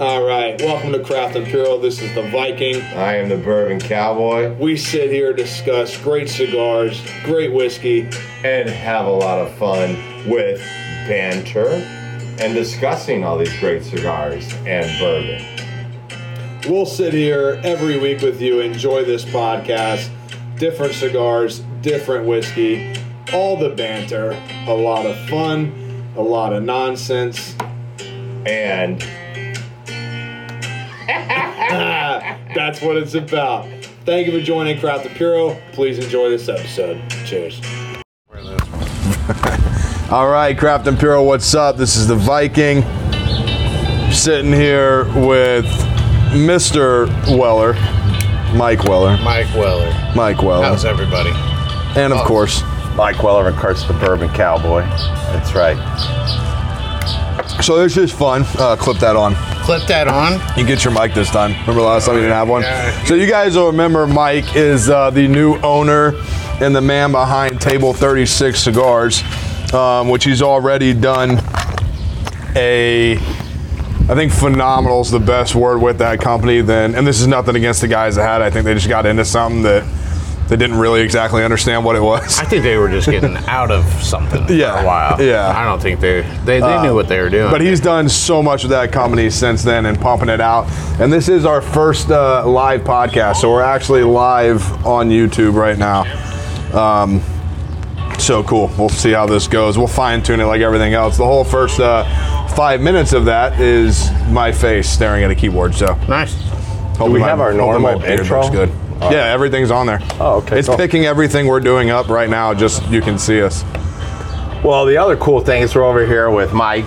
All right, welcome to Craft Imperial. This is the Viking. I am the Bourbon Cowboy We sit here to discuss great cigars, great whiskey. and have a lot of fun with banter and discussing all these great cigars and bourbon. We'll sit here every week with you, enjoy this podcast, different cigars, different whiskey, all the banter, a lot of fun, a lot of nonsense. And Ah, that's what it's about. Thank you for joining Craft Imperial. Please enjoy this episode. Cheers. all right, Craft Imperial, what's up? This is the Viking sitting here with Mr. Weller, Mike Weller, Mike Weller. Mike Weller, How's everybody? and of course. Mike Weller and Kurt's the Bourbon Cowboy. That's right. So this is fun. Uh, clip that on. Clip that on. You get your mic this time. Remember last time you didn't have one? Yeah. So you guys will remember Mike is uh, the new owner and the man behind Table 36 Cigars, um, which he's already done a, I think phenomenal's the best word with that company. Then, and this is nothing against the guys that had. it. I think they just got into something that they didn't really exactly understand what it was. I think they were just getting out of something Yeah, for a while. yeah. Um, I don't think they they, they knew what they were doing. But he's done so much with that company since then and pumping it out. And this is our first uh, live podcast, so we're actually live on YouTube right now. Um, so cool. We'll see how this goes. We'll fine tune it like everything else. The whole first uh, five minutes of that is my face staring at a keyboard. So nice. hopefully we my- have our hopefully my normal beard intro? looks good. Uh, yeah, everything's on there. Oh, okay, It's cool. picking everything we're doing up right now. Just you can see us. Well, the other cool thing is we're over here with Mike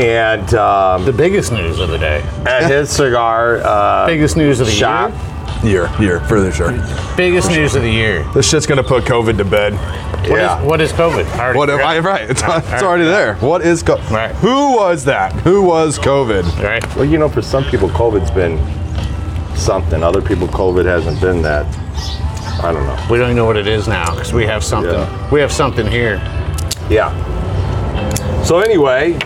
and um, The biggest news of the day. at his cigar uh, Biggest news of the shop. year. Year, year, further sure. Biggest news of the year. What This shit's gonna put COVID to bed. is- Yeah. what is COVID? I already What? If, forgot. I, right. It's, it's right. already there. What is COVID? Right. Who was that? Who was COVID? Right. Well, you know, for some people, COVID's been something. Other people, COVID hasn't been that. I don't know. We don't even know what it is now because we have something. Yeah. We have something here. Yeah. So anyway,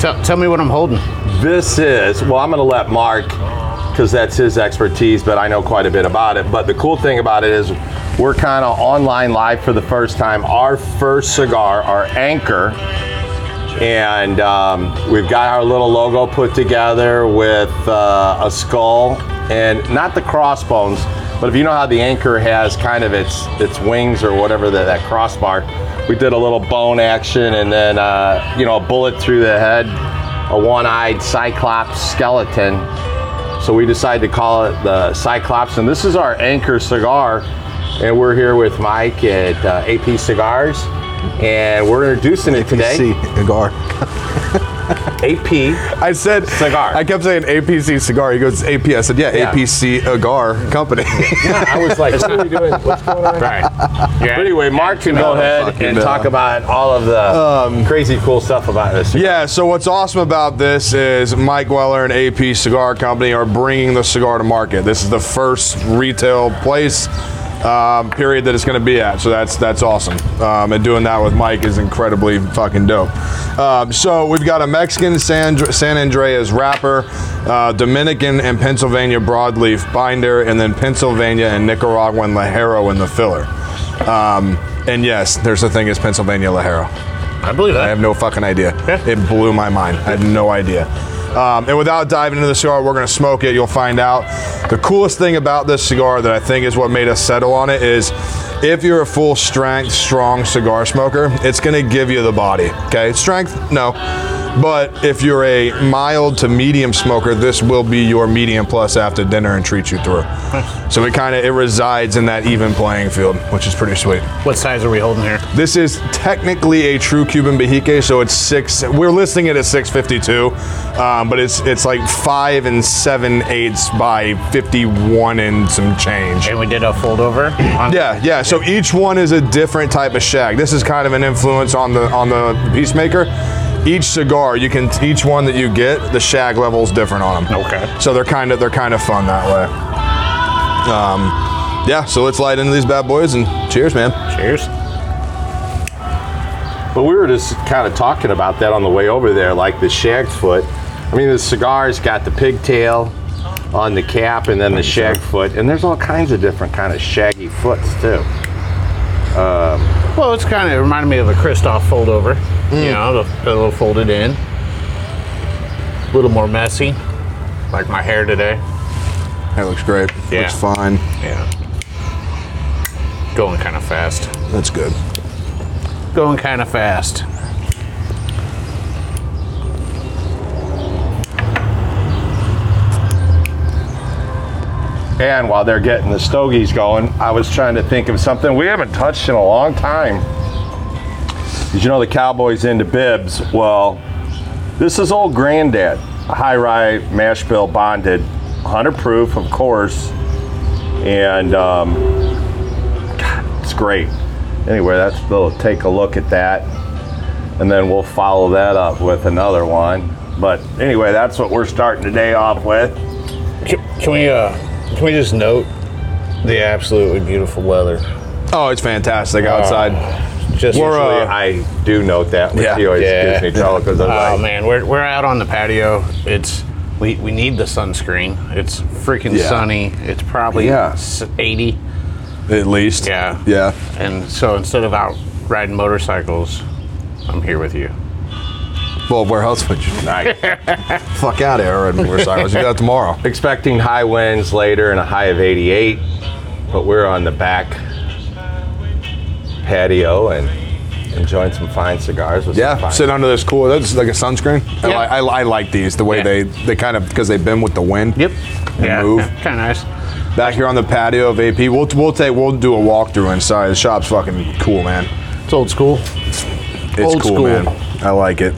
Tell, tell me what I'm holding. This is, well, I'm going to let Mark, because that's his expertise, but I know quite a bit about it. But the cool thing about it is we're kind of online live for the first time. Our first cigar, our anchor, and um, we've got our little logo put together with uh, a skull and not the crossbones, but if you know how the anchor has kind of its its wings or whatever that, that crossbar, we did a little bone action and then uh, you know a bullet through the head, a one-eyed cyclops skeleton. So we decided to call it the Cyclops, and this is our anchor cigar. And we're here with Mike at uh, AP Cigars, and we're introducing it today. cigar. AP. I said Cigar. I kept saying APC cigar. He goes AP. I said yeah, Yeah. APC cigar company. I was like, what are we doing? What's going on? Right. But anyway, Mark can go ahead and yeah. talk about all of the crazy cool stuff about this. yeah. So what's awesome about this is Mike Weller and AP Cigar Company are bringing the cigar to market. This is the first retail place. Um, period that it's going to be at, so that's that's awesome. Um, and doing that with Mike is incredibly fucking dope. Um, so we've got a Mexican San, San Andreas wrapper, uh, Dominican and Pennsylvania broadleaf binder, and then Pennsylvania and Nicaraguan lajero in the filler. Um, and yes, there's a thing as Pennsylvania lajero. I believe I that. have no fucking idea. Yeah. It blew my mind. I had no idea. Um, and without diving into the cigar, we're gonna smoke it. You'll find out. The coolest thing about this cigar that I think is what made us settle on it is, if you're a full strength, strong cigar smoker, it's gonna give you the body. Okay, strength, no. But if you're a mild to medium smoker, this will be your medium plus after dinner and treat you through. So it kind of it resides in that even playing field, which is pretty sweet. What size are we holding here? This is technically a true Cuban Bahique, so it's six. We're listing it at 652, um, but it's it's like five and seven eighths by 51 and some change. And we did a fold over. On Yeah, yeah. So each one is a different type of shag. This is kind of an influence on the on the peacemaker. Each cigar, you can each one that you get, the shag level is different on them. Okay. So they're kind of they're kind of fun that way. Um, yeah. So let's light into these bad boys and cheers, man. Cheers. But we were just kind of talking about that on the way over there, like the shag foot. I mean, the cigar's got the pigtail on the cap and then the shag foot, and there's all kinds of different kind of shaggy foots too. Well, it's kind of it reminded me of a Kristoff foldover. You know, the- a little folded in, a little more messy, like my hair today. That looks great. Yeah. Looks fine. Yeah, going kind of fast. That's good. Going kind of fast. And while they're getting the stogies going, I was trying to think of something we haven't touched in a long time. Did you know the Cowboys into bibs? Well, this is old granddad, a high rye mash bill bonded, 100 proof, of course. And um, God, it's great. Anyway, that's we'll take a look at that. And then we'll follow that up with another one. But anyway, that's what we're starting today off with. Can, can we uh, can we just note the absolutely beautiful weather? Oh, it's fantastic outside. Just We're, uh, Usually I do note that when Yeah. he always Yeah. gives me trouble because I'm Oh like, man, we're, we're out on the patio. It's we, we need the sunscreen. It's freaking Yeah. sunny. It's probably Yeah. s- 80. At least. Yeah. Yeah. And so instead of out riding motorcycles, I'm here with you. Well, where else would you nice. fuck out of here? Red Bull Cyrus? You got tomorrow. expecting high winds later and a high of 88, but we're on the back patio and enjoying some fine cigars with some Yeah, fine- sit under this cool. That's like a sunscreen. I, Yeah. li- I, I like these. The way Yeah. they they kind of because they bend with the wind. Yeah. move. Kind of nice. Back here on the patio of AP, we'll we'll take we'll do a walkthrough inside. The shop's fucking cool, man. It's old school. It's Old cool, school. man. I like it.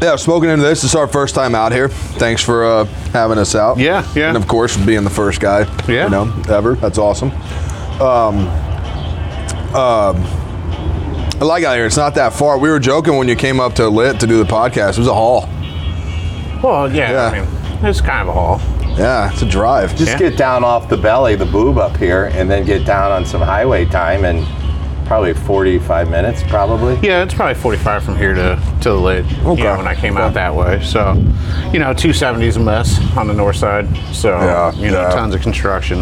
Yeah, smoking into this. It's our first time out here. Thanks for uh, having us out. Yeah, yeah. And of course, being the first guy. Yeah. You know, ever. That's awesome. Um, um, I like out here. It's not that far. We were joking when you came up to Lit to do the podcast. It was a haul. Well, yeah. Yeah. I mean, it's kind of a haul. Yeah, it's a drive. Just Yeah. get down off the belly, the boob up here, and then get down on some highway time and probably 45 minutes, probably. Yeah, it's probably 45 from here to to the lid. Okay. You know, when I came out that way, so you know, 270s a mess on the north side. So Yeah, you know, yeah. tons of construction.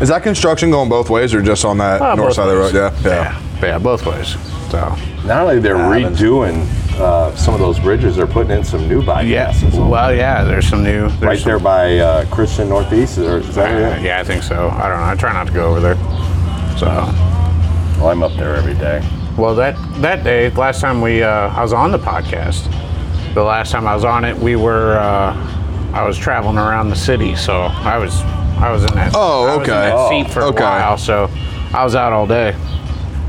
Is that construction going both ways or just on that Uh, north both side ways. of the road? Yeah. yeah, yeah, both ways. So Not only they're happens. redoing uh, some of those bridges, they're putting in some new yeah, bypasses. well, yeah, there's some new. There's Right there by uh, Christian Northeast, or is that Uh, it? yeah, I think so. I don't know. I try not to go over there. So, Well, Oh, I'm up there every day. well, that that day, last time we, uh, I was on the podcast. The last time I was on it, we were, uh, I was traveling around the city, so I was, I was in that. Oh, I was in okay. that Oh, seat for okay. a while, so I was out all day.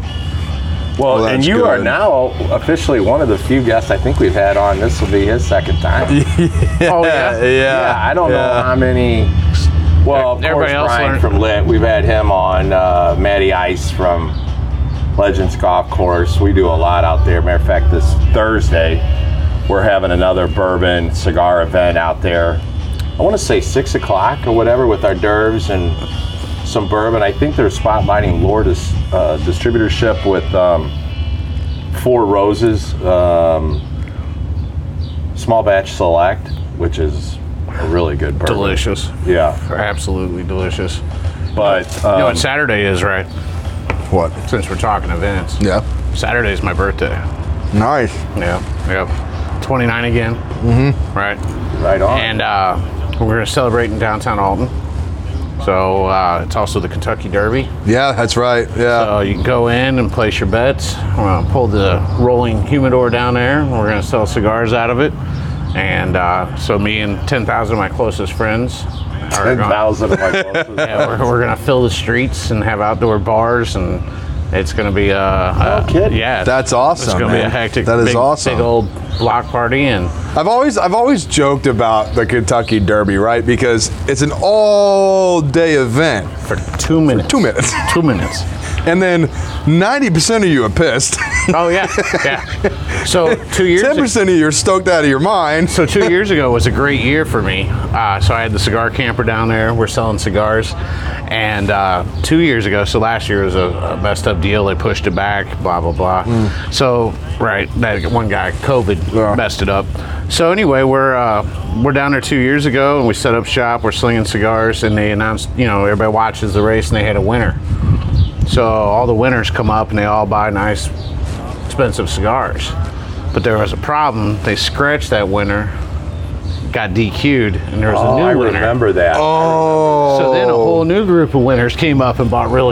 Well, Well, and that's you are good. now officially one of the few guests I think we've had on. This will be his second time. Yeah, oh Yeah. yeah. I don't know how many. Well, of course, Everybody else Brian learned- from Lit. We've had him on. Uh, Matty Ice from Legends Golf Course. We do a lot out there. Matter of fact, this Thursday we're having another bourbon cigar event out there. I want to say six o'clock or whatever with our derves and some bourbon. I think they're spotlighting Lourdes uh, distributorship with. Um, Four Roses um, Small Batch Select, which is a really good bourbon. Delicious. Yeah, Absolutely delicious. but you know um, what Saturday is, right? What? Since we're talking events. Yeah. Saturday's my birthday. Nice. Yeah. Yep. 29 again. Mm-hmm. Right. right on. and uh, we're going to celebrate in downtown Alton. So uh, it's also the Kentucky Derby. Yeah, that's right. Yeah. So you can go in and place your bets. We're going to pull the rolling humidor down there. We're going to sell cigars out of it. And uh, so me and 10,000 of my closest friends are Ten going thousand of my closest- yeah, we're, we're going to fill the streets and have outdoor bars and it's going to be uh, uh kidding. yeah That's awesome. it's going to be man. a hectic That is big, awesome. big old block party and I've always I've always joked about the Kentucky Derby, right? Because it's an all day event. for 2 minutes Two minutes. 2 minutes and then 90% of you are pissed. Oh yeah, yeah. So two years. 10% of you are stoked out of your mind. So two years ago was a great year for me. Uh, so I had the cigar camper down there. We're selling cigars, and uh, two years ago, so last year was a, a messed up deal. They pushed it back. Blah blah blah. So right, that one guy COVID Yeah. messed it up. So anyway, we're uh, we're down there two years ago, and we set up shop. We're slinging cigars, and they announced, you know, everybody watches the race, and they had a winner. So all the winners come up and they all buy nice, expensive cigars. But there was a problem. They scratched that winner, got DQ'd, and there was Oh, a new I winner. remember that. Oh. So then a whole new group of winners came up and bought real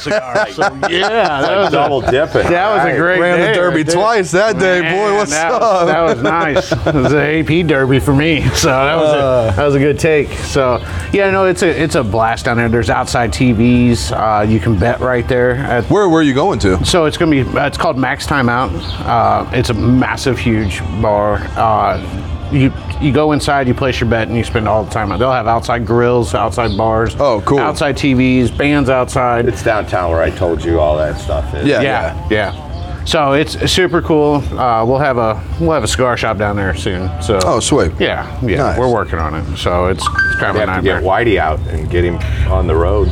cigars. So yeah, that was a, Double dipping. that was a great Ran day the derby right there. twice that day. Man, Boy, what's that up? Was, that was nice. it was an AP derby for me, so that was Uh. a, that was a good take. So yeah, no, it's a it's a blast down there. There's outside TVs. Uh, you can bet right there at Where were you going to? So it's gonna be. uh, It's called Max Timeout. Uh, it's a massive, huge bar. Uh, you you go inside, you place your bet, and you spend all the time. out. They'll have outside grills, outside bars. Oh, cool. Outside TVs, bands outside. It's downtown where I told you all that stuff is. Yeah. yeah, yeah. So it's super cool. Uh, we'll have a we'll have a cigar shop down there soon. So Oh, sweet. yeah, yeah. Nice. We're working on it. So it's, it's kind We of a have to nightmare. get Whitey out and get him on the road.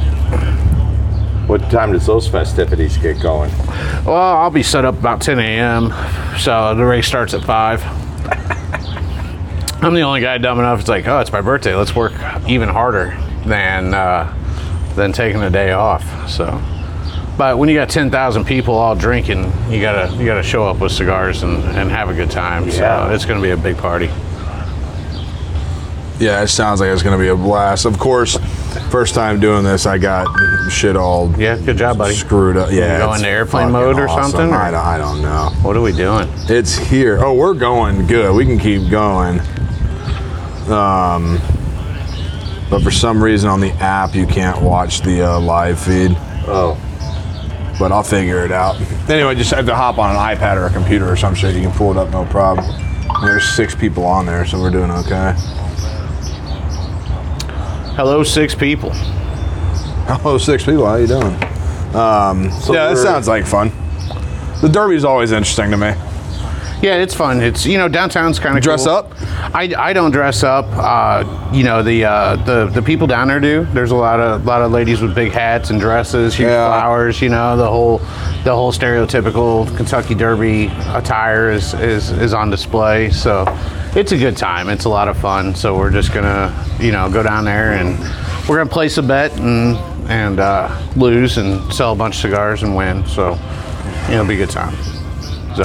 What time does those festivities get going? Well, I'll be set up about 10 a.m. So the race starts at 5. I'm the only guy dumb enough. It's like, oh, it's my birthday. Let's work even harder than uh, than taking a day off. So, but when you got 10,000 people all drinking, you gotta you gotta show up with cigars and, and have a good time. Yeah. So it's gonna be a big party. Yeah, it sounds like it's going to be a blast. Of course, first time doing this, I got shit all Yeah, good job, buddy. screwed up. Yeah, You go it's into airplane fucking mode or awesome. something, or- I don't, I don't know. What are we doing? It's here. Oh, we're going good. We can keep going. Um, but for some reason on the app, you can't watch the uh, live feed. Oh, But I'll figure it out. Anyway, just have to hop on an iPad or a computer or some shit. You can pull it up, no problem. There's six people on there, so we're doing okay. Hello, six people. Hello, Oh, six people. How you doing? Um, yeah, that we're- sounds like fun. The derby's always interesting to me. Yeah, it's fun. It's you know downtown's kind of Dress up? I, I don't dress up. Uh, you know the uh, the the people down there do. There's a lot of lot of ladies with big hats and dresses, huge Yeah. flowers. You know the whole the whole stereotypical Kentucky Derby attire is is is on display. So it's a good time. It's a lot of fun. So we're just gonna you know go down there and we're gonna place a bet and and uh, lose and sell a bunch of cigars and win. So you know, it'll be a good time. So.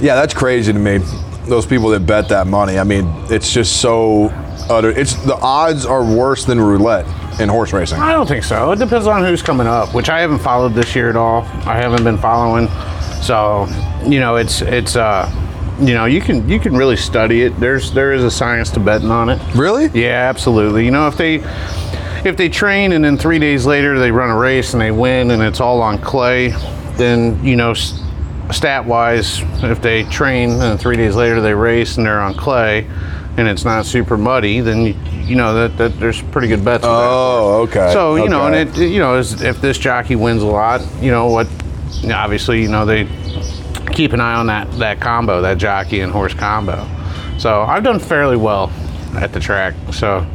Yeah, that's crazy to me. Those people that bet that money. I mean, it's just so utter. It's the odds are worse than roulette in horse racing. I don't think so. It depends on who's coming up, which I haven't followed this year at all. I haven't been following, so you know it's it's uh you know you can you can really study it. There's there is a science to betting on it. Really? Yeah, absolutely. You know if they if they train and then three days later they run a race and they win and it's all on clay, then you know s- stat wise if they train and three days later they race and they're on clay and it's not super muddy, then you, you know that, that there's pretty good bets. on that. Oh, okay. So you know, okay. and it you know, is- if this jockey wins a lot, you know what? Obviously, you know they keep an eye on that that combo, that jockey and horse combo. So I've done fairly well at the track. So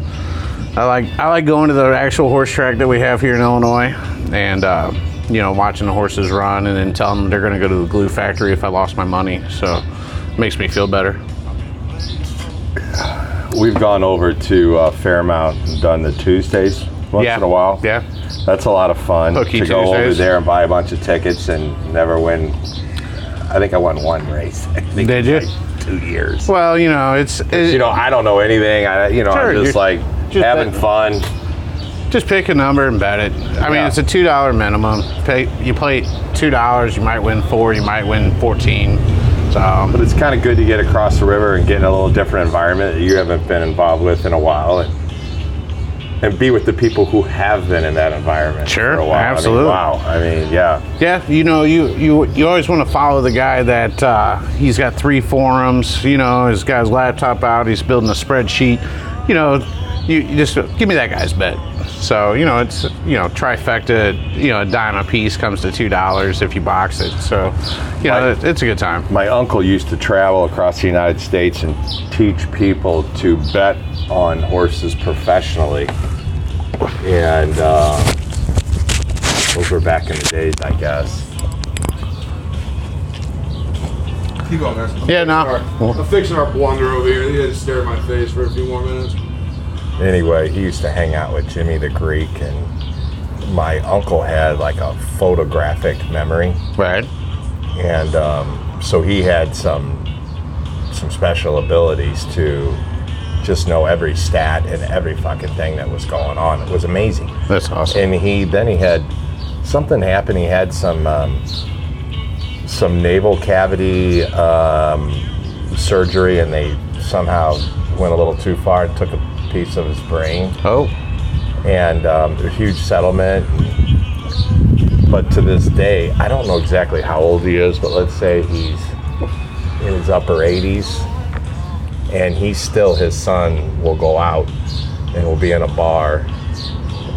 I like I like going to the actual horse track that we have here in Illinois, and uh, you know, watching the horses run, and then telling them they're going to go to the glue factory if I lost my money. So it makes me feel better. we've gone over to uh, Fairmount and done the Tuesdays once Yeah. in a while. Yeah. that's a lot of fun Hooky to go over Tuesdays. there and buy a bunch of tickets and never win. I think I won one race. I think Did you? two years. Well, you know, it's it, You know, I don't know anything. I, you know, Sure, I'm you're- just like just having that- fun. Just pick a number and bet it. I mean, Yeah. it's a two dollar minimum. Pay, you play two dollars, you might win four, you might win fourteen. So But it's kind of good to get across the river and get in a little different environment that you haven't been involved with in a while, and and be with the people who have been in that environment. Sure, for a while. I absolutely. mean, wow. I mean, yeah. yeah, you know, you you you always want to follow the guy that uh, he's got three forums. You know, he's got his laptop out, he's building a spreadsheet. You know, you, you just give me that guy's bet. So you know it's you know trifecta. You know a dime a piece comes to two dollars if you box it. So you know Right. it- it's a good time. My uncle used to travel across the United States and teach people to bet on horses professionally. And uh, those were back in the days, I guess. Keep going, guys. I'm Yeah, no. fixing our- I'm fixing our blunder over here. You guys stare at my face for a few more minutes. Anyway, he used to hang out with Jimmy the Greek, and my uncle had like a photographic memory. Right. and um, so he had some some special abilities to just know every stat and every fucking thing that was going on. It was amazing. That's awesome. And he then he had something happen. He had some um, some naval cavity um, surgery, and they somehow went a little too far and took a piece of his brain oh. and um, a huge settlement. But to this day, I don't know exactly how old he is, but let's say he's in his upper 80s, and he's still his son will go out and will be in a bar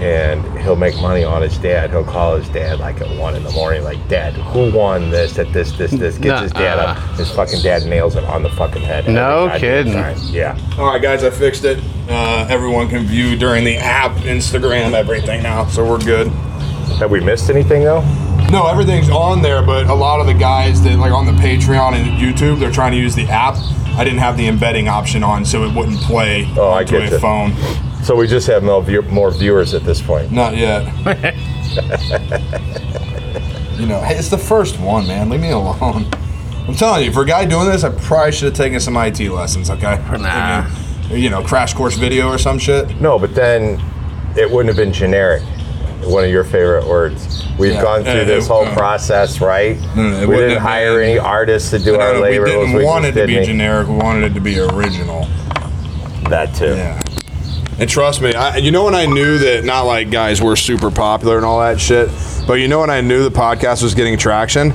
and he'll make money on his dad. He'll call his dad like at one in the morning, like, Dad, who won this, that this, this, this? Gets his dad up. His fucking dad nails it on the fucking head. every uh. No goddamn kidding. time. Yeah. All right, guys, I fixed it. Uh, everyone can view during the app, Instagram, everything now, so we're good. Have we missed anything though? No, everything's on there, but a lot of the guys that like on the Patreon and YouTube, they're trying to use the app. I didn't have the embedding option on, so it wouldn't play Oh, I onto get a you. phone. So we just have no view- more viewers at this point. Not yet. you know, hey, it's the first one, man. Leave me alone. I'm telling you, for a guy doing this, I probably should have taken some IT lessons. Okay. Nah. You know, crash course video or some shit. No, but then it wouldn't have been generic. One of your favorite words. We've Yeah. gone through Uh, this it- whole uh, process, right? no, it we wouldn't didn't have hire been- any artists to do No, our no, we labor. didn't was want it just to be did any- generic. We wanted it to be original. That too. Yeah. And trust me, I, you know when I knew that not like guys were super popular and all that shit, But you know when I knew the podcast was getting traction?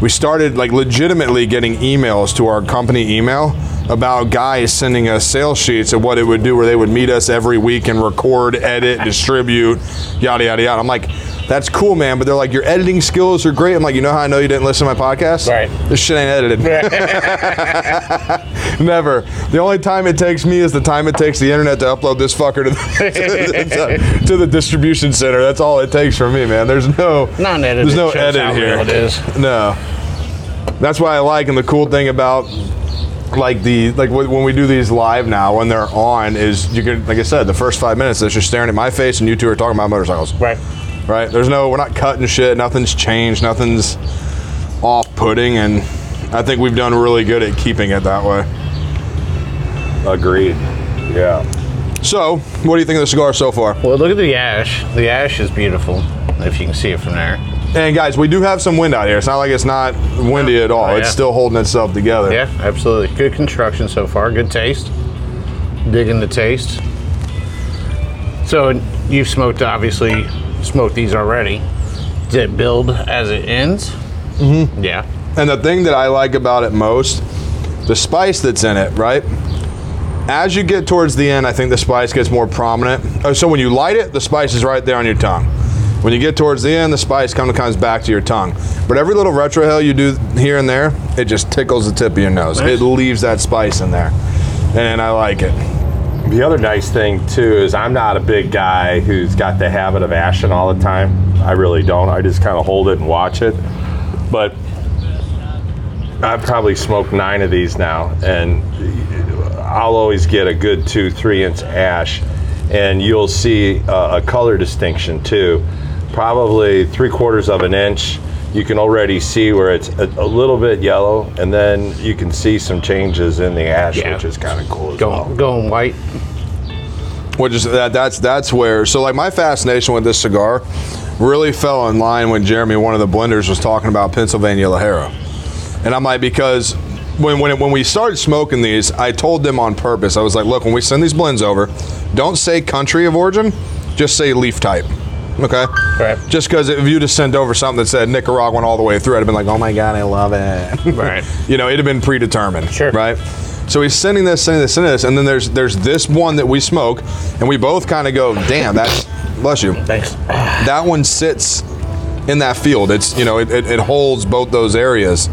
We started like legitimately getting emails to our company email about guys sending us sales sheets and what it would do where they would meet us every week and record, edit, distribute, yada yada yada. I'm like, that's cool, man. But they're like, your editing skills are great. I'm like, you know how I know you didn't listen to my podcast? Right. This shit ain't edited. Never. The only time it takes me is the time it takes the internet to upload this fucker to the, to the distribution center. That's all it takes for me, man. There's no Not edited. There's no It shows edit how here. real it is. No. That's why I like, and the cool thing about like the like wh- when we do these live now when they're on is you can like I said the first five minutes they're just staring at my face and you two are talking about motorcycles. Right. Right. There's no, we're not cutting shit. Nothing's changed. Nothing's off putting. And I think we've done really good at keeping it that way. Agreed. Yeah. So, what do you think of the cigar so far? Well, look at the ash. The ash is beautiful. If you can see it from there. And guys, we do have some wind out here. It's not like it's not windy at all. Oh, It's yeah. still holding itself together. Yeah, absolutely. Good construction so far. Good taste. Digging the taste. So you've smoked, obviously, smoked these already. Did it build as it ends? Mm-hmm. Yeah. And the thing that I like about it most, the spice that's in it, right? As you get towards the end, I think the spice gets more prominent. Oh, So when you light it, the spice is right there on your tongue. When you get towards the end, the spice kind of comes back to your tongue. But every little retrohale you do here and there, it just tickles the tip of your nose. It leaves that spice in there. And I like it. The other nice thing too is I'm not a big guy who's got the habit of ashing all the time. I really don't. I just kind of hold it and watch it. But I've probably smoked nine of these now, and I'll always get a good two, three inch ash, and you'll see uh, a color distinction too. Probably three quarters of an inch, you can already see where it's a, a little bit yellow, and then you can see some changes in the ash, Yeah. which is kind of cool as well. Going, going white. which is that that's that's where so like my fascination with this cigar really fell in line when Jeremy one of the blenders was talking about Pennsylvania Lahara and I'm like because when, when, when we started smoking these I told them on purpose I was like look when we send these blends over don't say country of origin just say leaf type okay Right. just because if you'd have sent over something that said Nicaraguan all the way through I'd have been like oh my god I love it Right. you know, it'd have been predetermined. Sure. Right? So he's sending this, sending this, sending this, and then there's there's this one that we smoke, and we both kind of go, damn, that's bless you. Thanks. That one sits in that field. It's you know it, it, it holds both those areas,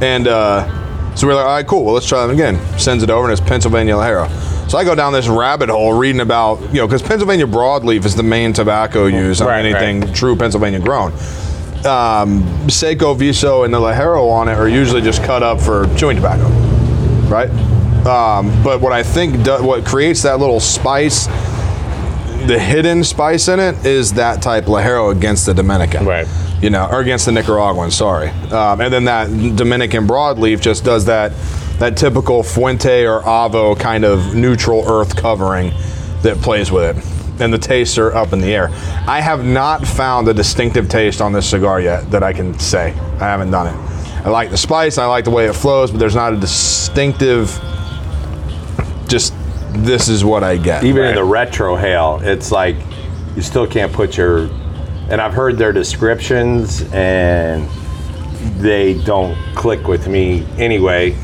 and uh, so we're like, all right, cool. Well, let's try them again. Sends it over, and it's Pennsylvania Lajero. So I go down this rabbit hole reading about you know because Pennsylvania broadleaf is the main tobacco used on Right, anything true Pennsylvania grown. Um, Seiko, Viso, and the Lajero on it are usually just cut up for chewing tobacco right? Um, but what I think do, what creates that little spice, the hidden spice in it, is that type Lajero against the Dominican, Right. You know, or against the Nicaraguan. Sorry, um, and then that Dominican broadleaf just does that that typical Fuente or Avo kind of neutral earth covering that plays with it, and the tastes are up in the air. I have not found a distinctive taste on this cigar yet that I can say. I haven't done it. I like the spice. I like the way it flows, but there's not a distinctive. Just this is what I get. Even in the retro hail, it's like you still can't put your. And I've heard their descriptions, and they don't click with me anyway.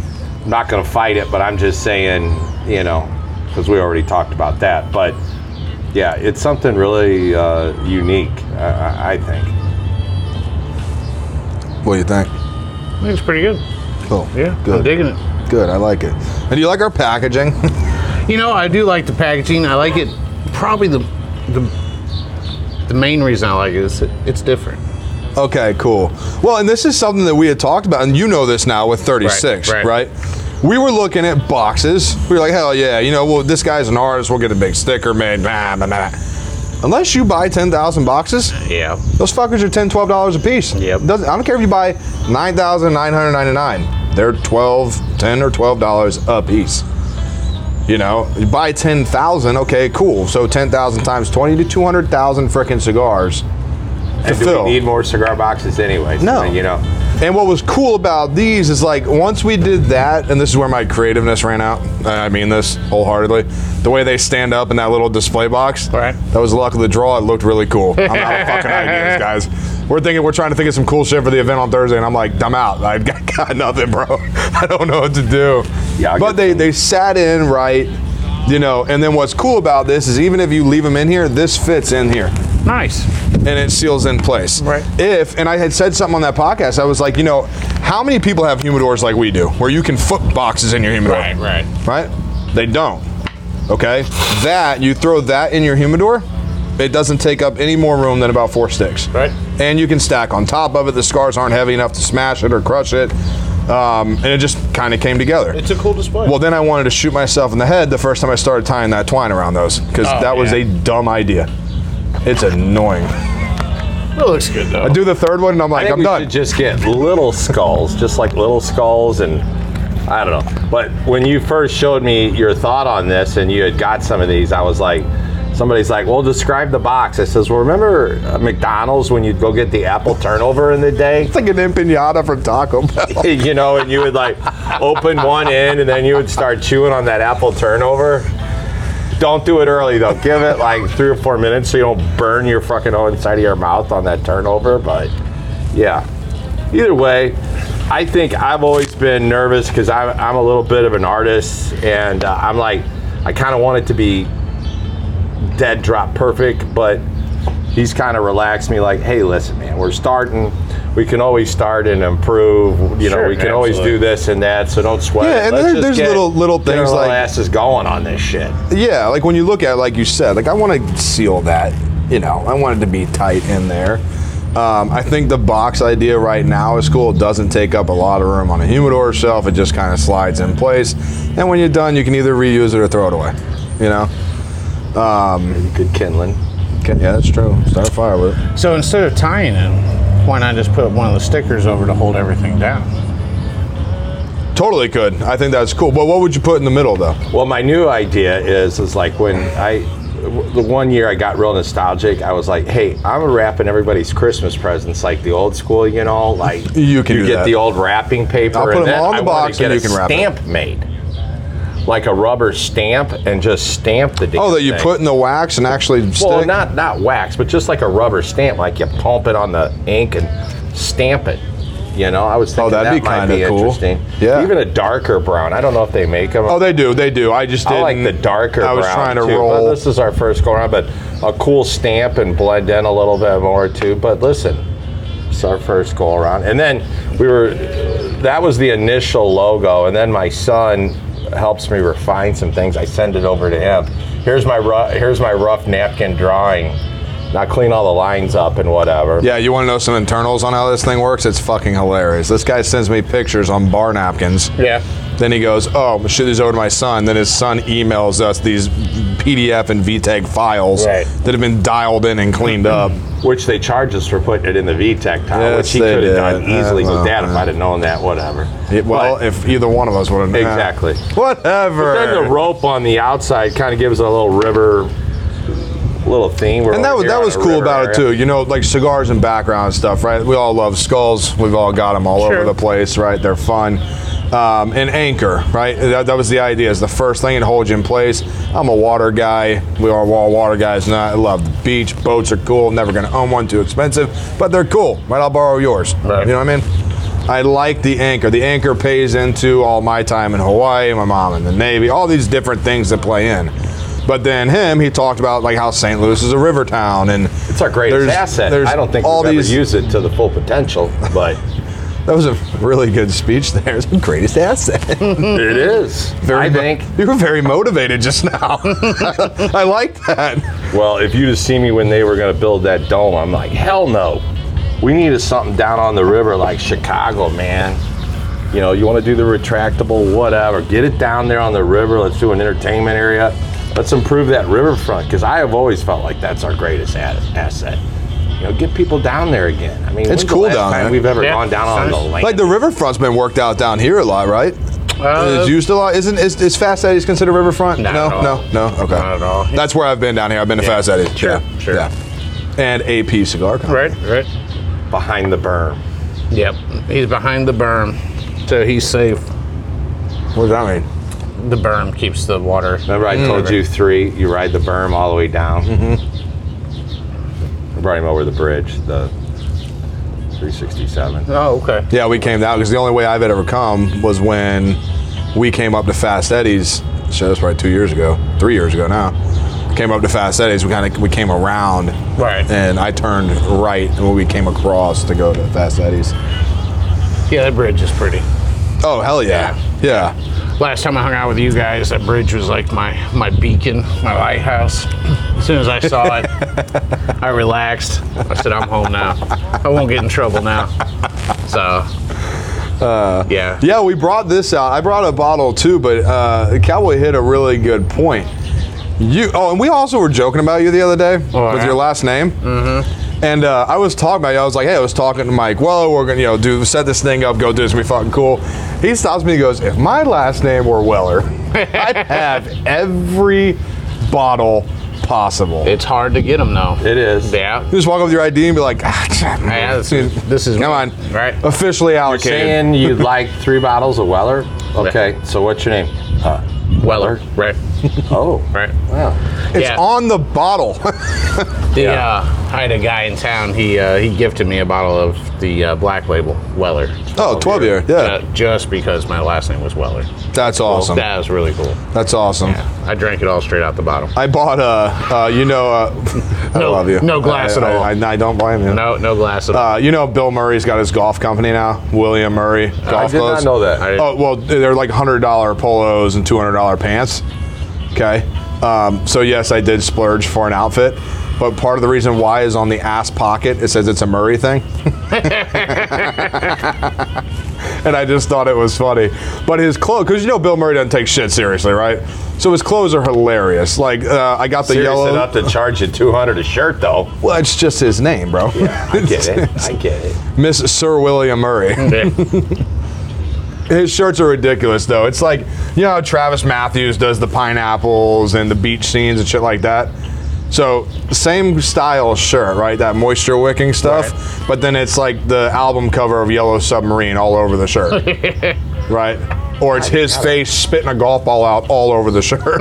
I'm not going to fight it, but I'm just saying, you know, because we already talked about that. But yeah, it's something really uh, unique, I, I- I think. what do you think? I think it's pretty good. Cool. Yeah, I'm Good. digging it. Good. I like it. And do you like our packaging? You know, I do like the packaging. I like it. Probably the the, the main reason I like it is it, it's different. okay. Cool. Well, and this is something that we had talked about, and you know this now with 36, Right, right? right. We were looking at boxes. We were like, hell yeah, you know, well, this guy's an artist. We'll get a big sticker made. Blah, blah, blah. Unless you buy 10,000 boxes, Yeah. Those fuckers are $10, $12 a piece. Yep. Doesn't, I don't care if you buy 9999 They're 12 10 or $12 a piece. You know, you buy 10,000, okay, cool. So 10,000 times 20 to 200,000 freaking cigars to And do fill. we need more cigar boxes anyway? So, No. You know, And what was cool about these is like once we did that, and this is where my creativeness ran out. and I mean this wholeheartedly. The way they stand up in that little display box. Right. That was the luck of the draw. It looked really cool. I'm out of fucking ideas, guys. We're thinking we're trying to think of some cool shit for the event on Thursday, and I'm like, I'm out. I got, got nothing, bro. I don't know what to do. Yeah, I But get they they sat in right, you know. And then what's cool about this is even if you leave them in here, this fits in here Nice. and it seals in place. Right. If and I had said something on that podcast, I was like, you know, how many people have humidors like we do, where you can foot boxes in your humidor? Right. Right? They don't. Okay. That you throw that in your humidor, it doesn't take up any more room than about four sticks. Right. And you can stack on top of it. The scars aren't heavy enough to smash it or crush it, um, and it just kind of came together. It's a cool display. Well, then I wanted to shoot myself in the head the first time I started tying that twine around those because that was yeah. a dumb idea. It's annoying. it looks good though. I do the third one and I'm I like, think I'm we done. should just get little skulls, just like little skulls, and I don't know. But when you first showed me your thought on this, and you had got some of these, I was like, somebody's like, "Well, describe the box." I says, "Well, remember uh, McDonald's when you'd go get the apple turnover in the day?" it's like an empanada from Taco Bell. you know, and you would like open one end, and then you would start chewing on that apple turnover. Don't do it early though. Give it like three or four minutes so you don't burn your fucking own side of your mouth on that turnover. But yeah, either way, I think I've always been nervous because I'm, I'm a little bit of an artist, and uh, I'm like, I kind of want it to be dead drop perfect, but he's kind of relaxed me like, hey, listen, man, we're starting. We can always start and improve. You know, Sure, we can always do this and that, so don't sweat. Yeah, it. and Let's there- just there's get- little- little get our things little like- asses going on this shit. yeah, like when you look at it, like you said, like I want to seal that, you know, I want it to be tight in there. Um, I think the box idea right now is cool. It doesn't take up a lot of room on a humidor shelf. It just kind of slides in place. And when you're done, you can either reuse it or throw it away, you know? Good kindling. Okay, yeah, that's true. Start a fire with it. so instead of tying it, why not just put one of the stickers over to hold everything down? Totally could. I think that's cool. But what would you put in the middle, though? Well, my new idea is is like when I, the one year I got real nostalgic, I was like, hey, I'm wrapping everybody's Christmas presents like the old school, you know, like You can do get that. the old wrapping paper. I'll put and them then all in the I wanna box get and a you can wrap it. stamp made, like a rubber stamp, and just stamp the. damn Oh, that you thing. put in the wax and actually stick? Well, not not wax, but just like a rubber stamp, like you pump it on the ink and stamp it. You know, I was thinking Oh, that'd that be might kinda be cool. interesting. Yeah. even a darker brown. I don't know if they make them. Oh, they do. They do. I just I didn't. like the darker. I was brown, trying to too. roll. Well, this is our first go around, but a cool stamp and blend in a little bit more too. But listen, it's our first go around, and then we were. That was the initial logo, and then my son helps me refine some things. I send it over to him. Here's my rough, here's my rough napkin drawing. Now clean all the lines up and whatever. Yeah, you want to know some internals on how this thing works? It's fucking hilarious. This guy sends me pictures on bar napkins. Yeah. Then he goes, "Oh, I'm gonna shoot these over to my son." Then his son emails us these PDF and VTEG files Right. Mm-hmm. that have been dialed in and cleaned up. Which they charge us for putting it in the VTech tile, Yes, which he they could have did. done easily Uh, with that if well, I'd have known that, whatever. It- well, uh-huh. if either one of us would have Exactly. whatever. But then the rope on the outside kind of gives it a little river, little theme. We're and that over was here that on was a cool river about it area. too. You know, like cigars and background stuff, right? We all love skulls. We've all got them all Sure. over the place, right? They're fun. Um, and anchor, right? That, that was the idea. Is the first thing that holds you in place. I'm a water guy. We are all water guys. And I love the beach. Boats are cool. Never going to own one. Too expensive, but they're cool, right? I'll borrow yours. Right. You know what I mean? I like the anchor. The anchor pays into all my time in Hawaii, my mom in the Navy, all these different things that play in. But then him, he talked about like how St. Louis is a river town, and It's our greatest asset. I don't think we'll ever use it to the full potential, but That was a really good speech. There, it's the greatest asset. it is. I mo- think. you were very motivated just now. I like that. Well, if you'd have seen me when they were going to build that dome, I'm like, hell no. We needed something down on the river like Chicago, man. You know, you want to do the retractable, whatever. Get it down there on the river. Let's do an entertainment area. Let's improve that riverfront because I have always felt like that's our greatest a- asset. You know, get people down there again. I mean, when's the cool last down time there. We've ever Yeah, gone down it's on the nice. land. Like the riverfront's been worked out down here a lot, right? Uh, it's used a lot. Isn't is, is Fast Eddie's considered riverfront? Not no, at all. no, no. Okay, Not at all. That's where I've been down here. I've been to Fast Eddie. Sure, yeah. sure. Yeah. And AP cigar. Company. Right, right. behind the berm. Yep. He's behind the berm, so he's safe. What does that mean? The berm keeps the water. Remember, I told you three. You ride the berm all the way down. I brought him over the bridge, the 367. Oh, okay. Yeah, we came down because the only way I've ever come was when we came up to Fast Eddie's. So that's probably two years ago, three years ago now. Came up to Fast Eddie's. We kind of we came around, Right. and I turned right when we came across to go to Fast Eddie's. Yeah, that bridge is pretty. Oh hell yeah, yeah. Last time I hung out with you guys, that bridge was like my my beacon, my lighthouse. As soon as I saw it, I relaxed. I said, "I'm home now. I won't get in trouble now." So, Uh, yeah, Yeah, we brought this out. I brought a bottle too, but uh, Cowboy hit a really good point. You oh, and we also were joking about you the other day Oh, with yeah. your last name. Mm-hmm. And uh, I was talking about you. I was like, hey, I was talking to Mike. Well, we're gonna you know do set this thing up, go do this, we fucking cool. He stops me and goes, if my last name were Weller, I'd have every bottle possible. it's hard to get them though. It is. Yeah, you just walk up with your ID and be like, ah, yeah this, is- this is come on, right. Officially allocated. Saying you'd like three bottles of Weller? Okay, so what's your name? Uh, Weller, right, oh, right. wow. it's yeah. on the bottle. The, uh, I had a guy in town. He uh, he gifted me a bottle of the uh, black label Weller. Oh, 12 year, yeah. Uh, just because my last name was Weller. That's awesome. That was really cool. That's awesome. Yeah, I drank it all straight out the bottle. I bought a, uh, you know, uh, I No- love you. no glass I, at all. I, I, I don't blame you. No, no glass at all. Uh, you know, Bill Murray's got his golf company now, William Murray Golf I did not Clothes. know that. I- Oh well, they're like hundred dollar polos and two hundred dollar pants. Okay, um, so yes, I did splurge for an outfit, but part of the reason why is on the ass pocket. It says it's a Murray thing, and I just thought it was funny. But his clothes, because you know Bill Murray doesn't take shit seriously, right? So his clothes are hilarious. Like uh, I got the Serious yellow. enough to charge you 200 a shirt, though. Well, it's just his name, bro. I get it. I get it. Miss Sir William Murray. His shirts are ridiculous, though. It's like, you know how Travis Matthews does the pineapples and the beach scenes and shit like that? So, same style shirt, right? That moisture wicking stuff. But then it's like the album cover of Yellow Submarine all over the shirt, right? Or it's his face spitting a golf ball out all over the shirt.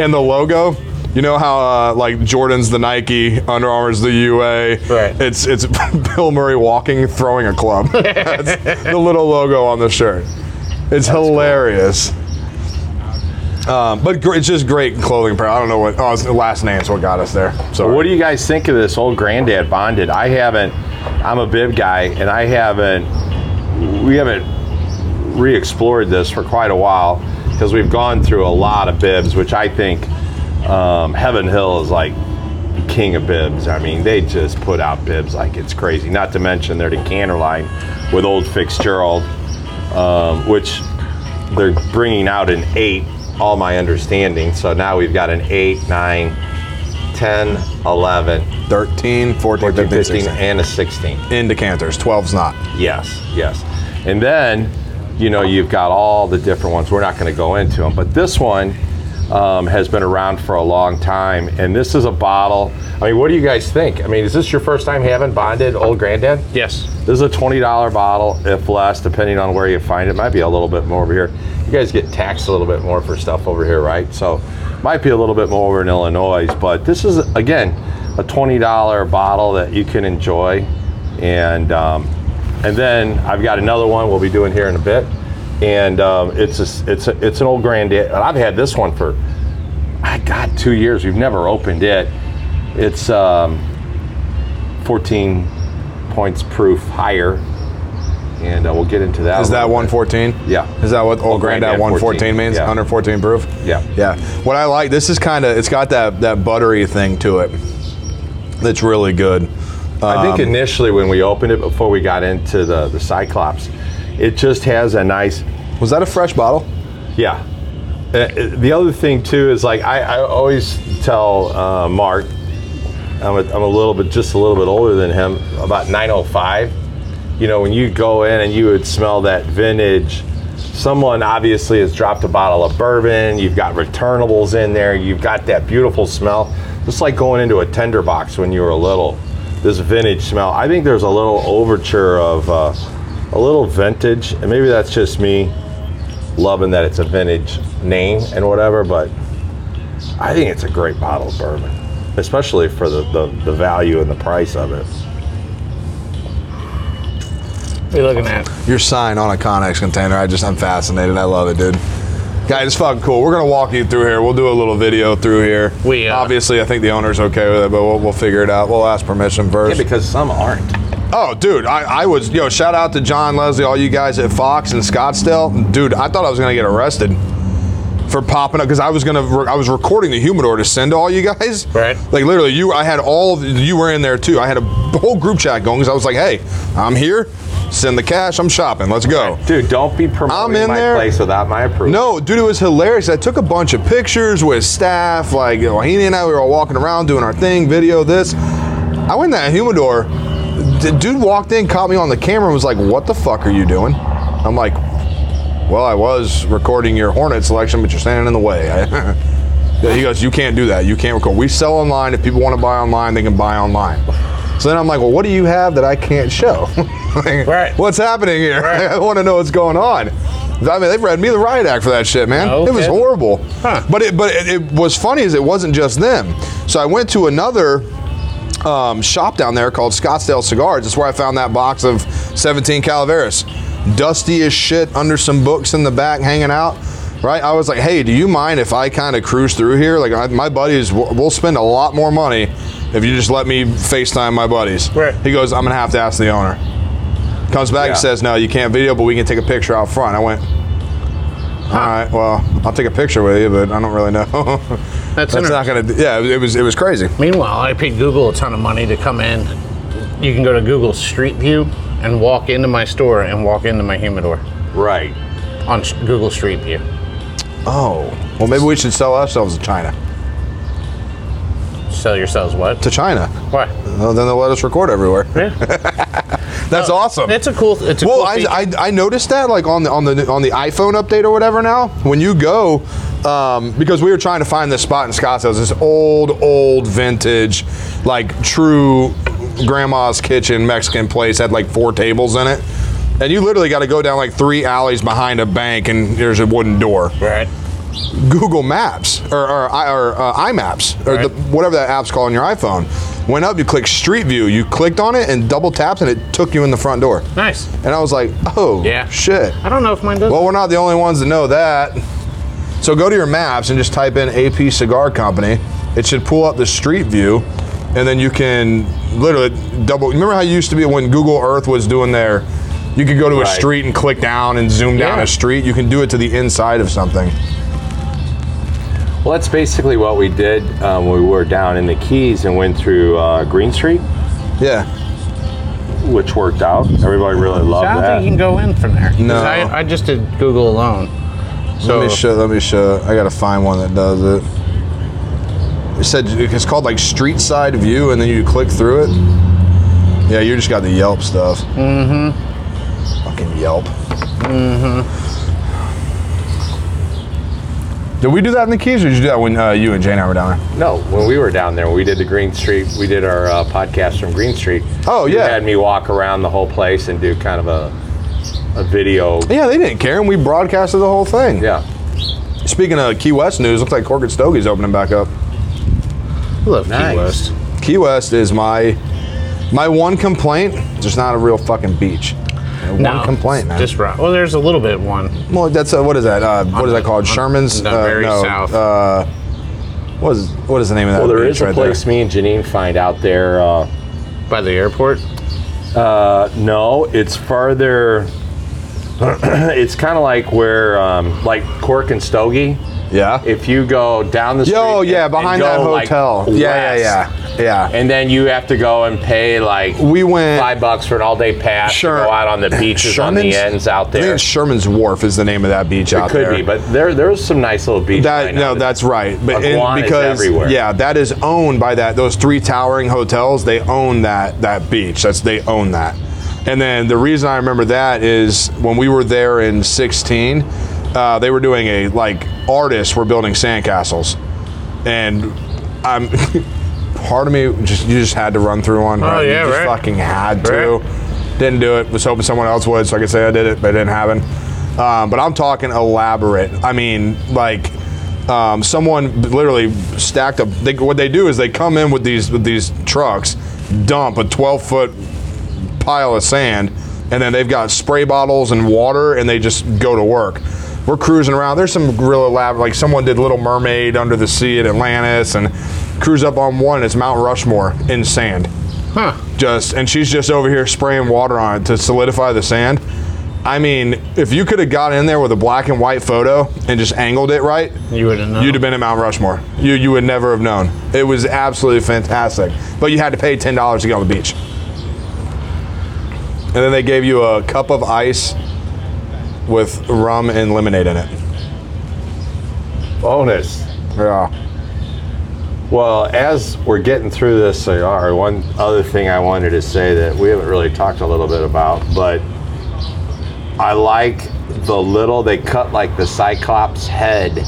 and the logo You know how uh, like Jordan's the Nike, Under Armour's the UA. Right. It's it's Bill Murray walking, throwing a club. That's the little logo on the shirt. It's hilarious. Um, but gr- it's just great clothing pair. I don't know what. Oh, it's the last name's what got us there. So What do you guys think of this whole granddad bonded? I haven't. I'm a bib guy, and I haven't. We haven't re-explored this for quite a while because we've gone through a lot of bibs, which I think um, Heaven Hill is like king of bibs. I mean, they just put out bibs like it's crazy. Not to mention they're the canner line with Old Fitzgerald, um, which they're bringing out an eight. All my understanding. So now we've got an eight, nine, 10, 11, 13, 14, 14, 15, 15, 16. and a 16. in decanters. 12's not. Yes, yes. And then, you know, you've got all the different ones. We're not going to go into them, but this one um, has been around for a long time. And this is a bottle. I mean, what do you guys think? I mean, is this your first time having bonded old granddad? Yes. This is a $20 bottle, if less, depending on where you find it. Might be a little bit more over here. You guys get taxed a little bit more for stuff over here, right? So, might be a little bit more over in Illinois, but this is, again, a $20 bottle that you can enjoy. And, um, and then I've got another one we'll be doing here in a bit. And um, it's, a, it's, a, it's an old granddad. And I've had this one for, I got two years. We've never opened it. It's, um, 14 points proof higher, and uh, we'll get into that. Is a that little bit. 114? Yeah. Is that what old, Granddad granddad, 114 14, means? yeah. 114 proof? Yeah. Yeah. What I like, this is kind of, it's got that, that buttery thing to it that's really good. I think Um, initially when we opened it, before we got into the the Cyclops, it just has a nice Was that a fresh bottle? Yeah. Uh, uh, The other thing too is like I, I always tell uh, Mark, I'm a, I'm a little bit just a little bit older than him, about 905. You know, when you go in and you would smell that vintage, someone obviously has dropped a bottle of bourbon. You've got returnables in there. You've got that beautiful smell, just like going into a tender box when you were little. This vintage smell. I think there's a little overture of uh, a little vintage, and maybe that's just me loving that it's a vintage name and whatever, but I think it's a great bottle of bourbon, especially for the, the, the value and the price of it. What are you looking at? Your sign on a Connex container. I just, I'm fascinated. I love it, dude. Guys, it's fucking cool. We're going to walk you through here. We'll do a little video through here. We, uh, Obviously, I think the owner's okay with it, but we'll, we'll figure it out. We'll ask permission first. Yeah, because some aren't. Oh, dude, I, I was, yo, shout out to John Leslie, all you guys at Fox and Scottsdale. Dude, I thought I was going to get arrested for popping up because I was going to, I was recording the humidor to send to all you guys. Right. Like, literally, you, I had all, of, you were in there too. I had a whole group chat going because I was like, hey, I'm here, send the cash, I'm shopping, let's go. Dude, don't be promoting I'm in my there. place without my approval. No, dude, it was hilarious. I took a bunch of pictures with staff. Like, you know, Heaney and I, we were all walking around doing our thing, video this. I went in that humidor. The dude walked in, caught me on the camera, and was like, What the fuck are you doing? I'm like, Well, I was recording your Hornet selection, but you're standing in the way. Yeah, he goes, You can't do that. You can't record. We sell online. If people want to buy online, they can buy online. So then I'm like, Well, what do you have that I can't show? Like, Right. What's happening here? I want to know what's going on. I mean, they've read me the riot act for that shit, man. No it was kidding. horrible. Oh, Huh. But it, but it, it was funny is it wasn't just them. So I went to another um, shop down there called Scottsdale Cigars. That's where I found that box of 17 Calaveras, dusty as shit, under some books in the back, hanging out. Right? I was like, hey, do you mind if I kind of cruise through here? Like, I, my buddies, we'll we'll spend a lot more money if you just let me FaceTime my buddies. Right. He goes, I'm gonna have to ask the owner. Comes back Yeah. and says, no, you can't video, but we can take a picture out front. I went. All right. Well, I'll take a picture with you, but I don't really know. That's not gonna. do- Yeah, it was. It was crazy. Meanwhile, I paid Google a ton of money to come in. You can go to Google Street View and walk into my store and walk into my humidor Right. on s- Google Street View. Oh. Well, maybe we should sell ourselves to China. Sell yourselves what? To China. Why? Well, then they'll let us record everywhere. Yeah. That's awesome. It's a cool. It's a well, cool I, feature. I, I noticed that like on the on the on the iPhone update or whatever now when you go um, because we were trying to find this spot in Scottsdale this old old vintage like true grandma's kitchen Mexican place had like four tables in it and you literally got to go down like three alleys behind a bank and there's a wooden door right. Google Maps or, or, I- or uh, iMaps or Right. the, whatever that app's called on your iPhone. Went up, you clicked Street View, you clicked on it and double tapped, and it took you in the front door. Nice. And I was like, oh, Yeah. shit. I don't know if mine does. Well, we're not the only ones that know that. So go to your maps and just type in AP Cigar Company. It should pull up the street view, and then you can literally double. Remember how you used to be when Google Earth was doing their. You could go to a Right. street and click down and zoom down Yeah. a street. You can do it to the inside of something. Well, that's basically what we did um, when we were down in the Keys and went through uh, Green Street, Yeah. which worked out. Everybody really loved I don't that. think you can go in from there. 'Cause No. I, I just did Google alone. So let me show. Let me show. I gotta find one that does it. It said it's called like street side view, and then you click through it. Yeah, you just got the Yelp stuff. Mm-hmm. Fucking Yelp. Mm-hmm. Did we do that in the keys, or did you do that when uh, you and Jane and I were down there? No, when we were down there, we did the Green Street. We did our uh, podcast from Green Street. Oh, You yeah. had me walk around the whole place and do kind of a a video. Yeah, they didn't care, and we broadcasted the whole thing. Yeah, Speaking of Key West news, looks like Corkett Stogie's opening back up. look, Nice. Key West. Key West is my my one complaint. There's not a real fucking beach. No, one complaint, man. Just right. Well, there's a little bit one. Well, that's uh, what is that? Uh, what is that called? On- Sherman's. no, uh, very no, south. Uh, what is what is the name of that? Well, there beach is a right place me and Janine find out there. Uh, By the airport? uh, no, it's farther. it's kind of like where, um, like Cork and Stogie. Yeah. If you go down the street, Yo, and- yeah, and behind go, that like, hotel. yeah, west, yeah, yeah, yeah. And then you have to go and pay like we went. five bucks for an all-day pass Sher- to go out on the beaches on the ends out I think there. it's Sherman's Wharf is the name of that beach out Could there. be, but there there's some nice little beaches. That right no, now. that's right. But and Iguanas because everywhere. yeah, that is owned by that those three towering hotels. They own that that beach. That's they own that. And then the reason I remember that is when we were there in '16, uh, they were doing a like artists were building sandcastles, and I'm part of me just you just had to run through one. Oh yeah, you just right. fucking had to. Didn't do it. Was hoping someone else would, so I could say I did it, but it didn't happen. Um, but I'm talking elaborate. I mean, like um, someone literally stacked up. They, what they do is they come in with these with these trucks, dump a 12 foot pile of sand, and then they've got spray bottles and water, and they just go to work. We're cruising around. There's some real elaborate, like someone did Little Mermaid under the sea at Atlantis, and cruise up on one. It's Mount Rushmore in sand Huh. just and she's just over here spraying water on it to solidify the sand. I mean, if you could have got in there with a black and white photo and just angled it right, You wouldn't know. you'd have been at Mount Rushmore. You you would never have known. It was absolutely fantastic. But you had to pay ten dollars to get on the beach. And then they gave you a cup of ice with rum and lemonade in it. bonus. Yeah. Well, as we're getting through this cigar, one other thing I wanted to say that we haven't really talked a little bit about, but I like the little they cut like the Cyclops head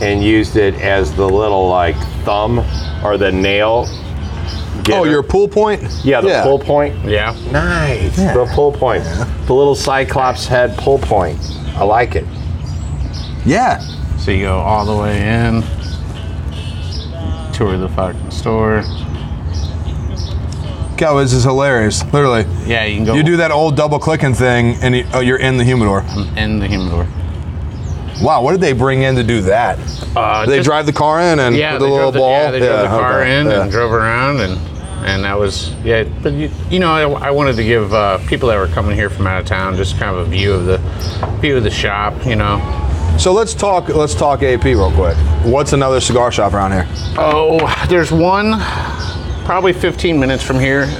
and used it as the little like thumb or the nail. Oh, getter. your pool point? yeah the pull point. yeah. Nice. The pull point. The little Cyclops head pull point. I like it. Yeah. So you go all the way in, tour the fucking store. God, this is hilarious. Literally. Yeah, you can go Oh. You do that old double clicking thing, and you, oh, you're in the humidor. in the humidor. Wow, what did they bring in to do that? Uh, They just- drive the car in and yeah, with the they little drove the, ball. Yeah, they drove the car okay, in yeah. and drove around, and and that was yeah. But you, you know, I, I wanted to give uh, people that were coming here from out of town just kind of a view of the view of the shop. You know. So let's talk. Let's talk AP real quick. What's another cigar shop around here? Oh, there's one probably 15 minutes from here uh, in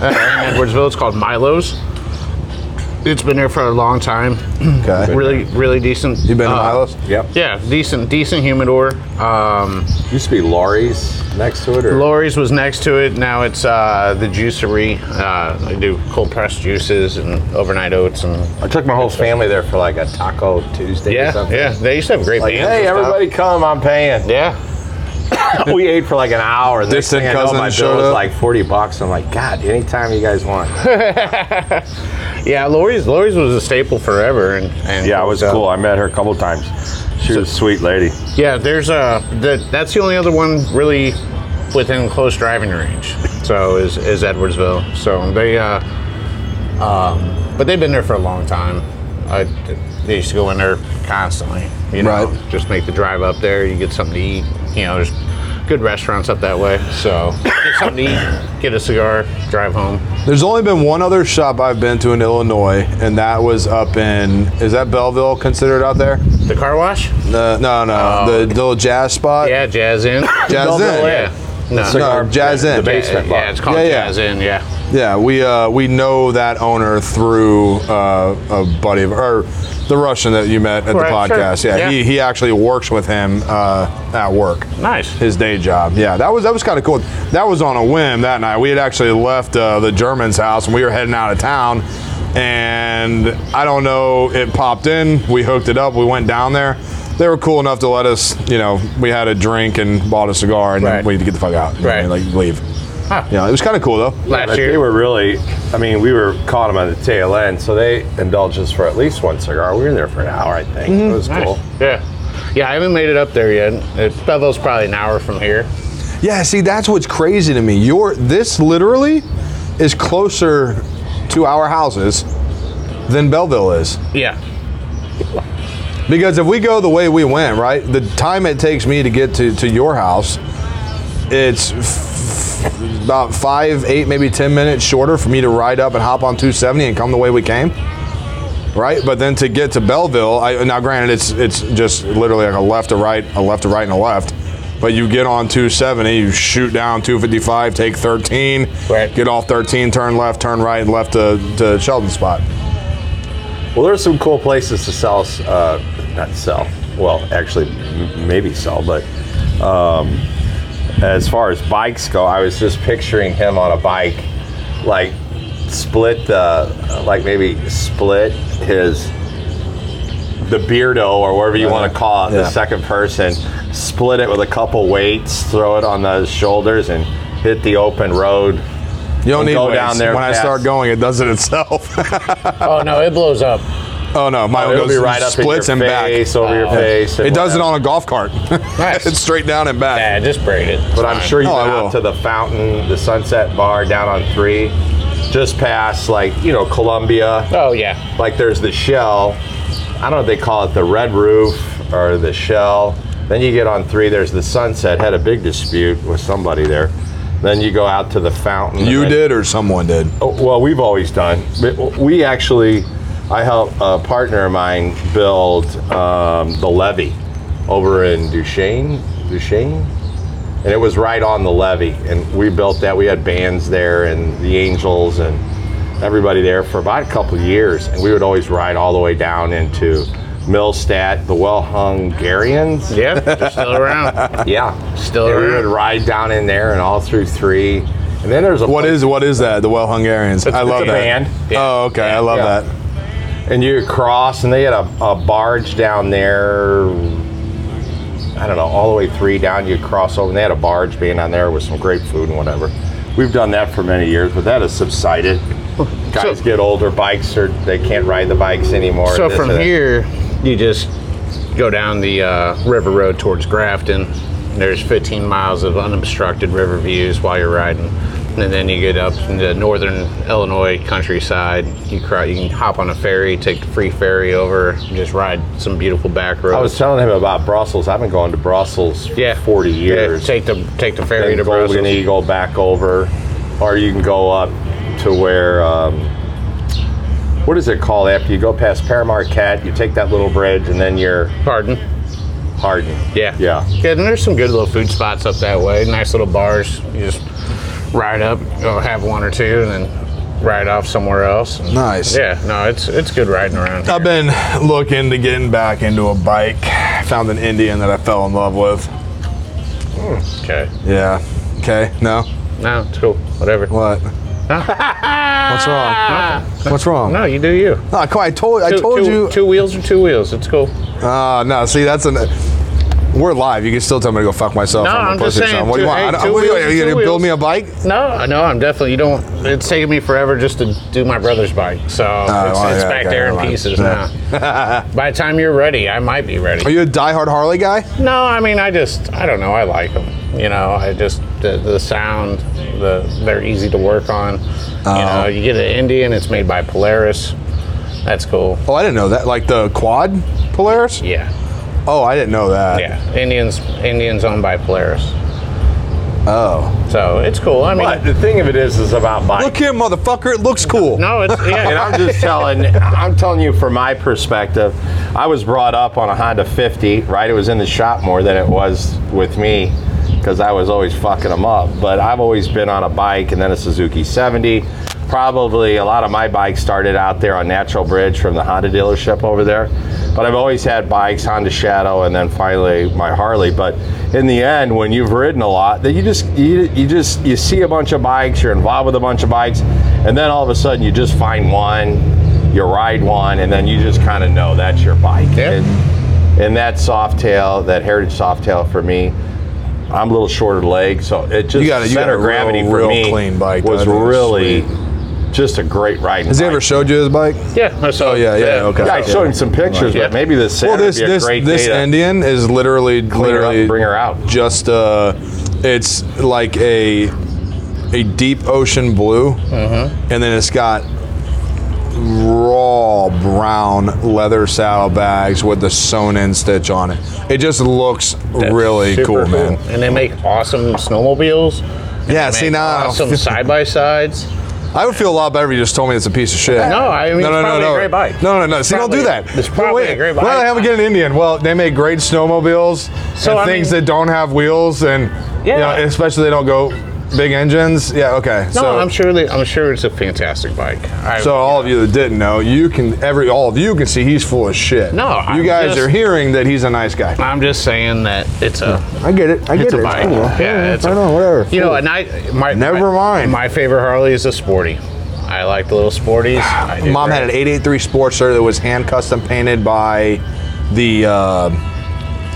Edwardsville. It's called Milo's. It's been there for a long time. Okay, Really, really decent. you been to uh, Milo's? Yep. Yeah, decent, decent humidor. Um, Used to be Laurie's next to it or Lori's was next to it. Now it's uh, the juicery. Uh, they do cold pressed juices and overnight oats and I took my whole family there for like a taco Tuesday or yeah, something. yeah. They used to have great Like, bands hey, and stuff. everybody come, I'm paying. Yeah, we ate for like an hour. The next Distant thing I know, cousin my bill showed was up. like 40 bucks. I'm like, God, anytime you guys want. yeah. Lori's Lori's was a staple forever, and, uh, and I met her a couple times. She She was a sweet lady. Yeah, there's a the, that's the only other one really within close driving range. So is is Edwardsville. So they uh, um, but they've been there for a long time. I, they used to go in there constantly. You know, Right. just make the drive up there. You get something to eat. You know, there's good restaurants up that way. So get something to eat, get a cigar, drive home. There's only been one other shop I've been to in Illinois, and that was up in is that Belleville considered out there? The car wash? No, no, no. the little jazz spot. Um, Yeah, jazz in. Jazz Oh, Inn. yeah. No. No, Jazz the Inn. basement yeah, bar. yeah, it's called Yeah, yeah. jazz in. Yeah. Yeah, we uh, we know that owner through uh, a buddy of or the Russian that you met at Right, the sure. podcast. Yeah, Yeah. He, he actually works with him uh, at work. Nice. His day job. Yeah, that was that was kind of cool. That was on a whim that night. We had actually left uh, the German's house and we were heading out of town. And I don't know, it popped in. We hooked it up. We went down there. They were cool enough to let us. You know, we had a drink and bought a cigar, and Right. then we had to get the fuck out. You know what I mean? Right. like leave. Huh. Yeah, it was kind of cool though. Last But year. they were really, I mean, we were caught them on the tail end, so they indulged us for at least one cigar. We were in there for an hour, I think. It was Nice. cool. Yeah. Yeah, I haven't made it up there yet. It, Bevel's probably an hour from here. Yeah, see, that's what's crazy to me. Your this literally is closer to our houses than Belleville is. Yeah. Because if we go the way we went, right, the time it takes me to get to, to your house, it's f- about five, eight, maybe 10 minutes shorter for me to ride up and hop on 270 and come the way we came. Right, but then to get to Belleville, I, now granted, it's it's just literally like a left to right, a left to right, and a left. But you get on 270, you shoot down 255, take 13, Right. get off 13, turn left, turn right, left to, to Sheldon spot. Well, there's some cool places to sell, uh, not sell, well, actually, m- maybe sell, but um, as far as bikes go, I was just picturing him on a bike, like split the, like maybe split his. The beardo, or whatever you want to call it, Yeah. the second person, split it with a couple weights, throw it on the shoulders, and hit the open road. You don't And need go weights. down there When I fast. start going, it does it itself. Oh, no, it blows up. Oh no, mine It'll goes be right up splits in your and face, back. over your face. and It does it whatever. on a golf cart. Nice. it's straight down and back. Yeah, just braid it. It's But I'm fine. sure you No, I went will. out to the fountain, the Sunset Bar down on three, just past like you know Columbia. Oh, yeah. Like there's the Shell. I don't know if they call it the Red Roof or the Shell. Then you get on three. There's the Sunset. Had a big dispute with somebody there. Then you go out to the fountain. You and- did or someone did? Oh, well, we've always done. We- We actually, I helped a partner of mine build um, the levee over in Duchesne, Duchesne, and it was right on the levee. And we built that. We had bands there and the Angels and everybody there for about a couple of years. And we would always ride all the way down into Millstadt, the Well Hungarians. Yeah, they're still around. Yeah, Still And we around. would ride down in there and all through three. And then there's a What is what is that? The well Hungarians. I love it's a that. band. Oh, okay. I love Yeah. that. and you cross, and they had a, a barge down there. I don't know, all the way three down. You cross over, and they had a barge being down there with some great food and whatever. We've done that for many years, but that has subsided. Guys So- get older, bikes are they can't ride the bikes anymore. So this from and that. here, you just go down the uh, river road towards Grafton. There's 15 miles of unobstructed river views while you're riding, and then you get up into northern Illinois countryside. You cro- you can hop on a ferry, take the free ferry over, and just ride some beautiful back roads. I was telling him about Brussels. I've been going to Brussels for yeah, 40 years. Yeah, take the take the ferry and to Golden Brussels. Eagle back over, or you can go up to where um, what is it called after you go past Paramarquette? You take that little bridge, and then you're Pardon. Hardin. Yeah. Yeah. Yeah, and there's some good little food spots up that way. Nice little bars. You just ride up, go have one or two, and then ride off somewhere else. And- Nice. Yeah, no, it's it's good riding around. here. I've been looking to getting back into a bike. Found an Indian that I fell in love with. Okay. Yeah. Okay. No. No, it's cool. Whatever. What? What's Ah. wrong? What's wrong? No, you do you. No, I told I Two- told two- you. Two wheels or two wheels. It's cool. Ah, no. See, that's an. We're live. You can still tell me to go fuck myself. No, a I'm just pussy or saying, something. What do you two- want? hey, I don't- two what do you- wheels are and you two gonna build me a wheels. bike? No, no, I'm definitely. You don't. It's taken me forever just to do my brother's bike, so it's, Oh, well, it's yeah, back okay, there in never mind. pieces Yeah. now. By the time you're ready, I might be ready. Are you a diehard Harley guy? No, I mean, I just, I don't know. I like them. You know, I just the, the sound, the they're easy to work on. You Oh. know, you get an Indian, it's made by Polaris. That's cool. Oh, I didn't know that. Like the quad Polaris? Yeah, Oh, I didn't know that. yeah. Indians, Indians owned by Polaris. Oh. So it's cool. I mean, But the thing of it is, is about bikes. Look here, motherfucker. It looks cool. no, it's and yeah. I'm just telling, I'm telling you from my perspective. I was brought up on a Honda 50, right? It was in the shop more than it was with me because I was always fucking them up. But I've always been on a bike, and then a Suzuki 70. Probably a lot of my bikes started out there on Natural Bridge from the Honda dealership over there. But I've always had bikes, Honda Shadow, and then finally my Harley. But in the end, when you've ridden a lot, that you just you, you just you see a bunch of bikes, you're involved with a bunch of bikes, and then all of a sudden you just find one, you ride one, and then you just kind of know that's your bike. Yeah. And, and that soft tail, that heritage soft tail for me, I'm a little shorter leg, so it just You got a- you got center a of gravity real- for real me clean bike. was That is really just a great riding. Has he bike. ever showed you his bike? yeah. So Oh, yeah, yeah, okay. Yeah, I showed him some pictures, Yeah. but maybe this Well, Saturday this would be a this great this day to Indian is literally clean her up literally and bring her out. just uh, it's like a a deep ocean blue, Uh-huh. and then it's got raw brown leather saddlebags with the sewn in stitch on it. It just looks really super cool, man. And they make awesome snowmobiles. Yeah, They see make now I don't awesome feel- side by sides. I would feel a lot better if you just told me it's a piece of shit. No, I mean, it's probably a great bike. No, no, no. See, Probably- don't do that. it's probably a great bike. Why the hell we get an Indian? Well, they make great snowmobiles So, and I things mean- that don't have wheels and, you know, Yeah. especially they don't go big engines. Yeah, okay. No, so, I'm sure that I'm sure it's a fantastic bike. I, So all of you that didn't know, you can every all of you can see he's full of shit. No, you I'm guys just- are hearing that he's a nice guy. I'm just saying that it's a I get it. I get it's it. a bike. cool. Yeah, it's I a- know. Whatever. You know, Cool. and I my Never my- mind. My favorite Harley is a sporty. I like the little sporties. I do Mom great. had an 883 Sportster that was hand custom painted by the uh,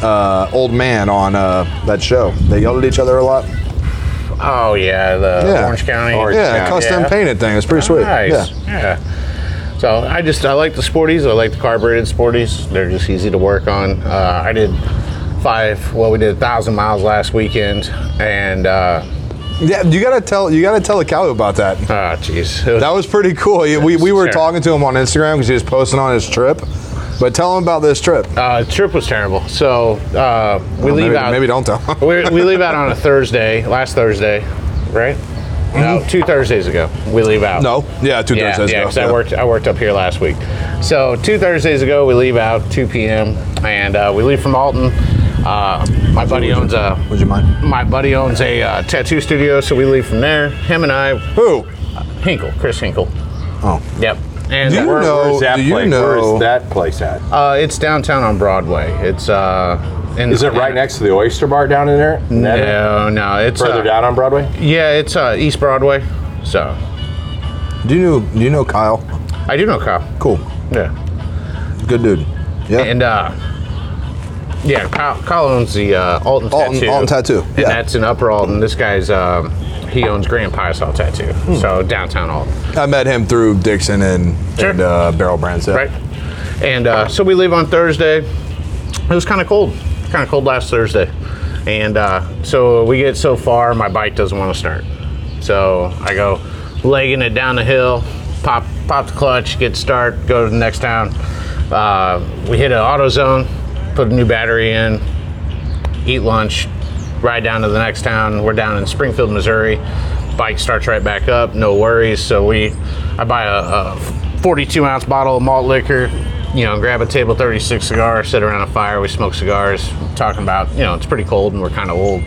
uh, old man on uh, that show. They yelled at each other a lot. Oh yeah, the Yeah. Uh, Orange County. Orange Yeah, Yeah. custom Yeah. painted thing. It's pretty Nice. sweet. Yeah. So I just I like the sporties. I like the carbureted sporties. They're just easy to work on. Uh, I did five. Well, we did a thousand miles last weekend, and uh, Yeah. Yeah, you gotta tell you gotta tell the cow about that. oh jeez, it was That was pretty cool. He- We, we were Sure. talking to him on Instagram because he was posting on his trip. But tell him about this trip. Uh, trip was terrible. So uh, we leave maybe, out. maybe don't tell him. we we leave out on a Thursday. Last Thursday, right? No, two Thursdays ago. We leave out. no. Yeah, two Yeah, Thursdays yeah. ago. Because I worked, I worked up here last week. So two Thursdays ago, we leave out 2 p.m. and uh, we leave from Alton. Uh, my buddy owns a. Would you mind? My buddy owns a uh, tattoo studio, so we leave from there. Him and I, Who? Hinkle, Chris Hinkle. Oh. Yep. And Do you we're- know- Where's that Do you place? Where know- is that place at? uh, it's downtown on Broadway. It's uh, in, Is it right next to the Oyster Bar down in there? In that area? No, no, it's Further uh, down on Broadway? Yeah, it's uh, East Broadway. So Do you know do you know Kyle? I do know Kyle. Cool. Yeah, Good dude. Yeah. and uh, yeah, Kyle, Kyle owns the uh, Alton, Alton- Tattoo. Alton Tattoo, And yeah. that's in Upper Alton. This guy's um, he owns Grand Piousal Tattoo. Hmm. So downtown Alton. I met him through Dixon and, Sure. and uh, Barrel Brands. yeah. right? And uh, so we leave on Thursday. It was kind of cold, kind of cold last Thursday, and uh, so we get so far, my bike doesn't want to start. So I go legging it down the hill, pop pop the clutch, get start, go to the next town. Uh, we hit an auto zone, put a new battery in, eat lunch, ride down to the next town. We're down in Springfield, Missouri. Bike starts right back up, no worries. So we, I buy a, a 42 ounce bottle of malt liquor. You know, grab a table 36 cigar, sit around a fire. We smoke cigars, talking about you know it's pretty cold and we're kind of old,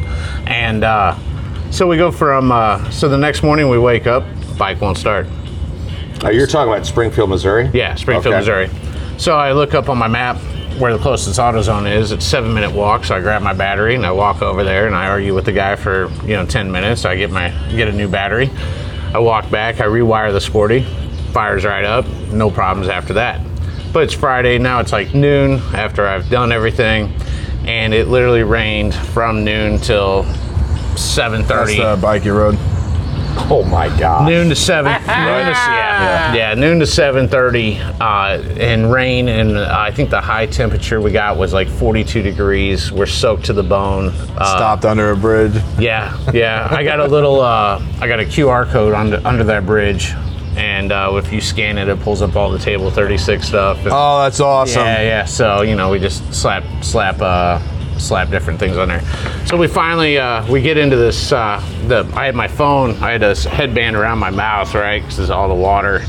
and uh, so we go from uh, so the next morning we wake up, bike won't start. Oh, you're talking about Springfield, Missouri? Yeah, Springfield, Okay. Missouri. So I look up on my map where the closest AutoZone is. It's seven minute walk. So I grab my battery and I walk over there and I argue with the guy for you know ten minutes. I get my get a new battery. I walk back. I rewire the Sporty. Fires right up. No problems after that. But it's Friday now. It's like noon after I've done everything. and it literally rained from noon till 7:30. That's the bike you rode. Oh my God. noon to seven. noon to, yeah, yeah, noon to seven thirty, uh, and rain. And I think the high temperature we got was like forty-two degrees. We're soaked to the bone. Uh, Stopped under a bridge. yeah, yeah. I got a little. Uh, I got a QR code under under that bridge, and uh, if you scan it, it pulls up all the Table Thirty Six stuff. and- Oh, that's awesome. yeah, yeah. So you know, we just slap, slap, uh, slap different things on there. So we finally uh, we get into this. Uh, the I had my phone. I had this headband around my mouth, right, because it's all the water.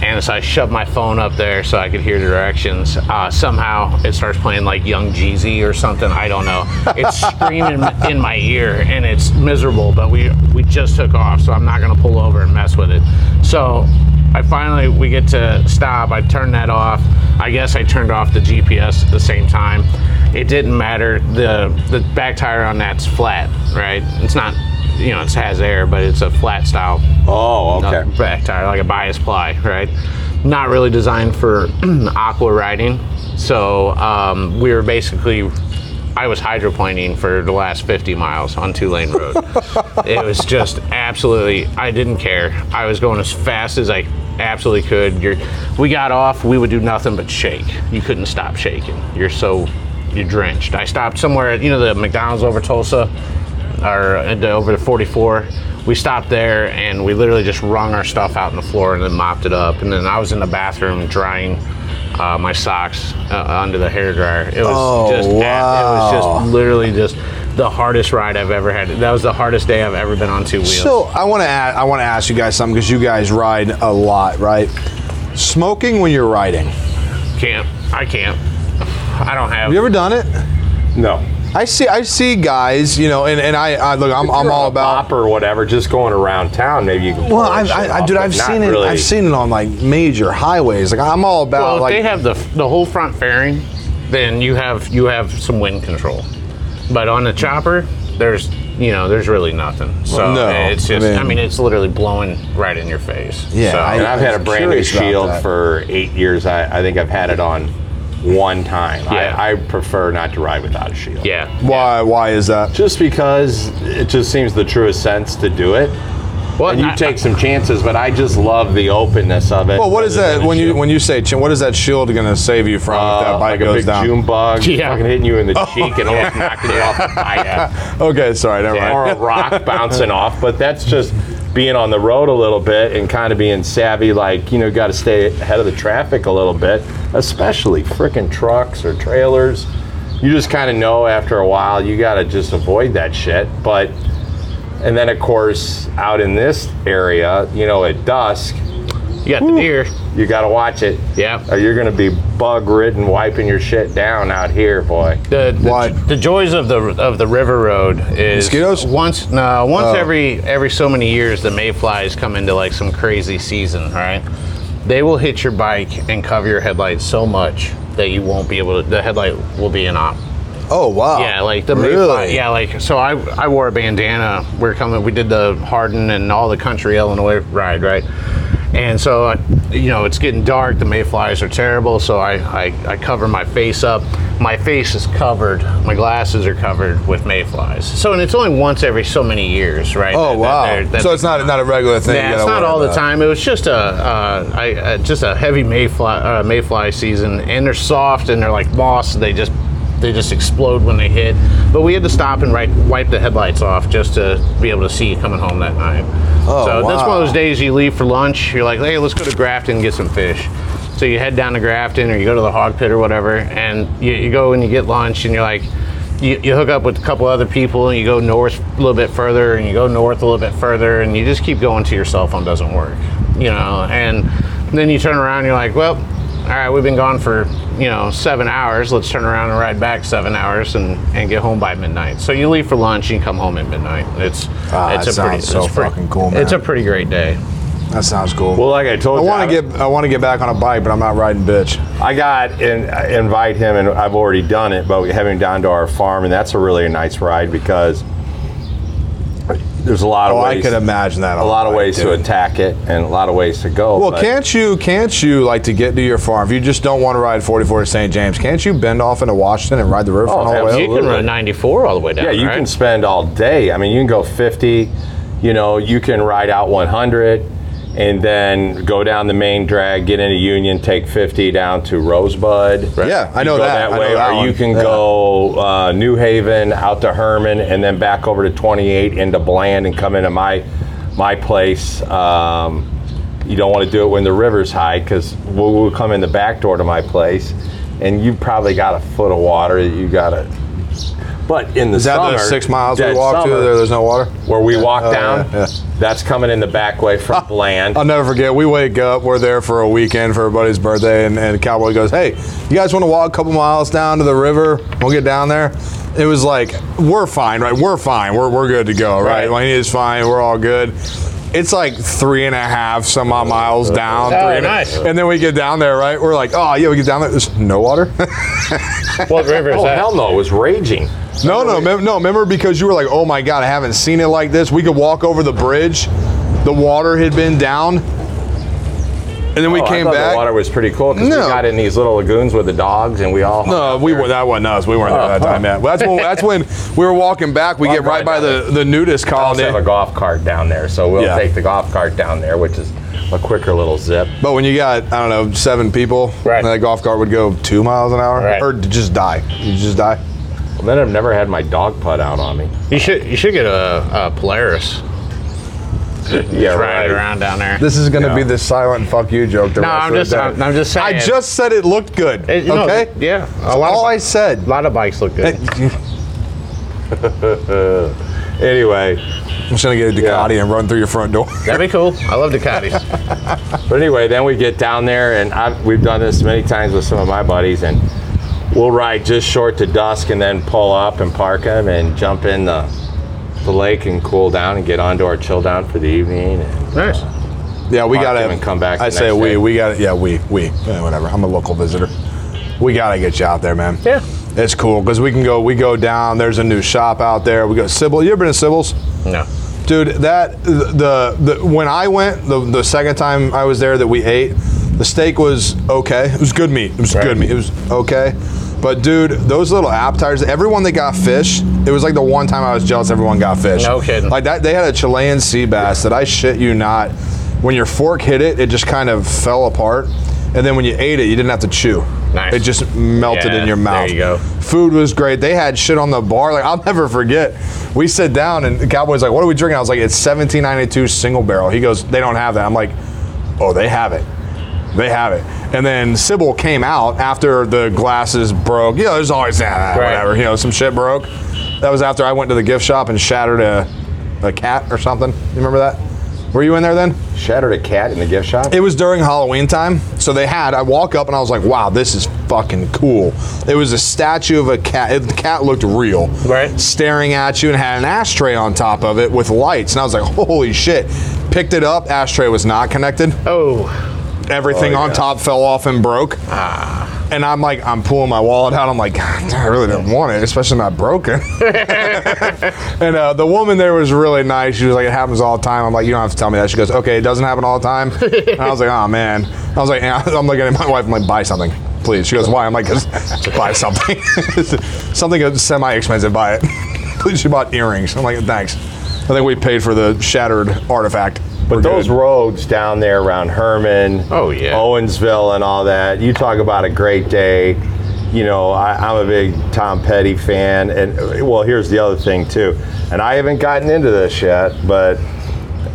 And so I shoved my phone up there so I could hear directions. Uh, somehow it starts playing like Young Jeezy or something. I don't know. It's screaming in my ear and it's miserable. But we we just took off, so I'm not gonna pull over and mess with it. So I finally we get to stop. I turn that off. I guess I turned off the GPS at the same time. It didn't matter. The the back tire on that's flat, right? It's not you know, it has air, but it's a flat style Oh, okay. uh, back tire, like a bias ply, right? Not really designed for aqua riding. So um, we were basically, I was hydroplaning for the last 50 miles on two lane road. it was just absolutely, I didn't care. I was going as fast as I absolutely could. You're, we got off, we would do nothing but shake. You couldn't stop shaking. You're so, you're drenched. I stopped somewhere, at, you know, the McDonald's over Tulsa or into, over to 44. We stopped there and we literally just wrung our stuff out on the floor and then mopped it up. And then I was in the bathroom drying uh, my socks uh, under the hair dryer. It was Oh, just ab- it was wow. just literally just the hardest ride I've ever had. That was the hardest day I've ever been on two wheels. So I want to ask, I want to ask you guys something because you guys ride a lot, right? Smoking when you're riding. Have can't I can't. I don't have. you ever done it? No. I see, I see guys, you know, and, and I, I look, I'm, I'm You're all on a about. bop or whatever, just going around town. Maybe you can. Well, pull I, that shit I, I, off, dude, but I've not seen it. really. I've seen it on like major highways. Like I'm all about Well, if like they have the the whole front fairing, then you have you have some wind control. But on the chopper, there's you know there's really nothing. So eh, Well, no, it's I just I mean, mean- it's literally blowing right in your face. Yeah, So, And I've had a I'm brand new curious about shield that. for eight years. I, I think I've had it on one time. Yeah. I, I prefer not to ride without a shield. yeah. why? Why is that? Just because it just seems the truest sense to do it. Well, And you I- take some chances, but I just love the openness of it. Well, what is rather that than a when you shield. when you say chin? What is that shield going to save you from if Uh, that bike like a goes big down? June bug, Yeah. fucking hitting you in the cheek and almost knocking you off the bike. Okay, sorry, never mind. or a rock bouncing off. But that's just being on the road a little bit and kind of being savvy. Like you know, got to stay ahead of the traffic a little bit, especially freaking trucks or trailers. You just kind of know after a while you got to just avoid that shit. But and then of course out in this area, you know, at dusk, you got the deer. you got to watch it. Yeah. Or you're going to be bug ridden, wiping your shit down out here, boy. The, Why? the, the joys of the of the river road is Mosquitoes? once no once Oh. every every so many years the mayflies come into like some crazy season right they will hit your bike and cover your headlight so much that you won't be able to the headlight will be in op Oh wow! yeah, like the really. really? Yeah, like so. I I wore a bandana. We are coming. We did the Hardin and all the country Illinois ride, right? And so, I, you know, it's getting dark. The mayflies are terrible. So I, I I cover my face up. My face is covered. My glasses are covered with mayflies. So and it's only once every so many years, right? Oh that- that wow! they're- that so they it's not not a regular thing. yeah, it's not all the time. It was just a uh, I, uh, just a heavy mayfly uh, mayfly season, and they're soft and they're like moss. They just they just explode when they hit. But we had to stop and right, wipe the headlights off just to be able to see coming home that night. Oh, so that's one wow. of those days you leave for lunch. You're like, hey, let's go to Grafton and get some fish. So you head down to Grafton or you go to the hog pit or whatever, and you, you go and you get lunch, and you're like, you, you hook up with a couple other people, and you go north a little bit further, and you go north a little bit further, and you just keep going till your cell phone doesn't work, you know. And then you turn around, and you're like, well, all right, we've been gone for you know seven hours. Let's turn around and ride back seven hours and, and get home by midnight. So you leave for lunch and you come home at midnight. It's Ah, it's that a pretty sounds so it's pretty- fucking cool, man. It's a pretty great day. That sounds cool. Well, like I told I you, want to get I want to get back on a bike, but I'm not riding bitch. I got and I invite him, and I've already done it, but we have him down to our farm, and that's a really nice ride because there's a lot of Oh, I ways. could imagine that. a lot of ways to attack it and a lot of ways to go. Well, but- can't you can't you like to get to your farm if you just don't want to ride 44 to St. James? Can't you bend off into Washington and ride the river Oh, all the way? absolutely. up? You can run 94 all the way down. Yeah, you right? can spend all day. I mean, you can go 50, you know, you can ride out 100 and then go down the main drag, get into Union, take 50 down to Rosebud. Yeah, I You know go that. I know way, that or one. you can Yeah. go uh, New Haven out to Herman and then back over to 28 into Bland and come into my my place. Um, you don't want to do it when the river's high because we'll, we'll come in the back door to my place, and you've probably got a foot of water that you got to. But in the Is that summer, the six miles we that walked to? summer There, there's no water. where we walk Oh, down, yeah, Oh, yeah. that's coming in the back way from Bland. Oh, I'll never forget. We wake up, we're there for a weekend for everybody's birthday, and, and Cowboy goes, "Hey, you guys want to walk a couple miles down to the river? We'll get down there." It was like, "We're fine, right? We're fine. We're, we're good to go, right? Right. Laney is fine. We're all good." It's like three and a half some odd miles down. Oh, three and a- nice. and then we get down there, right? We're like, "Oh yeah, we get down there. There's no water." What river is oh that? hell no, it was raging. No, no, mem- no. Remember because you were like, "Oh my God, I haven't seen it like this." We could walk over the bridge. The water had been down, and then we Oh, I came thought back. The water was pretty cool because No. we got in these little lagoons with the dogs, and we all. Oh, no, we were that wasn't us. We weren't there that time. Yeah, well, that's when that's when we were walking back. We Well, get I'm right going by down the the nudist I also colony. have a golf cart down there, so we'll Yeah. take the golf cart down there, which is a quicker little zip. But when you got I don't know seven people, Right. that golf cart would go two miles an hour, Right. or just die. You just die. Well, then I've never had my dog put out on me. You should you should get a, a Polaris. Yeah, Ride around down there. This is gonna Yeah. be the silent fuck you joke. The No, rest I'm of the just- day. I'm- I'm just I saying- just said it looked good. It- no, okay. yeah, That's a lot of- all I said. A lot of bikes look good. Anyway, I'm just gonna get a Ducati and run through your front door. That'd be cool. I love Ducatis. But anyway, then we get down there, and I've, we've done this many times with some of my buddies, and we'll ride just short to dusk, and then pull up and park them, and jump in the the lake and cool down, and get onto our chill down for the evening. And nice. Yeah, we Park gotta him and come back I the say next we, day. we gotta, yeah, we, we, eh, whatever. I'm a local visitor. We gotta get you out there, man. Yeah. It's cool because we can go, we go down. There's a new shop out there. We go Sybil. You ever been to Sybil's? No. dude that the, the when i went the, the second time i was there that we ate the steak was okay it was good meat it was good meat it was okay but dude those little appetizers everyone that got fish it was like the one time i was jealous everyone got fish No kidding. like that they had a chilean sea bass that i shit you not when your fork hit it it just kind of fell apart and then when you ate it you didn't have to chew Nice. it just melted Yeah, in your there mouth you go. Food was great. They had shit on the bar. Like I'll never forget. We sit down and the Cowboy's like, "What are we drinking?" I was like, "It's 1792 single barrel." He goes, "They don't have that." I'm like, "Oh, they have it. They have it." And then Sybil came out after the glasses broke. You know, there's always that, Right. whatever. You know, some shit broke. That was after I went to the gift shop and shattered a, a cat or something. You remember that? Were you in there then? shattered a cat in the gift shop. It was during Halloween time, so they had. I walk up and I was like, "Wow, this is fucking cool." It was a statue of a cat. It, the cat looked real, Right. Staring at you and had an ashtray on top of it with lights, and I was like, "Holy shit!" Picked it up. Ashtray was not connected. Oh, Everything Oh, on yeah. Ah. top fell off and broke. And I'm like, I'm pulling my wallet out. I'm like, God, I really didn't want it, especially not broken. and uh, the woman there was really nice. She was like, it happens all the time. I'm like, you don't have to tell me that. She goes, okay, it doesn't happen all the time. And I was like, oh man. I was like, and I- I'm looking at my wife. I'm like, buy something, please. She goes, why? I'm like, "'Cause buy something, something semi-expensive. Buy it. please, she bought earrings. I'm like, thanks. I think we paid for the shattered artifact. But We're those good. roads down there around Herman, Oh, yeah. Owensville, and all that. You talk about a great day. You know, I, I'm a big Tom Petty fan, and uh, well, here's the other thing too. And I haven't gotten into this yet, but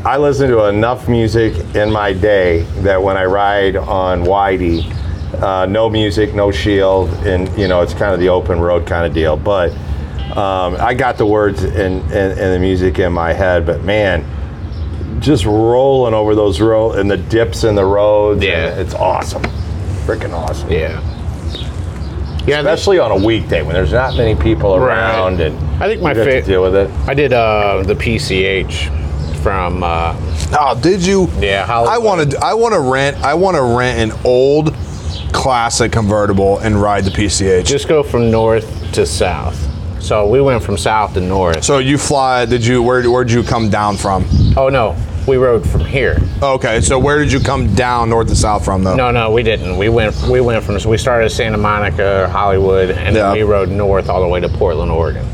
I listen to enough music in my day that when I ride on Whitey, uh, no music, no shield, and you know, it's kind of the open road kind of deal. But um, I got the words and, and, and the music in my head, but man just rolling over those roads and the dips in the roads. and Yeah. it's awesome, freaking awesome. yeah. Yeah, that's. Especially on a weekday when there's not many people Right. around and I think my you have to fa- deal with it. I did uh, the PCH from. Uh, Oh, did you? Yeah, how- I want to. I want to rent. I want to rent an old classic convertible and ride the PCH. just go from north to south. So we went from south to north. So you fly? Did you where? Where'd you come down from? Oh no, we rode from here. Okay, so where did you come down north to south from though? No, no, we didn't. We went we went from we started at Santa Monica, Hollywood, and Yeah. then we rode north all the way to Portland, Oregon.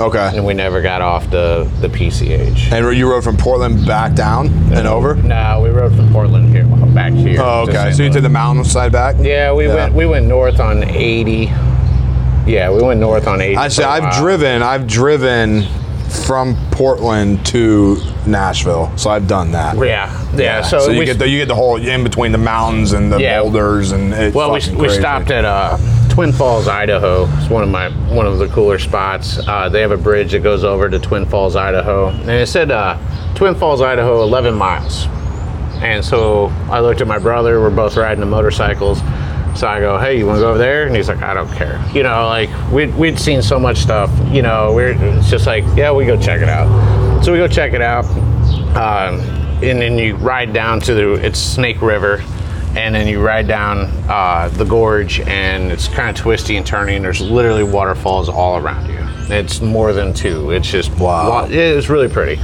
Okay. And we never got off the the PCH. And you rode from Portland back down and over? No, we rode from Portland here well, back here. Oh, to okay. St. So you Louis. did the mountain side back? Yeah, we went we went north on 80. Yeah, we went north on uh, 80. I say for a I've while. driven. I've driven from Portland to Nashville, so I've done that. Yeah. Yeah, so, you we, get the you get the whole in between the mountains and the Yeah. boulders and it's Well, we, fucking we crazy. stopped at uh, Twin Falls, Idaho. It's one of my one of the cooler spots. Uh, they have a bridge that goes over to Twin Falls, Idaho, and it said uh, Twin Falls, Idaho, 11 miles. And so I looked at my brother. We're both riding the motorcycles. So I go, hey, you want to go over there? And he's like, I don't care. You know, like we'd, we'd seen so much stuff. You know, we're it's just like, yeah, we go check it out. So we go check it out, um, and then you ride down to the it's Snake River and then you ride down uh, the gorge and it's kind of twisty and turny and there's literally waterfalls all around you it's more than two it's just Wow. wa- it's really pretty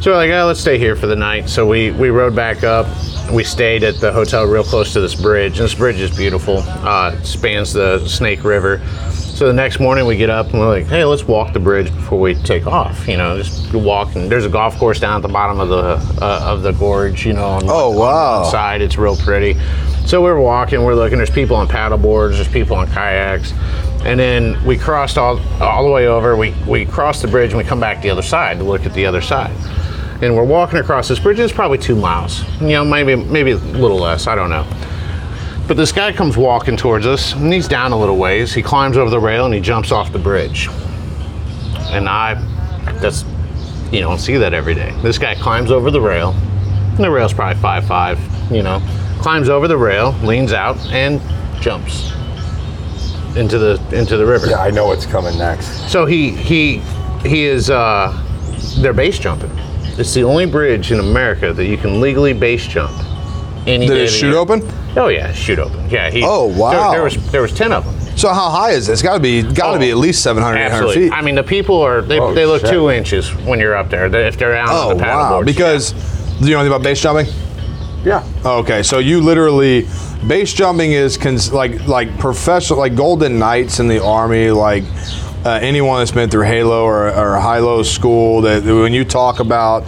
so we're like oh let's stay here for the night so we we rode back up we stayed at the hotel real close to this bridge and this bridge is beautiful uh, it spans the snake river so the next morning we get up and we're like hey let's walk the bridge before we take off you know just walk and there's a golf course down at the bottom of the uh, of the gorge you know on Oh wow. outside. It's real pretty. So we're walking, we're looking. There's people on paddle boards. There's people on kayaks. And then we crossed all all the way over. We we crossed the bridge and we come back the other side to look at the other side. And we're walking across this bridge. It's probably two miles. You know, maybe maybe a little less. I don't know. But this guy comes walking towards us, and he's down a little ways. He climbs over the rail and he jumps off the bridge. And I, that's, you don't see that every day. This guy climbs over the rail, and the rail's probably five five, you know, climbs over the rail, leans out, and jumps into the into the river. I know what's coming next. So he he he is uh, they're base jumping. It's the only bridge in America that you can legally base jump. Any Did day it of the shoot year. open? Oh yeah, shoot open. Yeah. He, Oh, there- wow. There, was there was ten of them. So how high is this? Got to be got to Oh, be at least 700 800 Absolutely. feet. I mean, the people are they, Oh, they look shit. two inches when you're up there. They- If they're out oh on the paddle wow. boards. Because do you know anything about base jumping? Oh, Yeah. Okay, so you literally base jumping is cons- like like professional like Golden Knights in the army like. Uh, anyone that's been through Halo or, or Hilo school, that when you talk about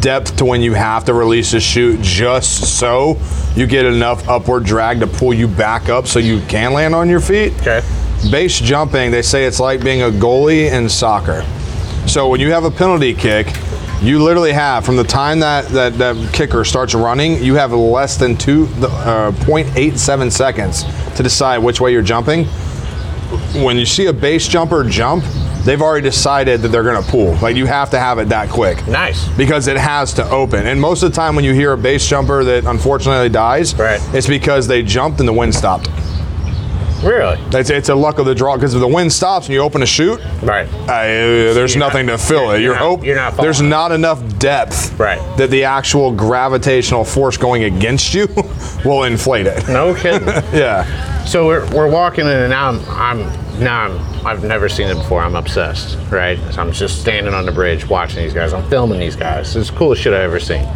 depth to when you have to release a shoot, just so you get enough upward drag to pull you back up so you can land on your feet. Okay. Base jumping, they say it's like being a goalie in soccer. So when you have a penalty kick, you literally have from the time that that, that kicker starts running, you have less than two uh, 0.87 seconds to decide which way you're jumping. When you see a base jumper jump, they've already decided that they're going to pull. Like you have to have it that quick nice. because it has to open. And most of the time, when you hear a base jumper that unfortunately dies, Right. it's because they jumped and the wind stopped. Really. It's, it's a luck of the draw because if the wind stops and you open a shoot, Right. I, there's you're nothing not- to fill you're- it. you're You're not- hope you're not there's falling. not enough depth Right. that the actual gravitational force going against you will inflate it. No kidding. Yeah. So we're, we're walking in, and now I'm, I'm now I'm, I've never seen it before. I'm obsessed, right? So I'm just standing on the bridge watching these guys. I'm filming these guys. It's the coolest shit I've ever seen.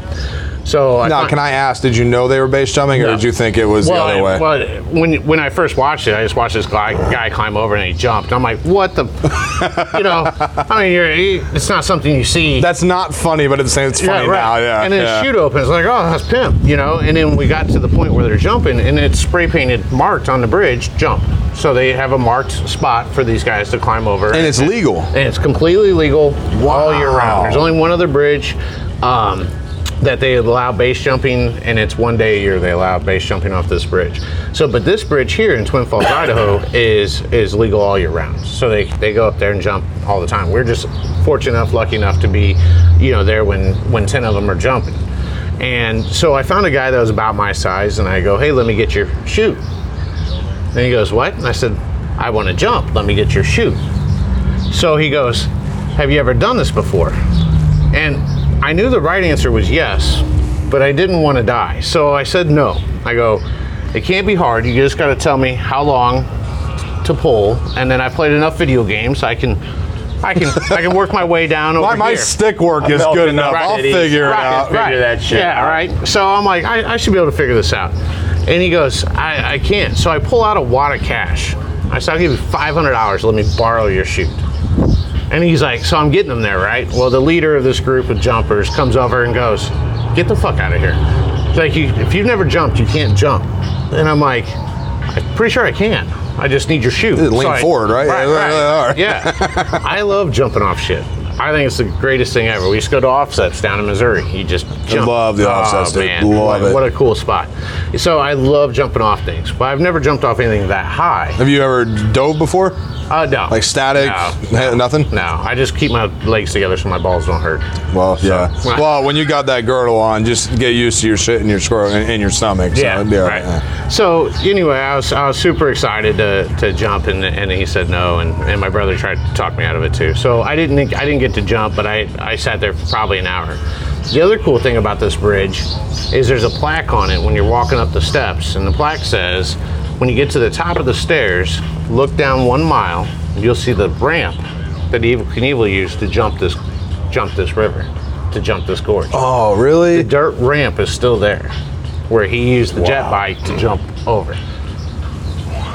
So I Now, fin- can I ask? Did you know they were base jumping, or No. did you think it was well, the other way? well, when when I first watched it, I just watched this guy guy climb over and he jumped. I'm like, what the? you know, I mean, you're, you- it's not something you see. That's not funny, but at the same, it's funny now. Yeah. And then yeah. the shoot opens like, oh, that's pimp, you know. And then we got to the point where they're jumping, and it's spray painted marked on the bridge, jump. So they have a marked spot for these guys to climb over. and it's legal. And it's completely legal all year round. There's only one other bridge um, that they allow base jumping, and it's one day a year they allow base jumping off this bridge. So, but this bridge here in Twin Falls, Idaho, is is legal all year round. So they, they go up there and jump all the time. We're just fortunate enough, lucky enough to be, you know, there when when ten of them are jumping. And so I found a guy that was about my size, and I go, hey, let me get your shoe. And he goes, what? And I said, I want to jump. Let me get your shoe. So he goes, Have you ever done this before? And I knew the right answer was yes, but I didn't want to die. So I said no. I go, It can't be hard. You just got to tell me how long to pull, and then I played enough video games, I can, I can, I can work my way down over My, my here. stick work is Milking good enough. the I'll titties. figure it Right. out. figure that shit Yeah, out. right. So I'm like, I, I should be able to figure this out. And he goes, I, I can't. So I pull out a wad of cash. I said, I'll give you $500. Let me borrow your chute. And he's like, so I'm getting them there, right? Well, the leader of this group of jumpers comes over and goes, get the fuck out of here. He's like, you, if you've never jumped, you can't jump. And I'm like, I'm pretty sure I can. I just need your chute. Lean So I- forward, right? Right, All right. right. Yeah. I love jumping off shit. I think it's the greatest thing ever. We used to go to offsets down in Missouri. You just jump. love the offsets, dude. man. Love what, it. what a cool spot. So I love jumping off things, but I've never jumped off anything that high. Have you ever dove before? Uh, no. Like static? No. Ha- Nothing? No, I just keep my legs together so my balls don't hurt. Well, yeah. Right. Well, when you got that girdle on, just get used to your shit in your scro- in, in your stomach. So it'd be all right. Yeah. So anyway, I was I was super excited to, to jump, and, and he said no, and, and my brother tried to talk me out of it too. So I didn't think- I didn't get to jump, but I I sat there for probably an hour. The other cool thing about this bridge is there's a plaque on it when you're walking up the steps, and the plaque says, when you get to the top of the stairs, look down one mile, and you'll see the ramp that Evil Knievel used to jump this jump this river, to jump this gorge Oh, really? the dirt ramp is still there where he used the jet bike to jump over.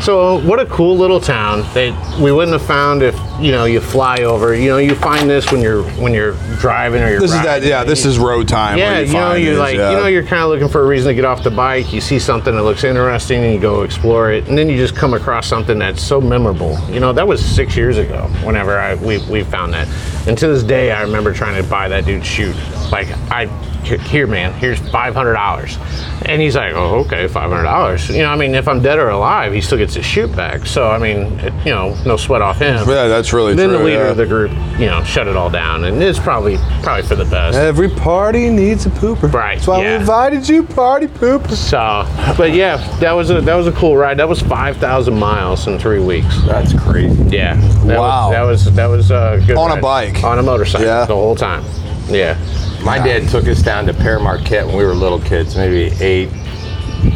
So what a cool little town that we wouldn't have found if you know you fly over. You know you find this when you're when you're driving or you're. This is riding. that. Yeah, this is road time. Yeah, where you, know find you're these, like yeah. you know you're kind of looking for a reason to get off the bike. You see something that looks interesting and you go explore it, and then you just come across something that's so memorable. You know that was six years ago. Whenever I we we found that, and to this day I remember trying to buy that dude's shoe. Like I here man, here's five hundred dollars, and he's like, oh okay, five hundred dollars. You know I mean if I'm dead or alive, he still gets his shoot back. So I mean it, you know no sweat off him. Yeah, that's really Then true. the leader yeah. of the group, you know, shut it all down, and it's probably probably for the best. Every party needs a pooper. Right, That's why we yeah. invited you, party poopers. So, but yeah, that was a that was a cool ride. That was five thousand miles in three weeks. That's crazy. Yeah. That Wow. Was, that was that was a good On a ride. bike. on a motorcycle Yeah. the whole time. Yeah. My dad took us down to Pear Marquette when we were little kids, maybe eight,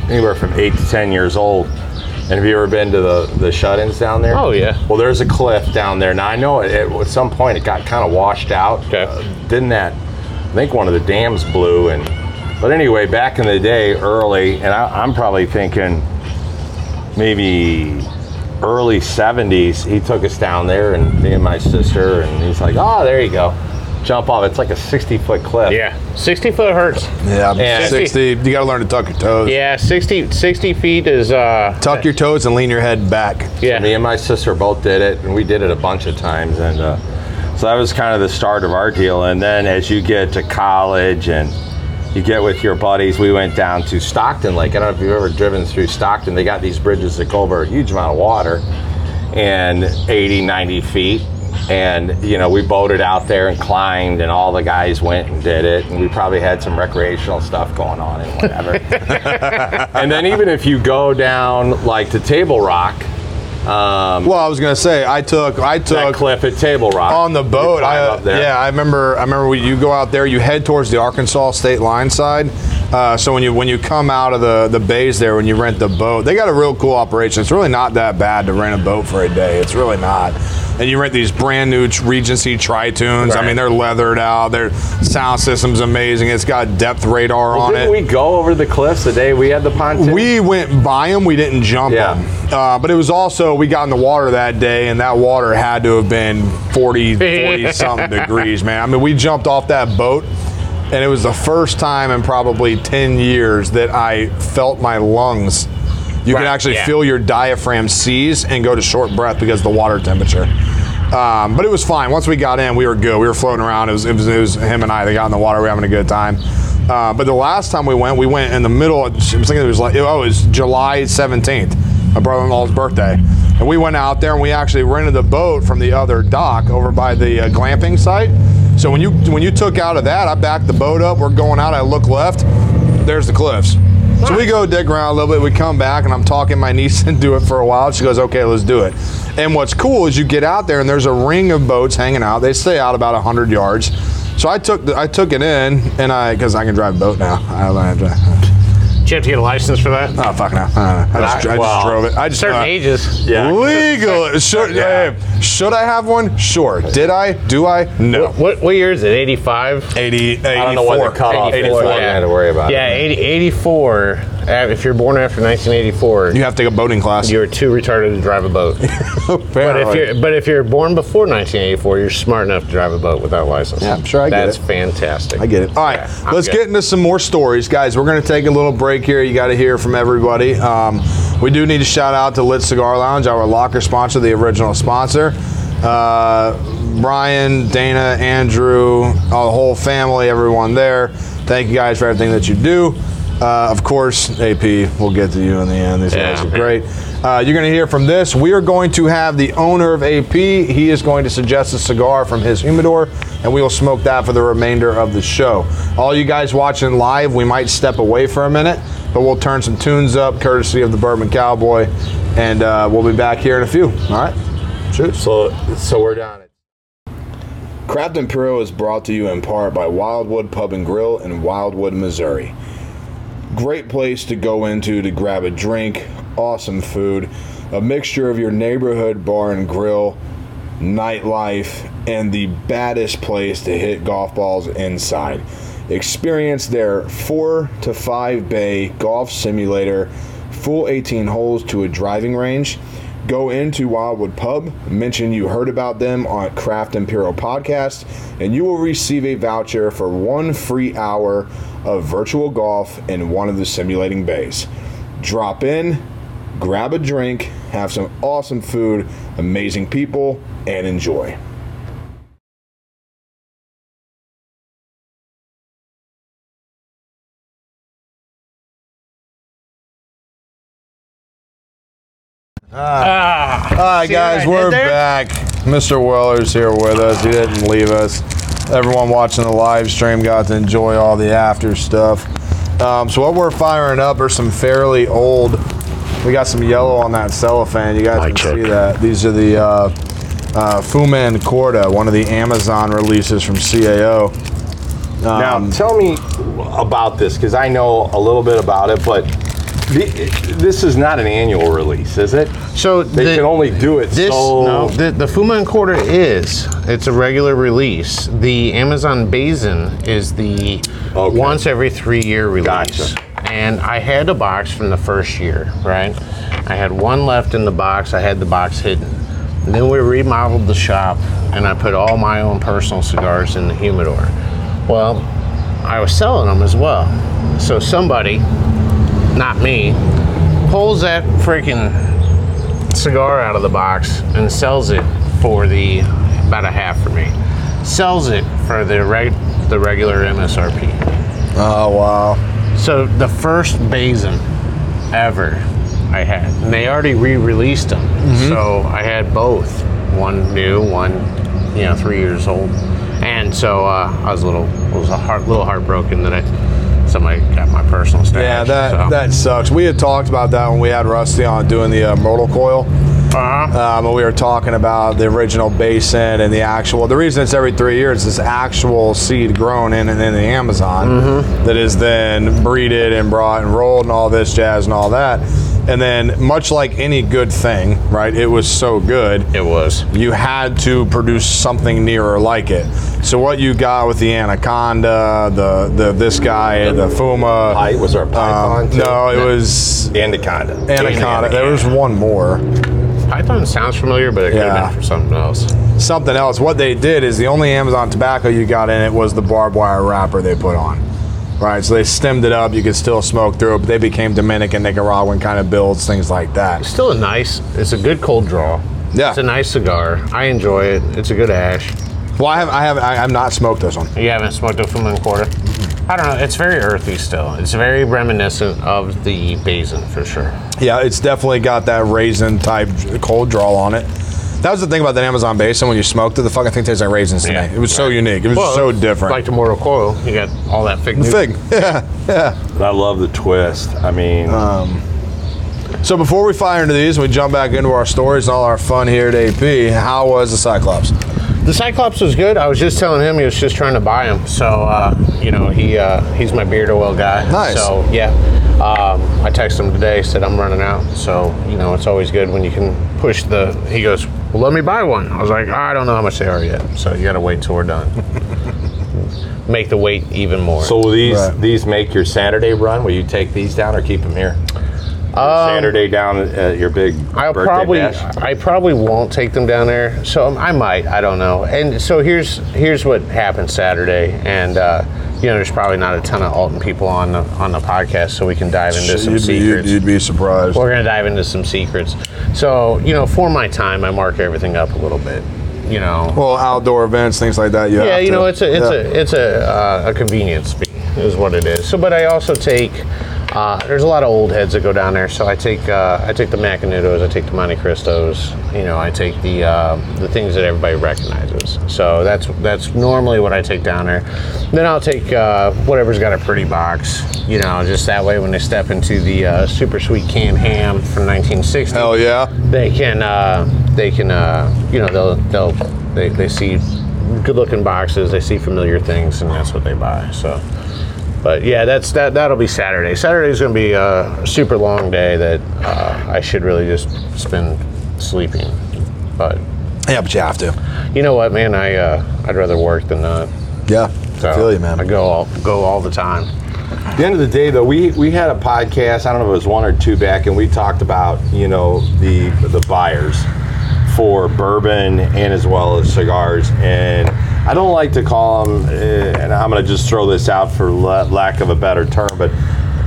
anywhere from eight to ten years old. And have you ever been to the, the shut-ins down there? Oh, yeah. Well, there's a cliff down there. Now I know it, it- at some point it got kind of washed out. Uh, Okay. didn't that? I think one of the dams blew. And but anyway, back in the day, early, and I, I'm probably thinking maybe early 70s, he took us down there and me and my sister, and he's like, oh, there you go. Jump off. It's like a 60 foot cliff. Yeah. Sixty foot hurts. Yeah, Yeah. 60. You got to learn to tuck your toes. Yeah. 60, 60 feet is uh. Tuck your toes and lean your head back. Yeah. Me and my sister both did it, and we did it a bunch of times. And uh, so that was kind of the start of our deal. And then as you get to college and you get with your buddies, we went down to Stockton Lake. I don't know if you've ever driven through Stockton. They got these bridges that go over a huge amount of water and 80, 90 feet. And, you know, we boated out there and climbed, and all the guys went and did it. And we probably had some recreational stuff going on and whatever. and then even if you go down like to Table Rock, um, Well, I was gonna say I took I that took cliff at Table Rock on the You boat. climb I, uh, up there. Yeah, I remember. I remember when you go out there. You head towards the Arkansas state line side. Uh, so when you when you come out of the the bays there, when you rent the boat, they got a real cool operation. It's really not that bad to rent a boat for a day. It's really not. And you rent these brand new Regency Tritunes. I Right. mean, they're leathered out. Their sound system's amazing. It's got depth radar on Didn't it. we go over the cliffs the day we had the pontoon? We went by them. We didn't jump Yeah. them. Uh, but it was also, we got in the water that day, and that water had to have been 40, 40 something degrees, man. I mean, we jumped off that boat, and it was the first time in probably 10 years that I felt my lungs. You can Right, actually yeah. feel your diaphragm seize and go to short breath because of the water temperature. Um, but it was fine. Once we got in, we were good. We were floating around. It was, it was, it was him and I. They got in the water. We were having a good time. Uh, but the last time we went, we went in the middle. Of, I was thinking it was like, oh, it was July 17th, my brother-in-law's birthday. And we went out there and we actually rented the boat from the other dock over by the uh, glamping site. So when you when you took out of that, I backed the boat up. We're going out. I look left. There's the cliffs. So we go dig around a little bit. We come back, and I'm talking my niece and do it for a while. She goes, "Okay, let's do it." And what's cool is you get out there, and there's a ring of boats hanging out. They stay out about hundred yards. So I took the, I took it in, and I because I can drive a boat now. I learned how to drive. Do you have to get a license for that? Oh fuck no! I, don't know. I just, I just Well, drove it. I just Certain uh, ages. Yeah. Legal. Should, Yeah. hey, should I have one? Sure. Did I? Do I? No. What what year is it? 85? 80, 84. I don't know what the cutoff is. 84, so I don't yeah. have to worry about Yeah, it. 80, 84. uh, If you're born after 1984, You have to take a boating class. you're too retarded to drive a boat. But if Apparently. you're but if you're born before 1984, you're smart enough to drive a boat without license. Yeah, I'm sure I get That's it. fantastic. I get it. All right, I'm let's good. get into some more stories, guys. We're going to take a little break here. You got to hear from everybody. Um, we do need to shout out to Lit Cigar Lounge, our locker sponsor, the original sponsor. Uh, Brian, Dana, Andrew, uh, the whole family, everyone there. Thank you guys for everything that you do. Uh, of course, AP, we'll get to you in the end. These Yeah. guys are great. Uh, you're going to hear from this. We are going to have the owner of AP. He is going to suggest a cigar from his humidor, and we will smoke that for the remainder of the show. All you guys watching live, we might step away for a minute, but we'll turn some tunes up courtesy of the Bourbon Cowboy, and uh, we'll be back here in a few. All right? Cheers. So, so we're down it. Craft Imperial is brought to you in part by Wildwood Pub and Grill in Wildwood, Missouri. Great place to go into to grab a drink, awesome food, a mixture of your neighborhood bar and grill, nightlife, and the baddest place to hit golf balls inside. Experience their 4 to 5 bay golf simulator, full 18 holes to a driving range. Go into Wildwood Pub, mention you heard about them on Craft Imperial Podcast, and you will receive a voucher for one free hour of virtual golf in one of the simulating bays. Drop in, grab a drink, have some awesome food, amazing people, and enjoy. All right, guys, we're back. Mr. Weller's here with us. He didn't leave us. Everyone watching the live stream got to enjoy all the after stuff. Um, so what we're firing up are some fairly old. We got some yellow on that cellophane. You guys Mic can check. see that. These are the uh, uh, Fuman Corda, one of the Amazon releases from CAO. Now, tell me about this because I know a little bit about it, but the, this is not an annual release, is it? So They can only do it This so. no, the, the Fuma and Quarter is it's a regular release. The Amazon Basin is the Okay. once every three year release. Gotcha. And I had a box from the first year, right? I had one left in the box. I had the box hidden. And then we remodeled the shop, and I put all my own personal cigars in the humidor. Well, I was selling them as well. So somebody, not me, pulls that freaking cigar out of the box and sells it for the about a half for me. Sells it for the reg, the regular MSRP. Oh wow! So the first Basin ever I had, and they already re-released them. Mm-hmm. So I had both, one new, one you know three years old, and so uh, I was a little was a heart, little heartbroken that I somebody got my personal stash. Yeah, that so. that sucks. We had talked about that when we had Rusty on doing the uh, Myrtle Coil. Uh-huh. um, and we were talking about the original basin and the actual. The reason it's every three years is actual seed grown in and in the Amazon Mm-hmm. that is then breeded and brought and rolled and all this jazz and all that. And then, much like any good thing, right? It was so good It was. you had to produce something nearer like it. So what you got with the anaconda, the the this guy, the fuma, um, Pi- was there a python, too? no, it was Anaconda. anaconda. There was one more. Python sounds familiar, but it could Yeah. have been for something else. something else. What they did is the only Amazon tobacco you got in it was the barbed wire wrapper they put on. Right, so they stemmed it up. You could still smoke through it, but they became Dominican, Nicaraguan kind of builds, things like that. still a nice. It's a good cold draw. Yeah. It's a nice cigar. I enjoy it. It's a good ash. Well, I have, I have, I have not smoked this one. You haven't smoked a Fuman Quarter. Mm-hmm. I don't know. It's very earthy still. It's very reminiscent of the Basin for sure. Yeah, it's definitely got that raisin type cold draw on it. That was the thing about that Amazon basin when you smoked it. The fucking thing tastes like raisins to Yeah. me. It was so unique. It was so different. Like the Mortal Coil, you got all that fig. the fig. Yeah, yeah. I love the twist. I mean, So before we fire into these, we jump back into our stories and all our fun here at AP. How was the Cyclops? The Cyclops was good. I was just telling him he was just trying to buy him. So, uh, you know, he uh, he's my beard oil guy. Nice. So, yeah. Um, I texted him today, said I'm running out. So, you know, it's always good when you can push the. He goes, well, let me buy one. I was like, I don't know how much they are yet. So you got to wait till we're done. Make the wait even more. So will these Right. these make your Saturday run? Will you take these down or keep them here? Saturday down at your big I'll birthday probably bash? I probably won't take them down there. So um, I might. I don't know. And so here's here's what happened Saturday. And uh, you know, there's probably not a ton of Alton people on the on the podcast, so we can dive into some You'd be, you'd, secrets. you'd be surprised. We're gonna dive into some secrets. So you know, for my time, I mark everything up a little bit. You know. well, outdoor events, things like that. You yeah, have you to. know, it's a it's Yeah. a it's a uh, a convenience fee is what it is. So, but I also take. Uh, there's a lot of old heads that go down there, so I take uh, I take the Macanudos, I take the Monte Cristos, you know, I take the uh, the things that everybody recognizes. So that's that's normally what I take down there. Then I'll take uh, whatever's got a pretty box, you know, just that way when they step into the uh, super sweet canned ham from 1960 Hell yeah. they can uh, they can uh, you know they'll they'll they, they see good looking boxes they see familiar things and that's what they buy so but yeah that's that that'll be saturday saturday's gonna be a super long day that uh, i should really just spend sleeping but Yeah, but you have to. you know what man i uh, i'd rather work than not Yeah. so I feel you, man. i go all go all the time At the end of the day, though, we we had a podcast. I don't know if it was one or two back, and we talked about you know the the buyers for bourbon and as well as cigars. And I don't like to call them, uh, and I'm going to just throw this out for la- lack of a better term, but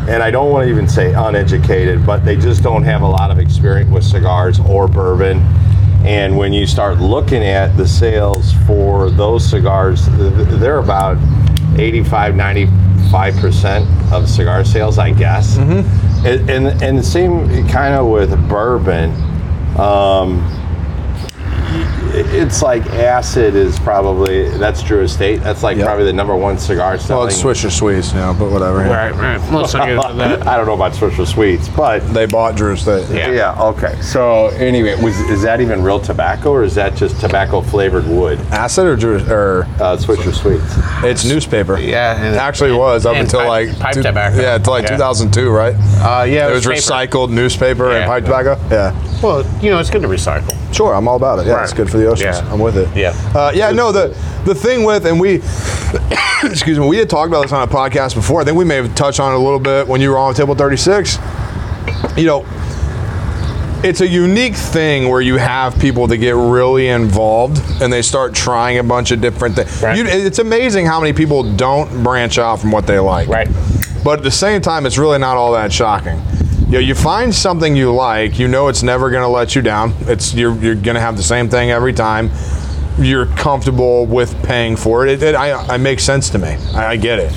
and I don't want to even say uneducated, but they just don't have a lot of experience with cigars or bourbon. And when you start looking at the sales for those cigars, th- th- they're about 85, 95% of cigar sales, I guess. And, and, and the same kind of with bourbon. Um, it- it's like acid is probably, that's Drew Estate. That's like Yep. probably the number one cigar Well, selling. it's Swisher Sweets now, but whatever. yeah. right right let's not get into that I don't know about Swisher Sweets, but They bought Drew State. Yeah. yeah, okay. So anyway, was, is that even real tobacco or is that just tobacco flavored wood? Acid or Drew, or Uh, Swisher Sweets. it's newspaper. yeah It and, actually was up and until pipe- like pipe two- tobacco. Yeah, until like Yeah. 2002, right? uh, yeah it was paper. recycled newspaper and Yeah. pipe tobacco. Yeah, well you know it's good to recycle sure. I'm all about it. Yeah, Right. it's good for the oceans. Yeah. I'm with it. Yeah. uh, yeah. No, the the thing with and we, excuse me, we had talked about this on a podcast before. I think we may have touched on it a little bit when you were on table 36. You know, it's a unique thing where you have people that get really involved and they start trying a bunch of different things. Right. You, it's amazing how many people don't branch out from what they like. Right. But at the same time, it's really not all that shocking. You know, you find something you like, you know it's never going to let you down. It's you're you're going to have the same thing every time. You're comfortable with paying for it. It, it I, I makes sense to me. I, I get it.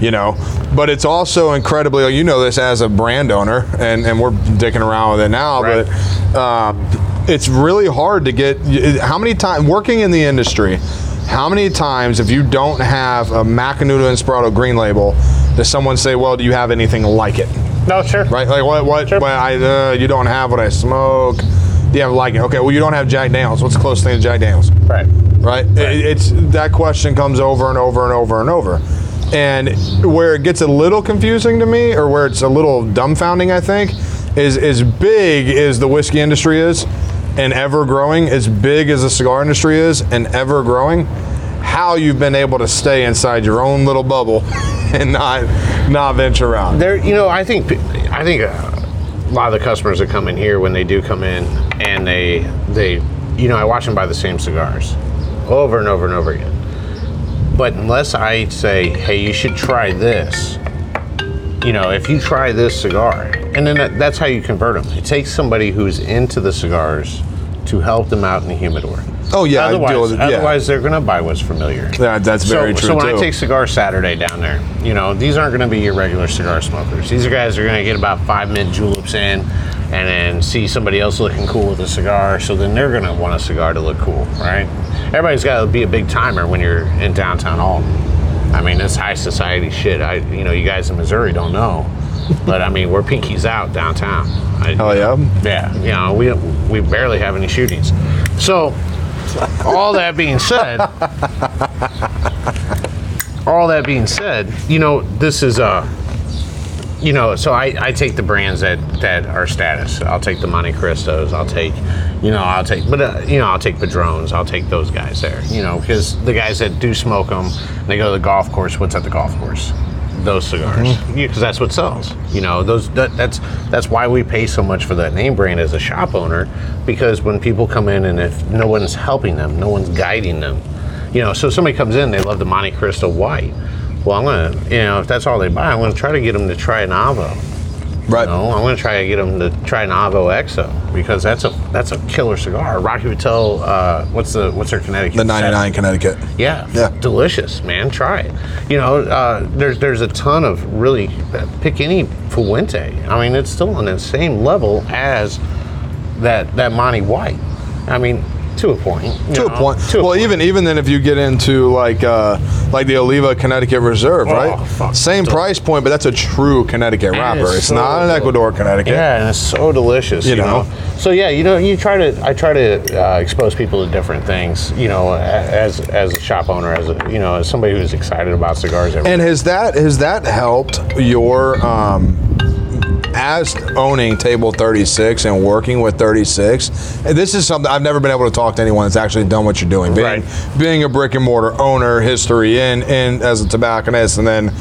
You know, but it's also incredibly. You know this as a brand owner, and and we're dicking around with it now, Right. but uh, it's really hard to get how many times working in the industry how many times if you don't have a macanudo inspirato green label does someone say well do you have anything like it no sure right like what what, what I, uh, you don't have what i smoke do you have like it okay well you don't have jack daniels what's the closest thing to jack daniels right right? It, it's that question comes over and over and over and over. And where it gets a little confusing to me, or where it's a little dumbfounding, I think, is as big as the whiskey industry is, and ever growing, as big as the cigar industry is, and ever growing. How you've been able to stay inside your own little bubble and not not venture out? there you know i think i think uh, a lot of the customers that come in here when they do come in and they they you know i watch them buy the same cigars over and over and over again but unless i say hey you should try this you know if you try this cigar and then that, that's how you convert them it takes somebody who's into the cigars to help them out in the humidor Oh yeah, I otherwise, deal with it, yeah. otherwise they're going to buy what's familiar That- that's very so, true So when too. I take Cigar Saturday down there, you know, these aren't going to be your regular cigar smokers. These are guys that are going to get about five mint juleps in, and then see somebody else looking cool with a cigar. So then they're going to want a cigar to look cool, right? Everybody's got to be a big timer when you're in downtown Alton. I mean, that's high society shit. I, you know, you guys in Missouri don't know, but I mean, we're pinkies out downtown. I, Hell yeah. Um, yeah, you know, we we barely have any shootings. So all that being said, all that being said, you know, this is uh you know, so I, I take the brands that, that are status. I'll take the Monte Cristos. I'll take, you know, I'll take, but uh, you know, I'll take Padrones. I'll take those guys there. You know, because the guys that do smoke them, they go to the golf course. What's at the golf course? Those cigars, because that's what sells. You know, those that, that's that's why we pay so much for that name brand as a shop owner, because when people come in and if no one's helping them, no one's guiding them, you know, so somebody comes in, they love the Monte Cristo White well, I'm gonna, you know, if that's all they buy, I'm gonna try to get them to try an Avo. Right. You know, I'm gonna try to get them to try an Avo Exo because that's a that's a killer cigar. Rocky Patel, uh, what's the what's their Connecticut? The 99 Connecticut. Yeah, Yeah. delicious, man. Try it. You know, uh, there's there's a ton of really uh, pick any Fuente. I mean, it's still on that same level as that that Monty White. I mean, to a point. you to know, a point. to a well, even even then, if you get into like uh, like the Oliva Connecticut Reserve, Oh, right? fuck. Same price point, but that's a true Connecticut And wrapper. it's It's so not an good. Ecuador Connecticut. Yeah, and it's so delicious. You You, know? know? So yeah, you know, you try to. I try to uh, expose people to different things. You know, a- as as a shop owner, as a you know, as somebody who's excited about cigars. Every And has that has that helped your um, as owning Table 36 and working with 36? and This is something I've never been able to talk to anyone that's actually done what you're doing. Being, Right. being a brick and mortar owner, history, and and as a tobacconist, and then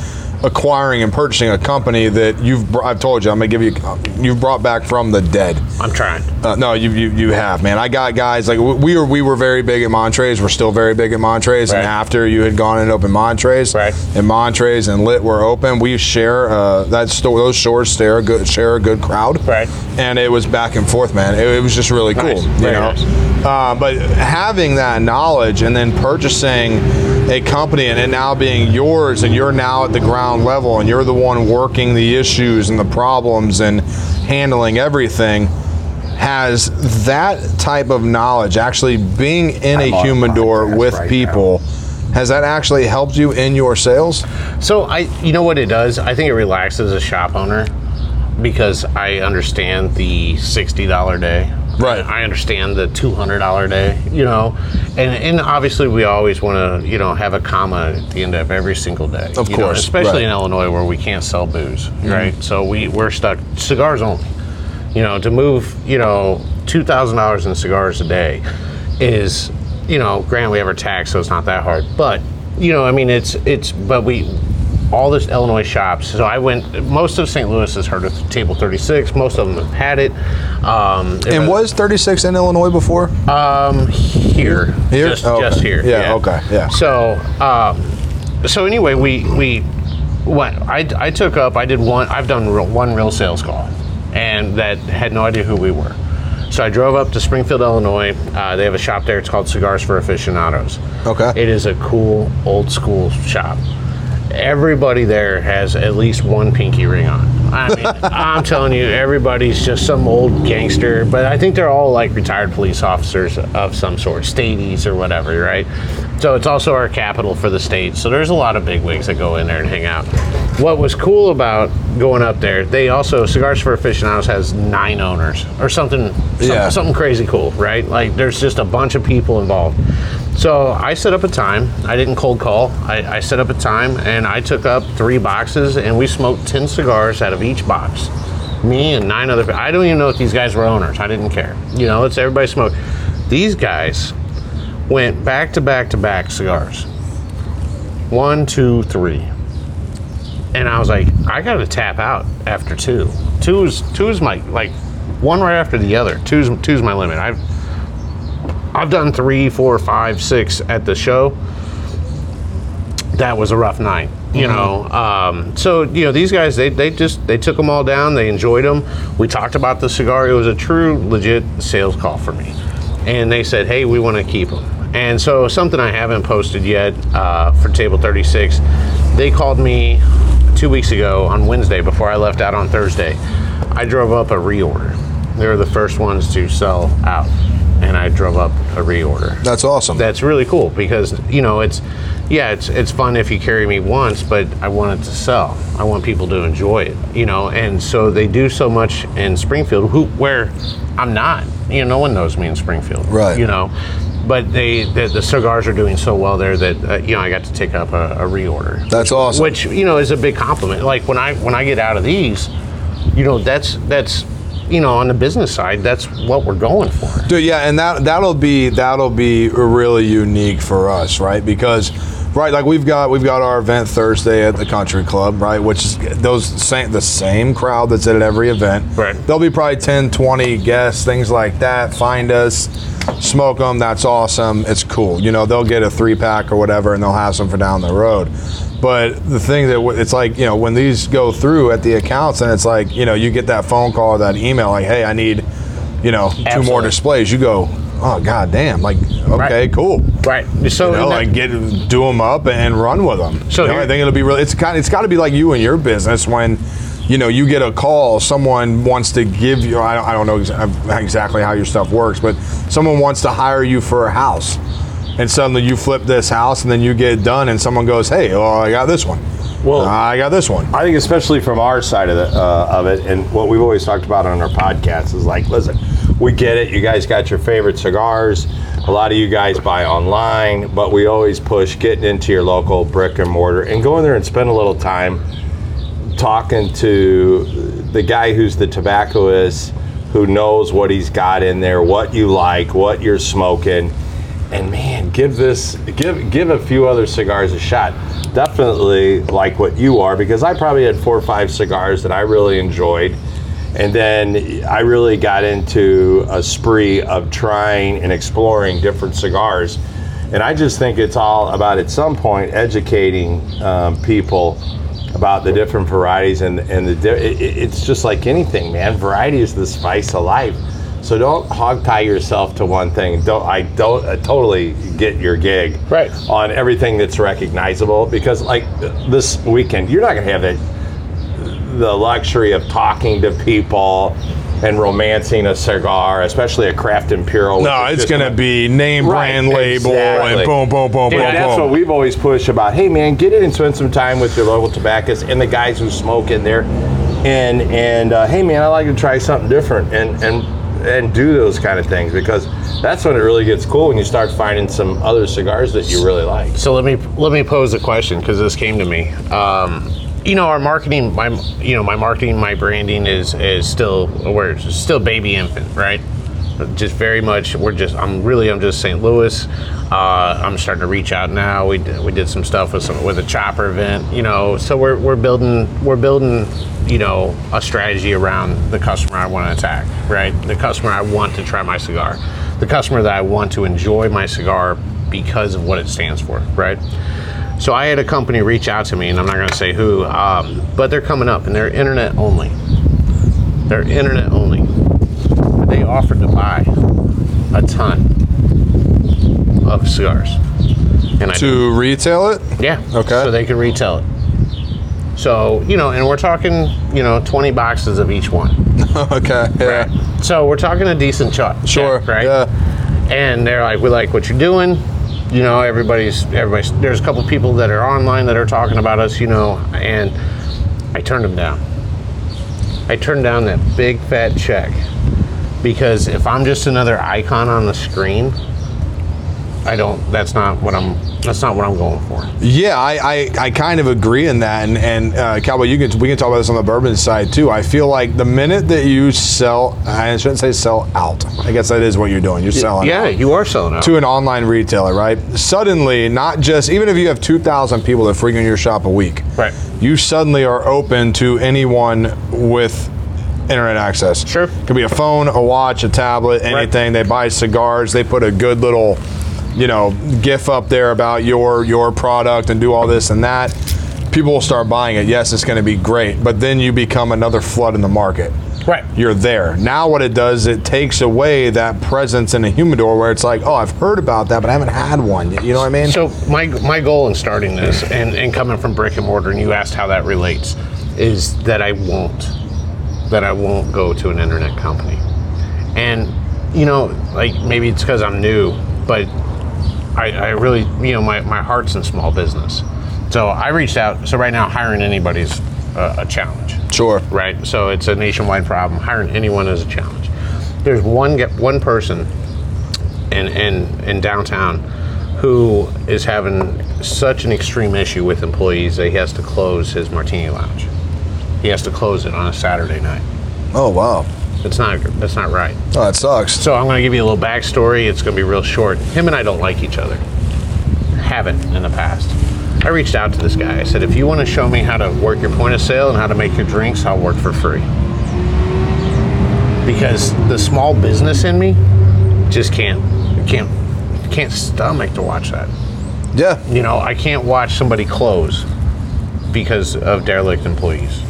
acquiring and purchasing a company that you've br- I've told you I'm gonna give you you've brought back from the dead. I'm trying. Uh, no, you, you you have, man. I got guys like we- we were we were very big at Montrez. We're still very big at Montrez. Right. And after you had gone and opened Montrez, Right. and Montrez and Lit were open, we share uh, that store. Those stores share a good share a good crowd. Right. And it was back and forth, man. It, it was just really cool, Nice. you Very know. nice. Uh, but having that knowledge and then purchasing a company and it now being yours and you're now at the ground level and you're the one working the issues and the problems and handling everything has that type of knowledge actually being in I'm a on a human door podcast with right now. people has that actually helped you in your sales So I, you know what it does? I think it relaxes a shop owner because I understand the sixty dollar day. Right. I understand the two hundred dollar day. You know, and and obviously we always want to you know have a comma at the end of every single day. Of you know, course, especially right. in Illinois where we can't sell booze. Right. So we we're stuck cigars only. You know, to move you know two thousand dollars in cigars a day is you know granted we have our tax so it's not that hard but you know i mean it's it's but we all this illinois shops so i went most of st louis has heard of table 36 most of them have had it um and was 36 in illinois before um here Here? just, Oh, just okay. here Yeah, okay, yeah. so um so anyway we we what i i took up i did one i've done real, one real sales call and that had no idea who we were so i drove up to springfield illinois uh, they have a shop there it's called cigars for aficionados Okay. it is a cool old school shop everybody there has at least one pinky ring on i mean i'm telling you everybody's just some old gangster but i think they're all like retired police officers of some sort stadies or whatever right so it's also our capital for the state so there's a lot of big wigs that go in there and hang out what was cool about going up there they also cigars for aficionados has nine owners or something some- Yeah. something crazy cool, right? Like there's just a bunch of people involved. So I set up a time. I didn't cold call. I, I set up a time and I took up three boxes and we smoked 10 cigars out of each box. Me and nine other people. I don't even know if these guys were owners. I didn't care. You know, it's everybody smoked. These guys went back to back to back cigars. One, two, three. And I was like, I gotta tap out after two. Two's two's my like one right after the other. Two's two's my limit. I've I've done three, four, five, six at the show. That was a rough night, you know. Um, so you know these guys, they, they just they took them all down. They enjoyed them. We talked about the cigar. It was a true, legit sales call for me, and they said, "Hey, we want to keep them." And so something I haven't posted yet uh, for Table Thirty Six, they called me two weeks ago on Wednesday before I left out on Thursday. I drove up a reorder. They were the first ones to sell out, and I drove up a reorder that's awesome that's really cool because you know it's yeah it's it's fun if you carry me once but i want it to sell i want people to enjoy it you know and so they do so much in springfield who where i'm not you know no one knows me in springfield Right. you know But they the, the cigars are doing so well there that uh, you know I got to take up a, a reorder. That's awesome. Which you know is a big compliment. Like when I when I get out of these, you know that's that's you know on the business side that's what we're going for. Dude, yeah, and that that'll be that'll be really unique for us, right? Because right, like we've got we've got our event Thursday at the country club, right? Which is those same the same crowd that's at every event. Right. There'll be probably 10, 20 guests, things like that. Find us, smoke them, that's awesome. It's cool. You know, they'll get a three pack or whatever and they'll have some for down the road. But the thing that w- it's like, you know, when these go through at the accounts and it's like, you know, you get that phone call or that email like, "Hey, I need you know, two more Absolutely. displays. You go, oh god damn! Like, okay, Right. cool. Right. So You know, and that- like get do them up and run with them. So You know, here- I think it'll be really. It's kind. It's got to be like you and your business when, you know, you get a call. Someone wants to give you. I don't, I don't know exa- exactly how your stuff works, but someone wants to hire you for a house, and suddenly you flip this house, and then you get done, and someone goes, hey, oh, I got this one. "Ah, Well- I got this one. I think especially from our side of the uh, of it, and what we've always talked about on our podcasts is like, listen, we get it. You guys got your favorite cigars. A lot of you guys buy online, but we always push getting into your local brick and mortar and go in there and spend a little time talking to the guy who's the tobaccoist who knows what he's got in there, what you like, what you're smoking. And man, give this give give a few other cigars a shot. Definitely like what you are because I probably had four or five cigars that I really enjoyed. And then I really got into a spree of trying and exploring different cigars. And I just think it's all about at some point educating um, people about the different varieties and and the di- it, it- it's just like anything, man. Variety is the spice of life. So don't hog tie yourself to one thing. Don't I don't I totally get your gig Right. on everything that's recognizable because like this weekend you're not gonna have that the luxury of talking to people and romancing a cigar, especially a craft imperial. which No, is it's just gonna be name Right, brand label exactly. and boom, boom, boom, Dude, boom, that's boom. what we've always pushed about. Hey, man, get in and spend some time with your local tobacconists and the guys who smoke in there. And and uh, hey, man, I like to try something different and and and do those kind of things because that's when it really gets cool when you start finding some other cigars that you really like. So let me let me pose a question because this came to me. Um, you know, our marketing, my you know, my marketing, my branding is is still where it's still baby infant, right? Just very much. We're just. I'm really. I'm just St. Louis. Uh, I'm starting to reach out now. We did, we did some stuff with some with a chopper event. You know, so we're we're building we're building you know a strategy around the customer I want to attack, right? The customer I want to try my cigar, the customer that I want to enjoy my cigar because of what it stands for, right? So I had a company reach out to me, and I'm not going to say who, um, but they're coming up, and they're internet only. They're internet only. They offered to buy a ton of cigars, and I to retail it. yeah. Okay. So they can retail it. So you know, and we're talking, you know, 20 boxes of each one. okay. Yeah. So we're talking a decent chunk. Sure. right. Yeah. and they're like, "We like what you're doing." You know, everybody's everybody's. There's a couple people that are online that are talking about us. You know, and I turned them down. I turned down that big fat check because if I'm just another icon on the screen, I don't. That's not what I'm. That's not what I'm going for. Yeah, I, I, I kind of agree in that, and and uh, cowboy, you can we can talk about this on the bourbon side too. I feel like the minute that you sell, I shouldn't say sell out. I guess that is what you're doing. You're selling. Yeah, out. you are selling out. to an online retailer, right? Suddenly, not just even if you have 2,000 people that frequent your shop a week, Right. You suddenly are open to anyone with internet access. Sure. could be a phone, a watch, a tablet, anything. They buy cigars. They put a good little, you know, gif up there about your your product and do all this and that. People will start buying it. Yes, it's going to be great, but then you become another flood in the market Right. you're there. Now what it does, it takes away that presence in a humidor where it's like, oh, I've heard about that, but I haven't had one. You know what I mean? So my my goal in starting this and, and coming from brick and mortar, and you asked how that relates, is that I won't that I won't go to an internet company, and you know, like maybe it's because I'm new, but I, I really you know my, my heart's in small business, so I reached out. So right now, hiring anybody's uh, a challenge sure. right? So it's a nationwide problem. Hiring anyone is a challenge. There's one ge- one person in, in, in downtown who is having such an extreme issue with employees that he has to close his martini lounge. He has to close it on a Saturday night. Oh wow, That's not that's not right. oh that sucks. So I'm going to give you a little backstory. It's going to be real short. Him and I don't like each other. Haven't in the past. I reached out to this guy. I said, if you want to show me how to work your point of sale and how to make your drinks, I'll work for free. Because the small business in me just can't can't can't stomach to watch that. Yeah, You know, I can't watch somebody close because of derelict employees.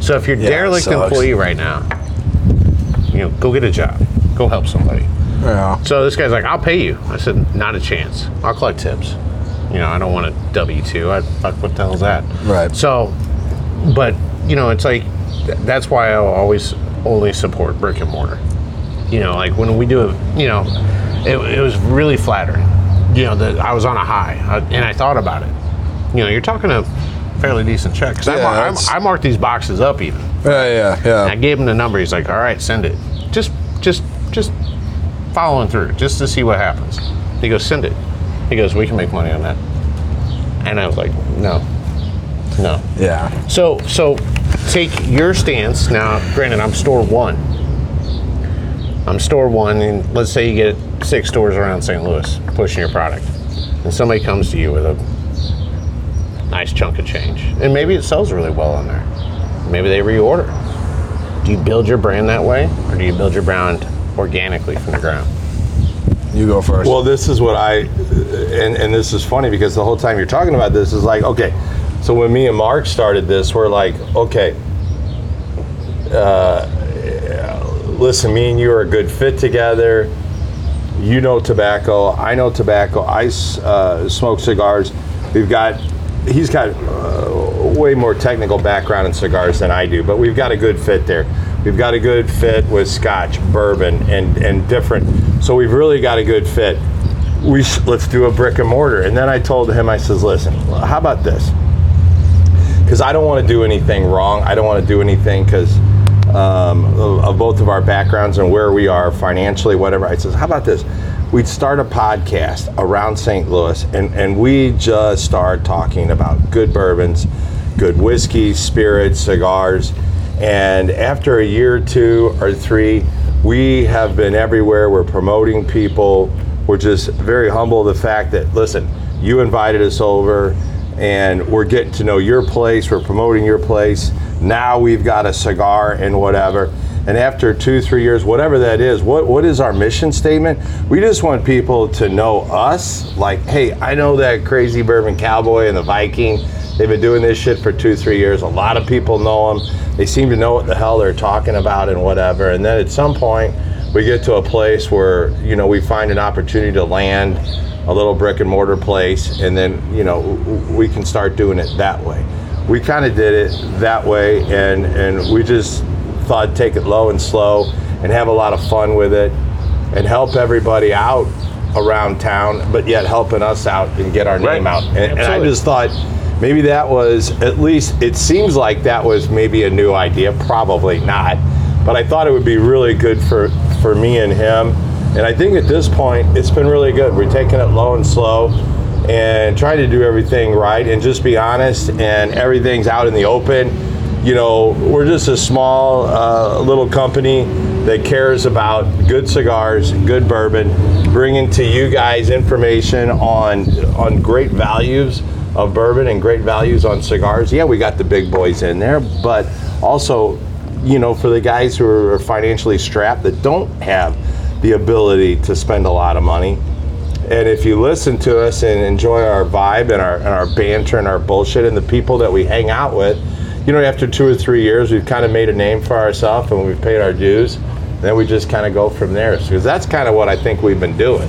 So if you're Yeah, it derelict sucks. employee right now, you know, go get a job. Go help somebody. yeah. So this guy's like, I'll pay you. I said, not a chance. I'll collect tips. You know, I don't want a W two. I fuck, what the hell's that? Right. So, but you know, it's like th- that's why I always only support brick and mortar. You know, like when we do a, you know, it, it was really flattering. You know, that I was on a high, I, and I thought about it. You know, you're talking a fairly decent check because Yeah, I, mar- that's- I, I marked these boxes up even. Yeah, yeah, And yeah. I gave him the number. He's like, "All right, send it. Just, just, just following through, just to see what happens." He goes, "Send it." He goes, "We can make money on that." And I was like, "No, no." Yeah. So, so take your stance now. Granted, I'm store one. I'm store one, and let's say you get six stores around St. Louis pushing your product, and somebody comes to you with a nice chunk of change, and maybe it sells really well on there. Maybe they reorder. Do you build your brand that way, or do you build your brand organically from the ground? You go first. Well, this is what I, and, and this is funny because the whole time you're talking about this is like, okay, so when me and Mark started this, we're like, okay, uh, listen, me and you are a good fit together. You know tobacco, I know tobacco, I s- uh, smoke cigars. We've got, he's got uh, way more technical background in cigars than I do, but we've got a good fit there. We've got a good fit with scotch, bourbon, and, and different. So we've really got a good fit. We s let's do a brick and mortar. And then I told him, I says, listen, how about this? because I don't want to do anything wrong. I don't want to do anything because um, of, of both of our backgrounds and where we are financially, whatever. I says, how about this? We'd start a podcast around St. Louis, and and we just start talking about good bourbons, good whiskeys, spirits, cigars, and after a year or two or three, we have been everywhere. We're promoting people. We're just very humble of the fact that listen, you invited us over and we're getting to know your place. We're promoting your place. Now we've got a cigar and whatever. And after two, three years, whatever that is, what, what is our mission statement? We just want people to know us. Like, hey, I know that crazy bourbon cowboy and the Viking. They've been doing this shit for two, three years. A lot of people know them. They seem to know what the hell they're talking about and whatever. And then at some point, we get to a place where you know we find an opportunity to land a little brick and mortar place and then you know w- w- we can start doing it that way we kind of did it that way and and we just thought take it low and slow and have a lot of fun with it and help everybody out around town but yet helping us out and get our name out and, and i Absolutely. just thought maybe that was at least it seems like that was maybe a new idea probably not but i thought it would be really good for for me and him and i think at this point it's been really good we're taking it low and slow and trying to do everything right and just be honest and everything's out in the open you know, we're just a small uh, little company that cares about good cigars, good bourbon, bringing to you guys information on on great values of bourbon and great values on cigars. Yeah, we got the big boys in there, but also, you know, for the guys who are financially strapped that don't have the ability to spend a lot of money, and if you listen to us and enjoy our vibe and our, and our banter and our bullshit and the people that we hang out with, you know, after two or three years, we've kind of made a name for ourselves and we've paid our dues. Then we just kind of go from there. Because that's kind of what I think we've been doing.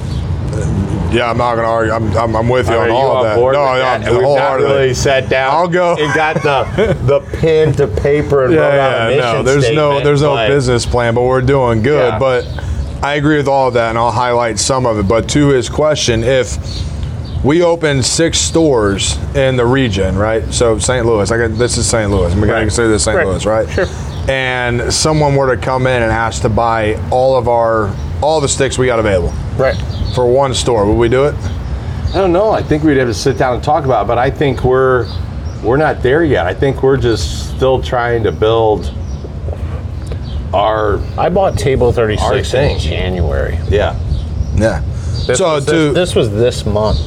Yeah, I'm not gonna argue. I'm, I'm, I'm with you Are on you all on of that. board no, with no, that? I'm And we've not wholeheartedly. really sat down I'll go. and got the, the pen to paper and wrote out yeah, a yeah, mission no, there's no statement, there's no but- business plan, but we're doing good. Yeah. But I agree with all of that, and I'll highlight some of it. But to his question, if we open six stores in the region, right? So St. Louis, I got, this is St. Louis. I'm gonna Right. consider this St. Right. Louis, right? Sure. And someone were to come in and ask to buy all of our all the sticks we got available Right. for one store. Would we do it? I don't know. I think we'd have to sit down and talk about, it, but I think we're we're not there yet. I think we're just still trying to build our I bought Table Our 36 thing. in January. yeah. Yeah. This So, was to- this, this was this month.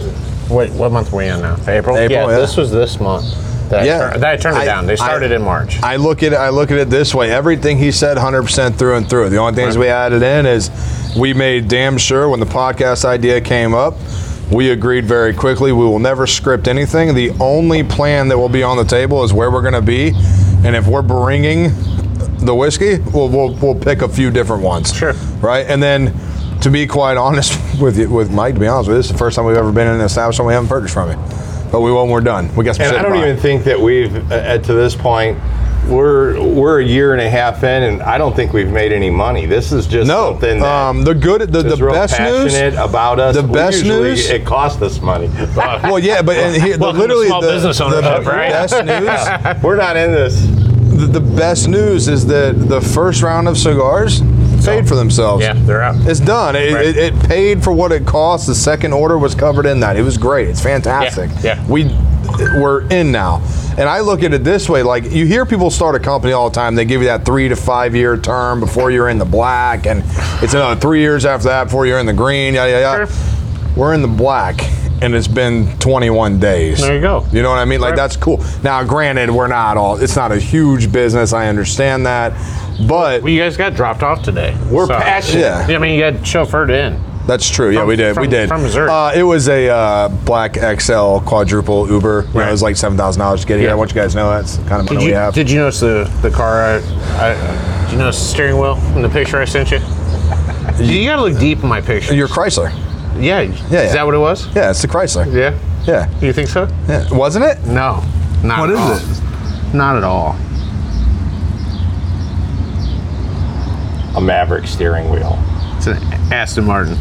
Wait, what month are we in now? April. April, yeah. This was this month. That Yeah. I, tur- that I turned it I- down. I- They started in March. I look at I look at it this way. Everything he said, hundred percent through and through. The only things we added in is we made damn sure when the podcast idea came up, we agreed very quickly. We will never script anything. The only plan that will be on the table is where we're going to be, and if we're bringing the whiskey, we'll we'll, we'll pick a few different ones. Sure. Right, and then. To be quite honest with you, with Mike, to be honest with you, this is the first time we've ever been in an establishment we haven't purchased from it. But we won't. We're done. We got some. And shit I to don't buy. even think that we've uh, uh, to this point. We're we're a year and a half in, and I don't think we've made any money. This is just No, something that um, the good, the, the is real best news passionate about us. the We best usually- news- It cost us money. Well, yeah, but and here, the, Welcome to literally small the, business the ownership, right? best news. we're not in this. the, the best news is that the first round of cigars paid for themselves. yeah, they're out. It's done. It, Right. it, it paid for what it cost. The second order was covered in that. It was great. It's fantastic. Yeah, yeah. We we're in now. And I look at it this way: like you hear people start a company all the time. They give you that three to five year term before you're in the black, and it's another three years after that before you're in the green. Yada yada. yada. We're in the black, and it's been 21 days. There you go. You know what I mean? Like that's cool. Now, granted, we're not all. It's not a huge business. I understand that, but Well, you guys got dropped off today. We're So- passionate. yeah. I mean, you got chauffeured in. That's true. yeah, From- we did. we from- did. from Missouri. Uh, it was a uh, black XL quadruple Uber. You know, Right. it was like seven thousand dollars to get here. I want you guys to know that's the kind of money Did we you, have. did you notice the, the car? I, I, did you notice the steering wheel in the picture I sent you? You gotta look deep in my picture. Your Chrysler. yeah. yeah. Is that what it was? Yeah, it's the Chrysler. Yeah. Yeah. You think so? yeah. Wasn't it? No. Not What at is all. Not at all. A Maverick steering wheel. It's an Aston Martin.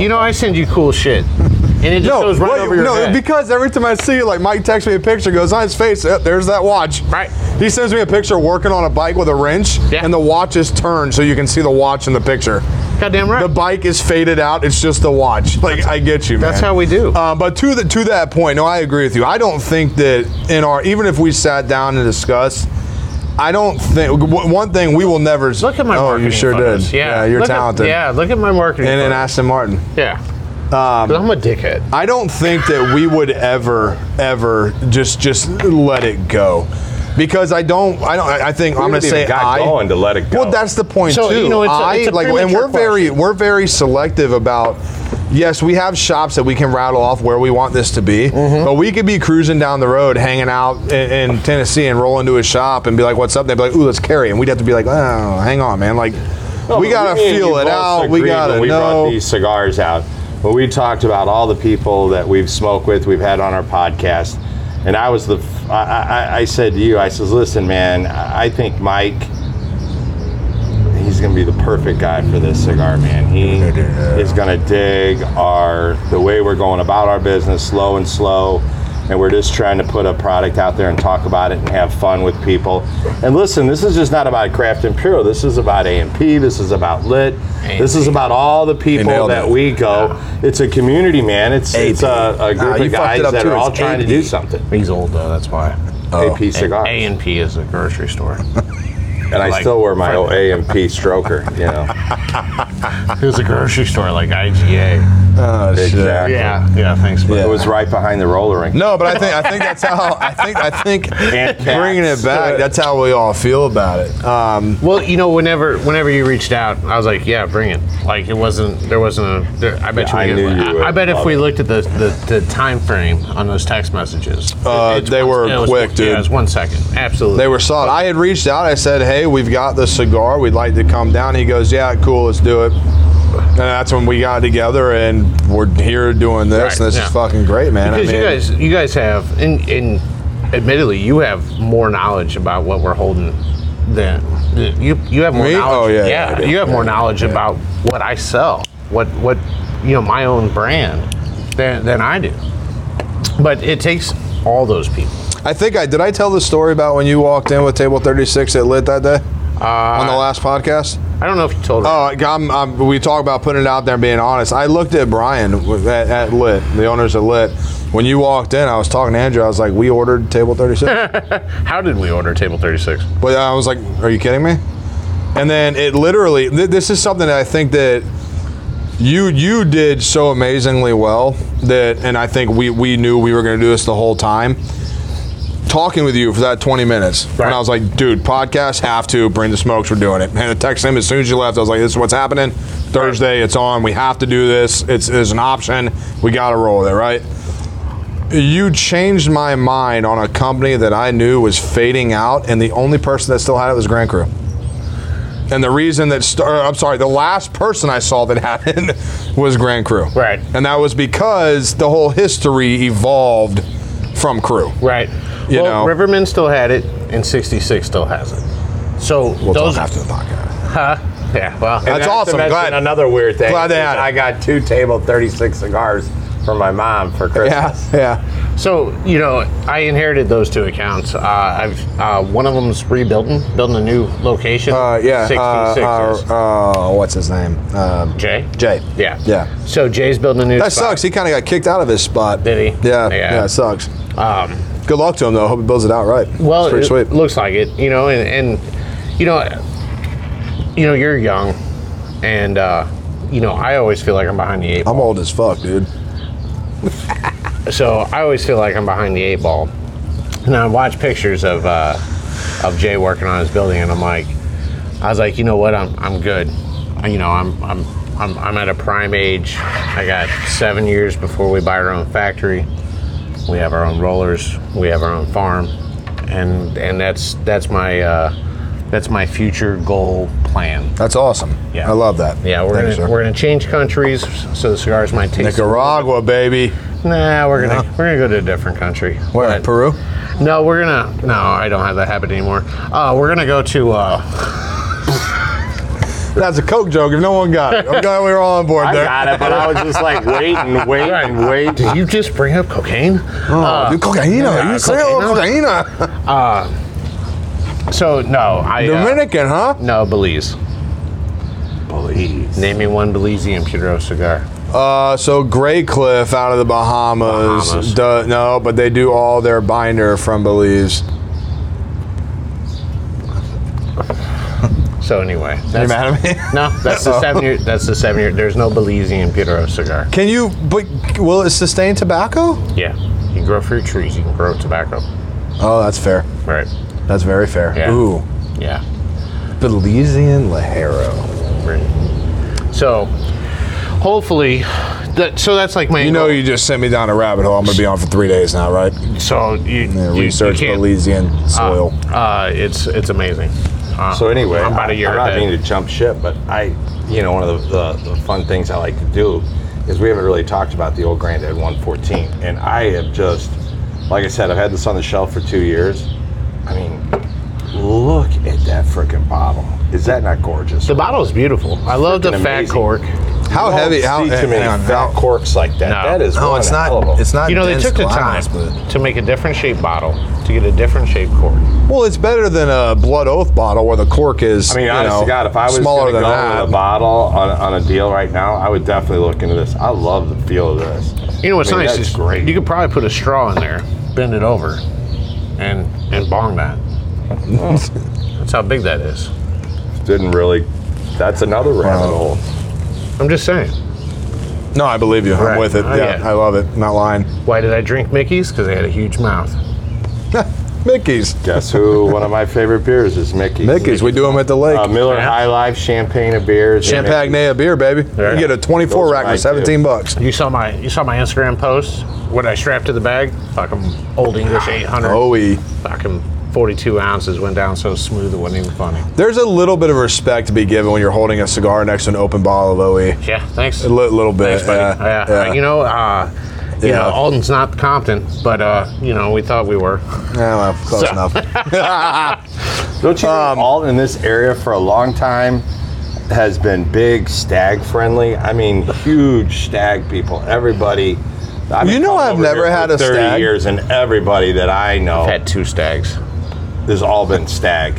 You know, I send you cool shit, and it just goes right wait, over your Oh. no, head. because every time I see it, like Mike texts me a picture, goes on his face, "Yep, there's that watch. Right. He sends me a picture working on a bike with a wrench, Yeah. and the watch is turned so you can see the watch in the picture. Goddamn right. The bike is faded out; it's just the watch. Like I get you, man. That's how we do. Uh, but to the, to that point, no, I agree with you. I don't think that in our even if we sat down and discussed, I don't think w- one thing we will never. look at my oh, marketing. you sure photos. did. Yeah. you're Look at- talented. yeah. Look at my marketing. and Um, an photos. Aston Martin. yeah. But I'm a dickhead. I don't think that we would ever, ever just just let it go, because I don't. I don't. I I think We I'm going haven't to say even got I. going to let it go. Well, that's the point So, too. you know, it's a- I- it's a like, and premature we're very we're very selective about. Yes, we have shops that we can rattle off where we want this to be, Mm-hmm. but we could be cruising down the road, hanging out in, in Tennessee, and roll into a shop and be like, "What's up?" They'd be like, "Ooh, let's carry," and we'd have to be like, "Oh, hang on, man." Like, No, we but gotta Oh, me and feel you it both out. We agreed gotta when we know. brought these cigars out. When we talked about all the people that we've smoked with, we've had on our podcast, and I was the, f- I, I- I said to you, I says, listen, man, I I think Mike, he's gonna be the perfect guy for this cigar, man. He is gonna dig our the way we're going about our business, slow and slow. And we're just trying to put a product out there and talk about it and have fun with people. And listen, this is just not about craft and pure. This is about A and P. This is about lit. This is about all the people nailed that it. we go. It's a community, man. It's it's a, a group Ah, you of fucked guys it up that too. are all It's trying to AP. do something. He's old though. That's why. Oh. AP cigars, A and P is a grocery store. and I like- still wear my old A and P stroker. You know, It's a grocery store like IGA. Oh, shit. exactly. Yeah. Yeah. Thanks. It was right behind the roller rink. No, but I think I think that's how I think I think And cats. bringing it back. That's how we all feel about it. Um, Well, you know, whenever whenever you reached out, I was like, "Yeah, bring it." Like it wasn't there wasn't a. There, I bet Yeah, I you. we knew didn't- you I, I would bet if love we it. looked at the, the the time frame on those text messages, Uh, it's they one- were it was- quick, dude. Yeah, it was one second. Absolutely. they were solid. I had reached out. I said, "Hey, we've got the cigar. We'd like to come down." He goes, "Yeah, cool. Let's do it." And that's when we got together, and we're here doing this. Right, and this yeah. is fucking great, man. because I mean, you guys you guys have and and admittedly you have more knowledge about what we're holding than you you have more Me? knowledge Oh, yeah, yeah, I do. you have more knowledge about what I sell what what you know my own brand than than I do but it takes all those people I think I did. Uh, I tell the story about when you walked in with Table Thirty Six at Lit that day on the last podcast. I don't know if you told her. Oh, like, I'm, I'm, we talk about putting it out there and being honest. I looked at Brian with- at, at Lit, the owners at Lit. When you walked in, I was talking to Andrew. I was like, "We ordered table 36," How did we order table 36? but I was like, "Are you kidding me?" And then it literally. Th- this is something that I think that you you did so amazingly well that, and I think we we knew we were going to do this the whole time. Talking with you for that 20 minutes, and I was like, "Dude, podcasts have to bring the smokes. We're doing it." And I texted him as soon as you left. I was like, "This is what's happening. Thursday, it's on. We have to do this. It's, it's an option. We got to roll with it, right?" You changed my mind on a company that I knew was fading out, and the only person that still had it was Grand Crew. And the reason that, st- or, I'm sorry, the last person I saw that had it was Grand Crew. Right. And that was because the whole history evolved from Crew. Right. You well, know. Riverman still had it, and 66 still has it. So We'll those talk after the podcast. Huh? Yeah. Well, And not That's to awesome. mention Glad- Another weird thing. glad they is had it. I got two table 36 cigars for my mom for Yeah, Christmas. yeah. So you know, I inherited those two accounts. Uh, I've uh, one of them's rebuilding, building a new location. Uh, yeah. uh, 66ers. uh, uh, what's his name? Um, Jay. Jay. Yeah. Yeah. So Jay's building a new. That spot. sucks. He kind of got kicked out of his spot. Did he? Yeah. Yeah. Yeah, it sucks. Um, Good luck to him, though. Hope he builds it out right. well, it's pretty it sweet. looks like it. You know, and, and you know, you know, you're young, and uh, you know, I always feel like I'm behind the eight. I'm old as fuck, dude. so I always feel like I'm behind the eight ball. And I watch pictures of uh, of Jay working on his building, and I'm like, I was like, you know what, I'm I'm good. I- You know, I'm I'm I'm, I'm at a prime age. I got seven years before we buy our own factory. We have our own rollers. We have our own farm, and and that's that's my uh, that's my future goal plan. That's awesome. Yeah. I love that. Yeah, we're Thank you, gonna, sir. we're gonna change countries, so the cigars might taste. Nicaragua, baby. Nah, we're gonna we're gonna go to a different country. Where? But- Peru? no, we're gonna. No, I don't have that habit anymore. Uh, we're gonna go to. Uh, That's a Coke joke if no one got it. I'm glad we were all on board I there. got it, but I was just like waiting, waiting, waiting. did you just bring up cocaine? Oh, dude, cocaína. you say oh, cocaína. cocaína. So no, I. uh, Dominican, huh? no, Belize. Please. Name me one Belizean Pedro cigar. Uh, so Grey Cliff out of the Bahamas. Bahamas. Duh, no, but they do all their binder from Belize. So anyway, that's, you mad at me? no, that's Oh. the seven year. That's the seven year. There's no Belizean Pedro cigar. Can you, but will it sustain tobacco? Yeah, you can grow fruit trees. You can grow tobacco. Oh, that's fair. Right. That's very fair. Yeah. Ooh. Yeah. Belizean Lajero. So, hopefully, that. So that's like my. You know, you just sent me down a rabbit hole. I'm going to be on for three days now, right? So you, Yeah, you- you research can't- Ah. Belizean soil. Uh, it's it's amazing. Uh, So anyway, I'm about a year I'm not ahead. meaning to jump ship, but I, you know, one of the, the, the fun things I like to do is we haven't really talked about the old Granddad 114, and I have just, like I said, I've had this on the shelf for two years. I mean, look at that freaking bottle. Is that not gorgeous? The bottle is beautiful. I love the Freaking fat amazing. cork. How You don't heavy? How see too many hang on, fat how- corks like that. No. That is No, one it's hell of not. a- It's not. You know, they dense took the time glass, but- to make a different shaped bottle to get a different shaped cork. well, it's better than a blood oath bottle where the cork is. I mean, you honest know, to God, if I was smaller going to than go that, with a bottle on, on a deal right now, I would definitely look into this. I love the feel of this. You know what's I mean, nice that's is great. you could probably put a straw in there, bend it over, and and bong that. That's how big that is. didn't really. That's another rabbit hole. I'm just saying. no, I believe you. Right. I'm with it. Oh, yeah, yeah. I love it. Not lying. Why did I drink Mickey's? Because they had a huge mouth. Mickey's, Guess who? One of my favorite beers is Mickey's. Mickey's. We do them at the lake. Um, Uh, Miller Yeah. High Life, Champagne of beers. and Champagnea beer, baby. Yeah. You get a 24 Those rack are for mine, 17 bucks. You saw my you saw my Instagram post. What I strapped to the bag? Fucking old English 800. Oe. Fucking 42 ounces went down so smooth it wasn't even funny. There's a little bit of respect to be given when you're holding a cigar next to an open bottle of Oe. Yeah, thanks. A li- little bit. Thanks, buddy. Yeah, Yeah, yeah. you know, uh, you Yeah. know, Alden's not Compton, but uh, you know, we thought we were. Yeah, well, close So- enough. Don't you Um, think all in this area for a long time has been big stag friendly? I mean, huge stag people. Everybody. I've You been know coming I've over never here for had a 30 stag. years, and everybody that I know Had two stags. has all been stag.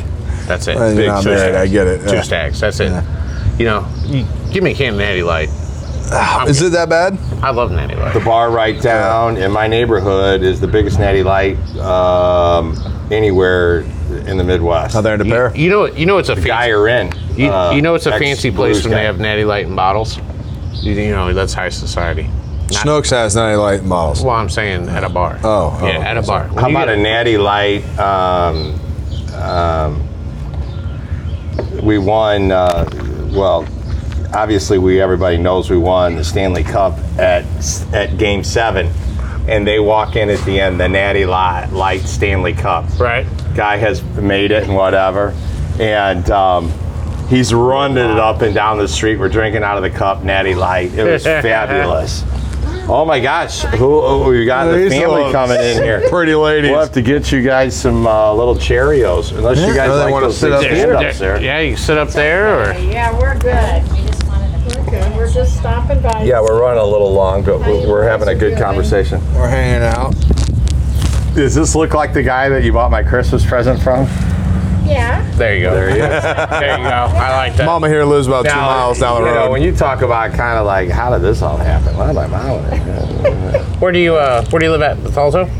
That's it. Uh, you're Big not two married, stacks. I get it, Two yeah. stacks. That's it. You know, you, give me a can of Natty Light. Is it that bad? I love Natty Light. The bar right down in my neighborhood is the biggest natty light um, anywhere in the Midwest. Not there in the pair. you know, you know, it's a Guy fancy. you're in. You, uh, you know, it's a ex- fancy place blues when they guy. have Natty Light in bottles. You, you know, that's high society. Snooks has 90 light models. Well, I'm saying at a bar. Oh, oh, yeah, at a bar. How about a natty light? Um, um, we won. Uh, well, obviously, we everybody knows we won the Stanley Cup at at Game Seven, and they walk in at the end the natty light, light Stanley Cup. right? guy has made it and whatever. And um, he's running it up and down the street. We're drinking out of the cup, Natty Light. It was fabulous. Oh my gosh, who oh, we got the These family little coming in here. Pretty ladies. We'll have to get you guys some uh, little Cheerios, unless you Yeah, guys no, they like wanna those sit big up stand Yeah, ups there. Yeah, you can sit up there or Yeah, we're good. We just wanted to. We're good. We're just stopping by. Yeah, we're running a little long, but we're, we're having a good conversation. We're hanging out. Does this look like the guy that you bought my Christmas present from? Yeah. there you go. There, There he is. you go. I like that. Mama here lives about two Now, miles down the You know, road. when you talk about kind of like, how did this all happen? Why am I mowing it? Where do you uh, Where do you live at Bethalto?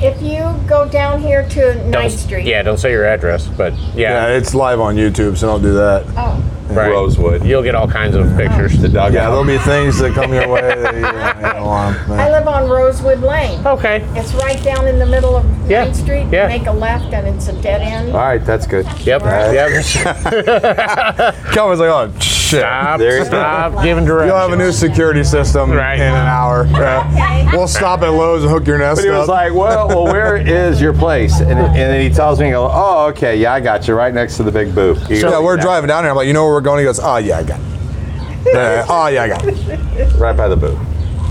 If you go down here to 9th Street. Yeah, don't say your address, but yeah, yeah, it's live on YouTube, so don't do that. Oh, right. Rosewood. You'll get all kinds of pictures. The dugout. Yeah, there'll be things that come your way that you don't, you don't want. I man. live on Rosewood Lane. Okay. It's right down in the middle of Yeah, 9th Street. yeah. Make a left and it's a dead end. All right, that's good. Yep. Yep. Calvin's like, oh, shit. Stop. There you go. Stop giving directions. You'll have a new security system Right. in an hour. Yeah. We'll stop at Lowe's and hook your nest But he was up. like, well, well, where is your place? And, and then he tells me, he goes, oh, okay, yeah, I got you, right next to the big booth. He yeah, goes, we're "Yeah, driving down here. I'm like, you know where we're going? He goes, oh, yeah, I got it. Yeah, oh, yeah, I got it. Right by the booth.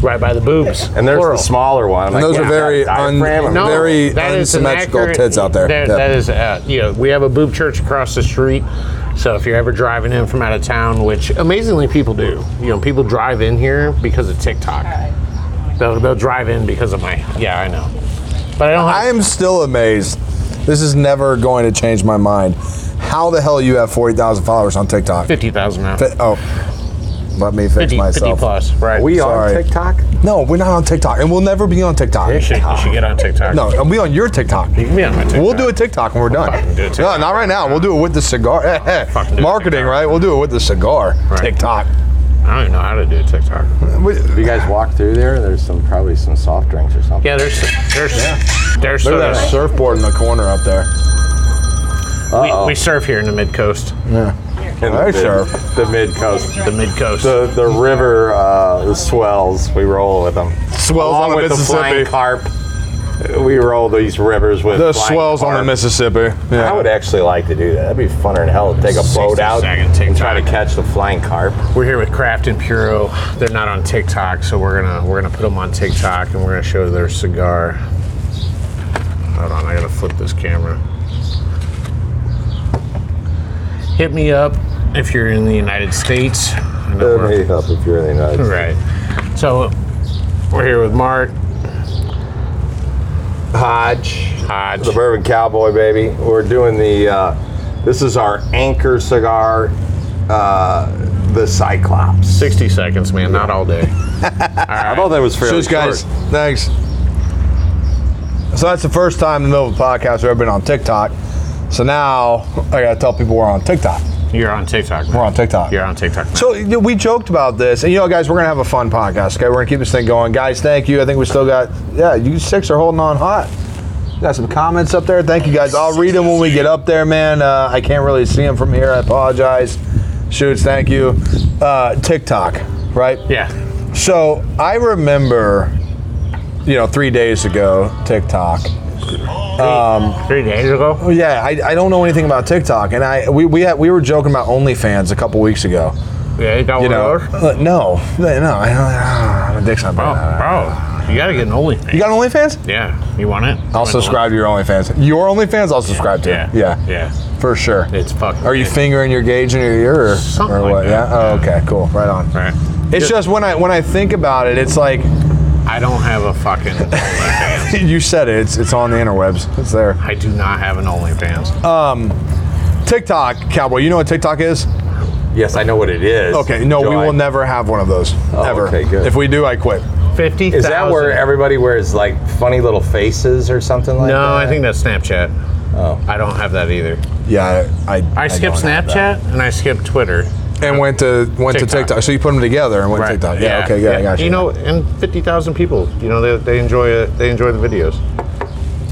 right by the boobs. And there's Plural. the smaller one. I'm And those "Yeah, are very I got a un- diaphragm." No. very is an unsymmetrical tits out there. that- Yeah. That is, uh, you know, we have a boob church across the street. So if you're ever driving in from out of town, which amazingly people do, you know, people drive in here because of TikTok. They'll, they'll drive in because of my, yeah, I know. But I don't have, I am still amazed. This is never going to change my mind. How the hell you have 40,000 followers on TikTok? 50,000 now. Fi- Oh, let me fix 50, 50 myself. plus, right. We Sorry. on TikTok? No, we're not on TikTok, and we'll never be on TikTok. you, should, you should get on TikTok. No, and we on your TikTok. You can be on my TikTok. We'll do a TikTok when we're done. fucking do a No, TikTok. not right now. We'll do it with the cigar. Eh, eh. Fucking do a Marketing, TikTok. right? We'll do it with the cigar. Right. TikTok. I don't even know how to do a TikTok. We- You guys walk through there. There's some probably some soft drinks or something. Yeah, there's, there's, there's, Look at sodas. that surfboard in the corner up there. we, we surf here in the mid coast, In the Hey, mid- sir. The mid coast. the mid coast. The the river uh, swells. We roll with them. Swells Along on the with the flying Mississippi. carp. We roll these rivers with The flying swells on the carp. Mississippi. I Yeah. would actually like to do that. That'd be funner than hell. to Take a boat 60 out second and TikTok. try to catch the flying carp. We're here with Craft and Puro. They're not on TikTok, so we're gonna we're gonna put them on TikTok and we're gonna show their cigar. Hold on, I gotta flip this camera. Hit me up if you're in the United States. I know Uh, we're- up if you're in the United States. Right. So we're here with Mark Hodge, Hodge. the Bourbon Cowboy, baby. We're doing the. Uh, this is our anchor cigar, uh, the Cyclops. 60 seconds, man, not all day. I thought that was fairly Cheers, guys. short. Thanks. So that's the first time in the middle of a podcast we've ever been on TikTok. So now I gotta tell people we're on TikTok. You're on TikTok. We're Man. on TikTok. You're on TikTok. man. So you know, we joked about this, and you know, guys, we're gonna have a fun podcast. Okay, we're gonna keep this thing going, guys. Thank you. I think we still got yeah, you six are holding on hot. Got some comments up there. Thank you, guys. I'll read them when we get up there, man. Uh, I can't really see them from here. I apologize. Shoots, thank you. Uh, TikTok, right? Yeah. So I remember, you know, three days ago, TikTok. Three days ago? Oh, yeah, I, I don't know anything about TikTok, and I we we, had, we were joking about OnlyFans a couple weeks ago. Yeah, you got You one know, of those? Uh, no, no, no, I don't. Uh, my dick's not Bro, bad. Oh, bro, you gotta get an Oli. You got an OnlyFans? Yeah, you want it? I'll Want an Oli? subscribe to your OnlyFans. Your OnlyFans, I'll subscribe Yeah. to. Yeah. Yeah. for sure. It's fucking. Are you fingering your gauge in your ear or, Something or like what? that. Yeah. Oh, okay. Cool. Right on. Right. It's just when I when I think about it, it's like I don't have a fucking OnlyFans. you said it. It's it's on the interwebs. It's there. Uh, I do not have an OnlyFans. TikTok, Cowboy. You know what TikTok is? Yes, I know what it is. Okay, no, Do we I- will never have one of those ever. okay, good. If we do, I quit. Fifty thousand. Is that where everybody wears like funny little faces or something like that? No, I think that's Snapchat. Oh. I don't have that either. Yeah, I. I skipped don't have Snapchat and I skipped Twitter. that. and went to went to TikTok. TikTok. So you put them together and went to TikTok. Yeah, okay, good. I got you. You know, and fifty thousand people. You know, they, they enjoy it. They enjoy the videos.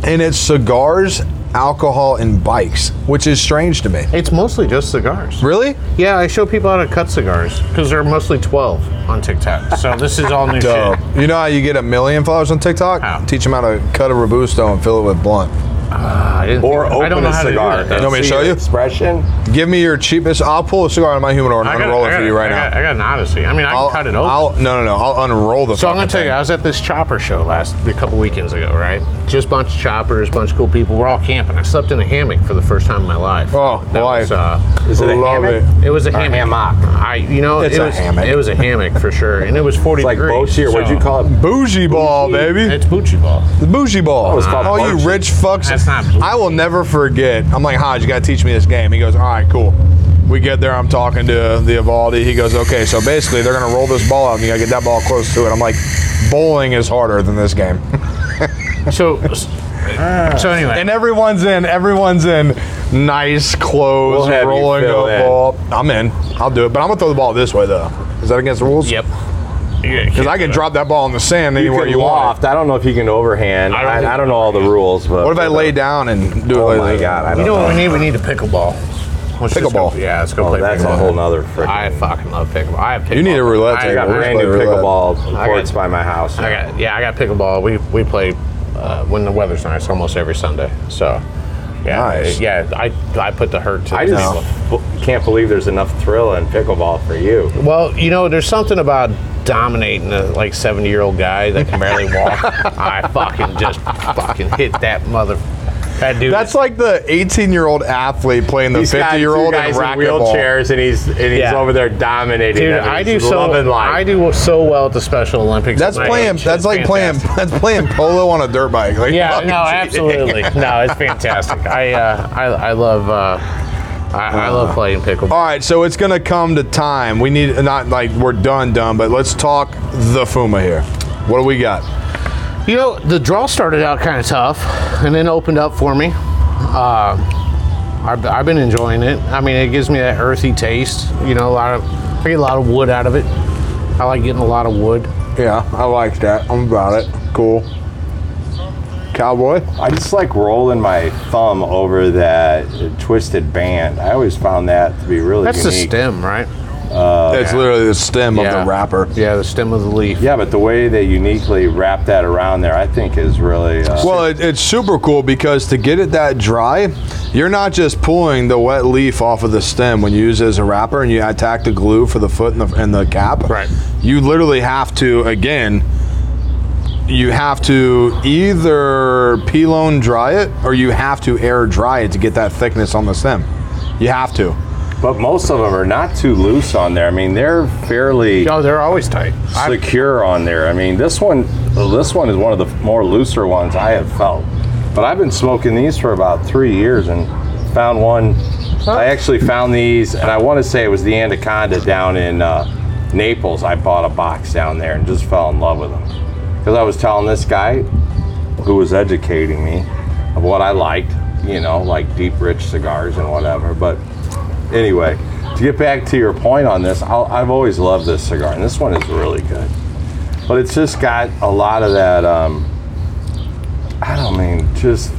and it's cigars, alcohol, and bikes, which is strange to me. It's mostly just cigars. Really? Yeah, I show people how to cut cigars because they're mostly twelve on TikTok. So this is all new Dope. shit. You know how you get a million followers on TikTok? How? Teach them how to cut a robusto and fill it with blunt. I didn't Or think- I open don't know a how to do cigar. that, though. You want me to See show your you? Expression. Give me your cheapest. I'll pull a cigar out of my humidor and I got- unroll I it got- for you right I now. Got, I got an Odyssey. I mean, I I'll, can cut it open. I'll no no no. I'll unroll the. So I'm gonna fucking tell you, I was at this chopper show last a couple weekends ago, right? Just bunch of choppers, bunch of cool people. We're all camping. I slept in a hammock for the first time in my life. Oh, that why? was, uh, Is it a Love hammock? it. it was a Or hammock. hammock. I, you know, It's it a was hammock. It was a hammock for sure, and it was 40 It's like degrees. Bochi or what'd so- you call it? Bougie ball, baby. It's Bucci ball. The bougie ball. Oh, it's called All you bougie. rich fucks. That's not bougie. I will never forget. I'm like, Hodge, you got to teach me this game. He goes, all right, cool. We get there. I'm talking to the Evaldi. He goes, okay, so basically they're going to roll this ball out and you got to get that ball close to it. I'm like, bowling is harder than this game. So, so anyway, Ah. and everyone's in. Everyone's in nice We'll clothes, have you rolling fill a in. ball. I'm in. I'll do it. But I'm going to throw the ball this way, though. Is that against the rules? yep. Because I can drop that ball in the sand You anywhere can you, want. loft. I don't know if you can overhand. I don't I think- I don't know all the rules, but What if I lay down and do it Oh like my that? god! I You don't know know. what we need? We need a pickleball. Let's just go- Pickleball. yeah, let's go Oh, play that's a pickleball. whole nother freaking. I fucking love pickleball. I have pickleball. You need a roulette I got table. my- brand new Let's play roulette. pickleball courts by my house. I got yeah, I got pickleball. We we play uh, when the weather's nice almost every Sunday. So yeah, Nice. yeah. I I put the hurt to I the just table. b- can't believe there's enough thrill in pickleball for you. Well, you know, there's something about dominating a like 70 year old guy that can barely walk. I fucking just fucking hit that mother. That dude. That's like the 18 year old athlete playing the He's got 50 year old two in guys in racquetball. wheelchairs, and he's and he's Yeah. over there dominating. Dude, them, and I do he's so. loving life. I do so well at the Special Olympics. That's at my playing. age. That's It's like playing. fantastic. That's playing polo on a dirt bike. Like, Yeah, fucking no, shit. absolutely. No, it's fantastic. I, uh, I, I love, uh, I, I Uh, love playing pickleball. All right, so it's gonna come to time. We need not like we're done, done, but let's talk the Fuma here. What do we got? You know, the draw started out kind of tough, and then opened up for me. Uh, I've, I've been enjoying it. I mean, it gives me that earthy taste. You know, a lot of I get a lot of wood out of it. I like getting a lot of wood. Yeah, I like that. I'm about it. Cool. Cowboy. I just like rolling my thumb over that twisted band. I always found that to be really That's the unique. stem, right? That's literally the stem Yeah. of the wrapper. Yeah, the stem of the leaf. Yeah, but the way they uniquely wrap that around there, I think is really uh, Well, it, it's super cool because to get it that dry, you're not just pulling the wet leaf off of the stem when you use it as a wrapper and you attack the glue for the foot and the, and the cap. Right. You literally have to, again, you have to either pilone dry it or you have to air dry it to get that thickness on the stem. You have to. But most of them are not too loose on there. I mean, they're fairly Oh, they're always tight. secure on there. I mean, this one, this one is one of the more looser ones I have felt. But I've been smoking these for about three years and found one. I actually found these, and I want to say it was the Anaconda down in uh, Naples. I bought a box down there and just fell in love with them because I was telling this guy who was educating me of what I liked, you know, like deep, rich cigars and whatever. But anyway, to get back to your point on this, I'll, I've always loved this cigar, and this one is really good. But it's just got a lot of that. Um, I don't mean just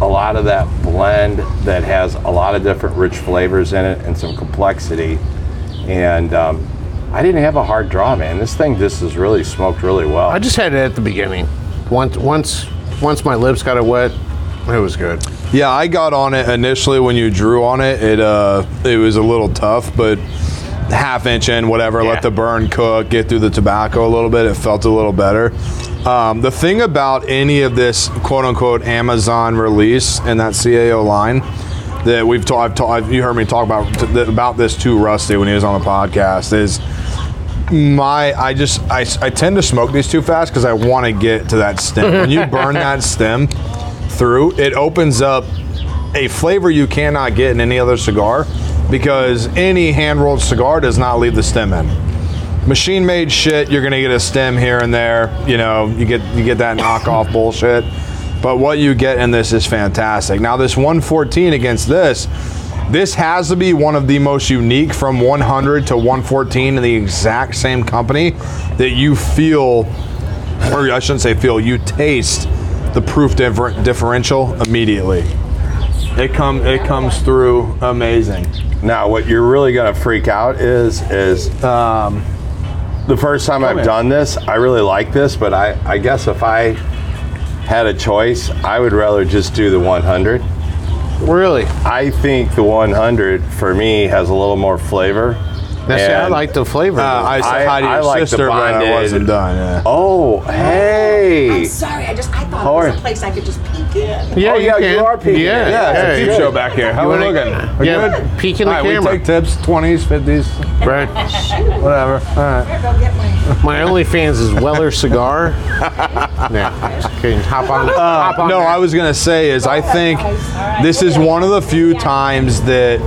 a lot of that blend that has a lot of different rich flavors in it and some complexity. And um, I didn't have a hard draw, man. This thing just is really smoked really well. I just had it at the beginning. Once, once, once my lips got it wet, it was good. Yeah, I got on it initially when you drew on it. It uh, it was a little tough, but half inch in, whatever. Yeah. Let the burn cook, get through the tobacco a little bit. It felt a little better. Um, the thing about any of this quote unquote Amazon release and that CAO line that we've talked, I've ta- I've- you heard me talk about about this too, Rusty, when he was on the podcast is my I just I, I tend to smoke these too fast because I want to get to that stem. when you burn that stem through, it opens up a flavor you cannot get in any other cigar because any hand rolled cigar does not leave the stem end. Machine made shit, you're gonna get a stem here and there. You know, you get you get that knockoff bullshit. But what you get in this is fantastic. Now this 114 against this, this has to be one of the most unique from 100 to 114 in the exact same company that you feel or I shouldn't say feel, you taste the proof differ- differential immediately. It come it comes through amazing. Now, what you're really gonna freak out is is um, the first time I've done this. I really like this, but I I guess if I had a choice, I would rather just do the 100. Really? I think the 100 for me has a little more flavor. Now, see, I And- like the flavor. Uh, I I- said hi to I your like the sister, but I bonded- wasn't done. Yeah. Oh, hey. I'm sorry. I just I thought How it are- was a place I could just peek in. yeah, oh, yeah, you can. are peeking. Yeah, Yeah, it's a yeah, peep yeah. show back here. You How wanna- Are yeah, good? peek in the All right, camera. We take tips, 20s, 50s, Right. whatever. All right. Go get my. My OnlyFans is Weller Cigar. yeah. Okay, hop on. hop on No, there. I was gonna say is I think this is one of the few times that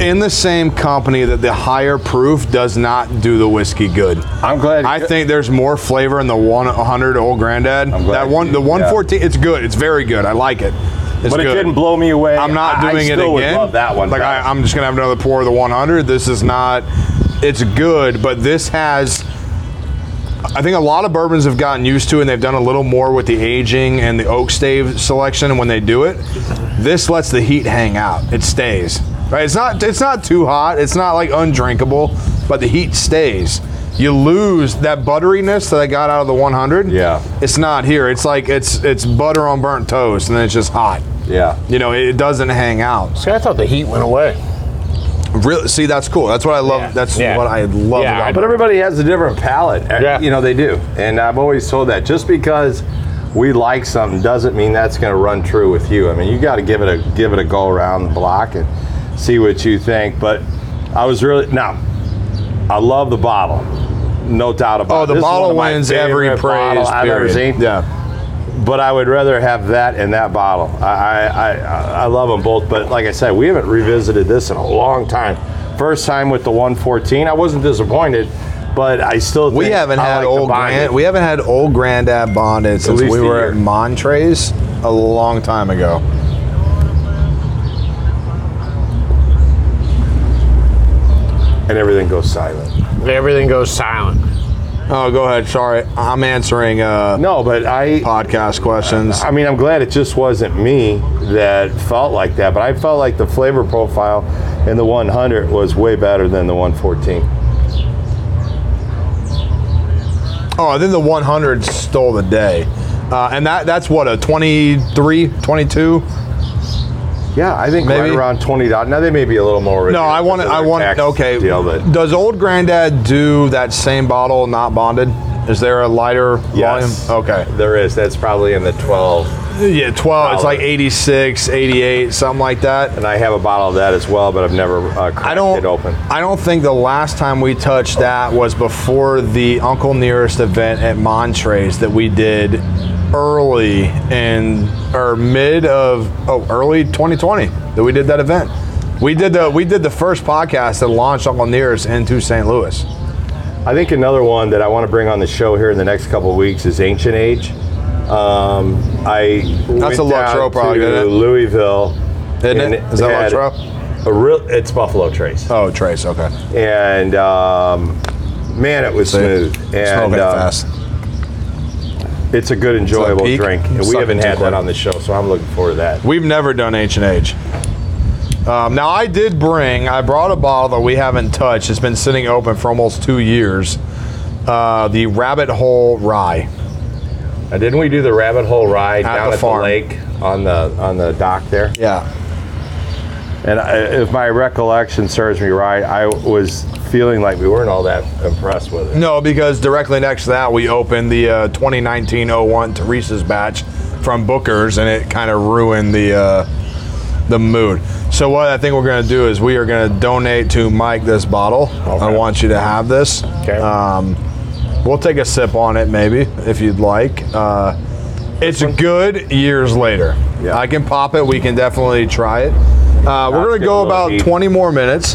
in the same company that the higher proof does not do the whiskey good. I'm glad. I think there's more flavor in the 100 Old Granddad. glad That one, you- the 114, it's good. It's very good. I like it. It's but it good. didn't blow me away. I'm not I- doing I it still again. would love that one. Like I, better. I'm just gonna have another pour of the 100. This is not. It's good, but this has. I think a lot of bourbons have gotten used to, and they've done a little more with the aging and the oak stave selection when they do it. This lets the heat hang out; it stays. Right? It's not. It's not too hot. It's not like undrinkable, but the heat stays. You lose that butteriness that I got out of the 100. Yeah. it's not here. It's like it's it's butter on burnt toast, and then it's just hot. yeah. You know, it doesn't hang out. See, I thought the heat went away. Really, see, that's cool. That's what I love. That's Yeah. what I love Yeah, about. But everybody has a different palate. Uh, Yeah. You know, they do. And I've always told that just because we like something doesn't mean that's going to run true with you. I mean, you got to give it a give it a go around the block and see what you think. But I was really now. I love the bottle. No doubt about it. oh, the This is one bottle of my wins every favorite bottle praise. I've ever period. seen. Yeah, But I would rather have that and that bottle. I, I, I, I love them both. But like I said, we haven't revisited this in a long time. First time with the 114. I wasn't disappointed, but I still we think haven't I had like the old bonded. grand. We haven't had old granddad bonded since least we a were year. at Montrese a long time ago. and everything goes silent. Everything goes silent. Oh, go ahead. Sorry, I'm answering uh, No, but I podcast questions. I mean, I'm glad it just wasn't me that felt like that, but I felt like the flavor profile in the 100 was way better than the 114. Oh, I think the 100 stole the day, uh, and that that's what a 23, 22. Yeah, I think Maybe. right around 20. Now they may be a little more. No, I want to. I want Tax okay. Deal, but Does old granddad do that same bottle not bonded? Is there a lighter Yes. volume? Okay. There is. That's probably in the 12. Yeah, 12. It's like 86, 88, something like that. And I have a bottle of that as well, but I've never uh, cracked I don't it open. I don't think the last time we touched that was before the Uncle Nearest event at Montrese that we did early in or mid of oh early 2020 that we did that event. We did the we did the first podcast that launched Uncle Nearest into St. Louis. I think another one that I want to bring on the show here in the next couple of weeks is Ancient Age. Um, I That's a went down Luttrell product, to isn't it? Louisville. Isn't and it? Is that had Luttrell? A real, it's Buffalo Trace, Oh, Trace, okay. and um, man, it was smooth. And Smoking um, fast. it's a good, enjoyable peak. drink. And we Sucking haven't too had quick. that on the show, so I'm looking forward to that. We've never done H and H. Um, now I did bring. I brought a bottle that we haven't touched. It's been sitting open for almost two years. Uh, the Rabbit Hole Rye. Now, didn't we do the rabbit hole ride At down the at farm. the lake on the on the dock there? Yeah. And I, if my recollection serves me right, I was feeling like we weren't all that impressed with it. No, because directly next to that we opened the uh, 2019-01 Teresa's batch from Booker's, and it kind of ruined the uh, the mood. So what I think we're going to do is we are going to donate to Mike this bottle. I want you to have this. Okay. Um, We'll take a sip on it, maybe, if you'd like. Uh, It's good years later. Yeah. I can pop it. We can definitely try it. Uh, we're going getting a to go little about heat. 20 more minutes.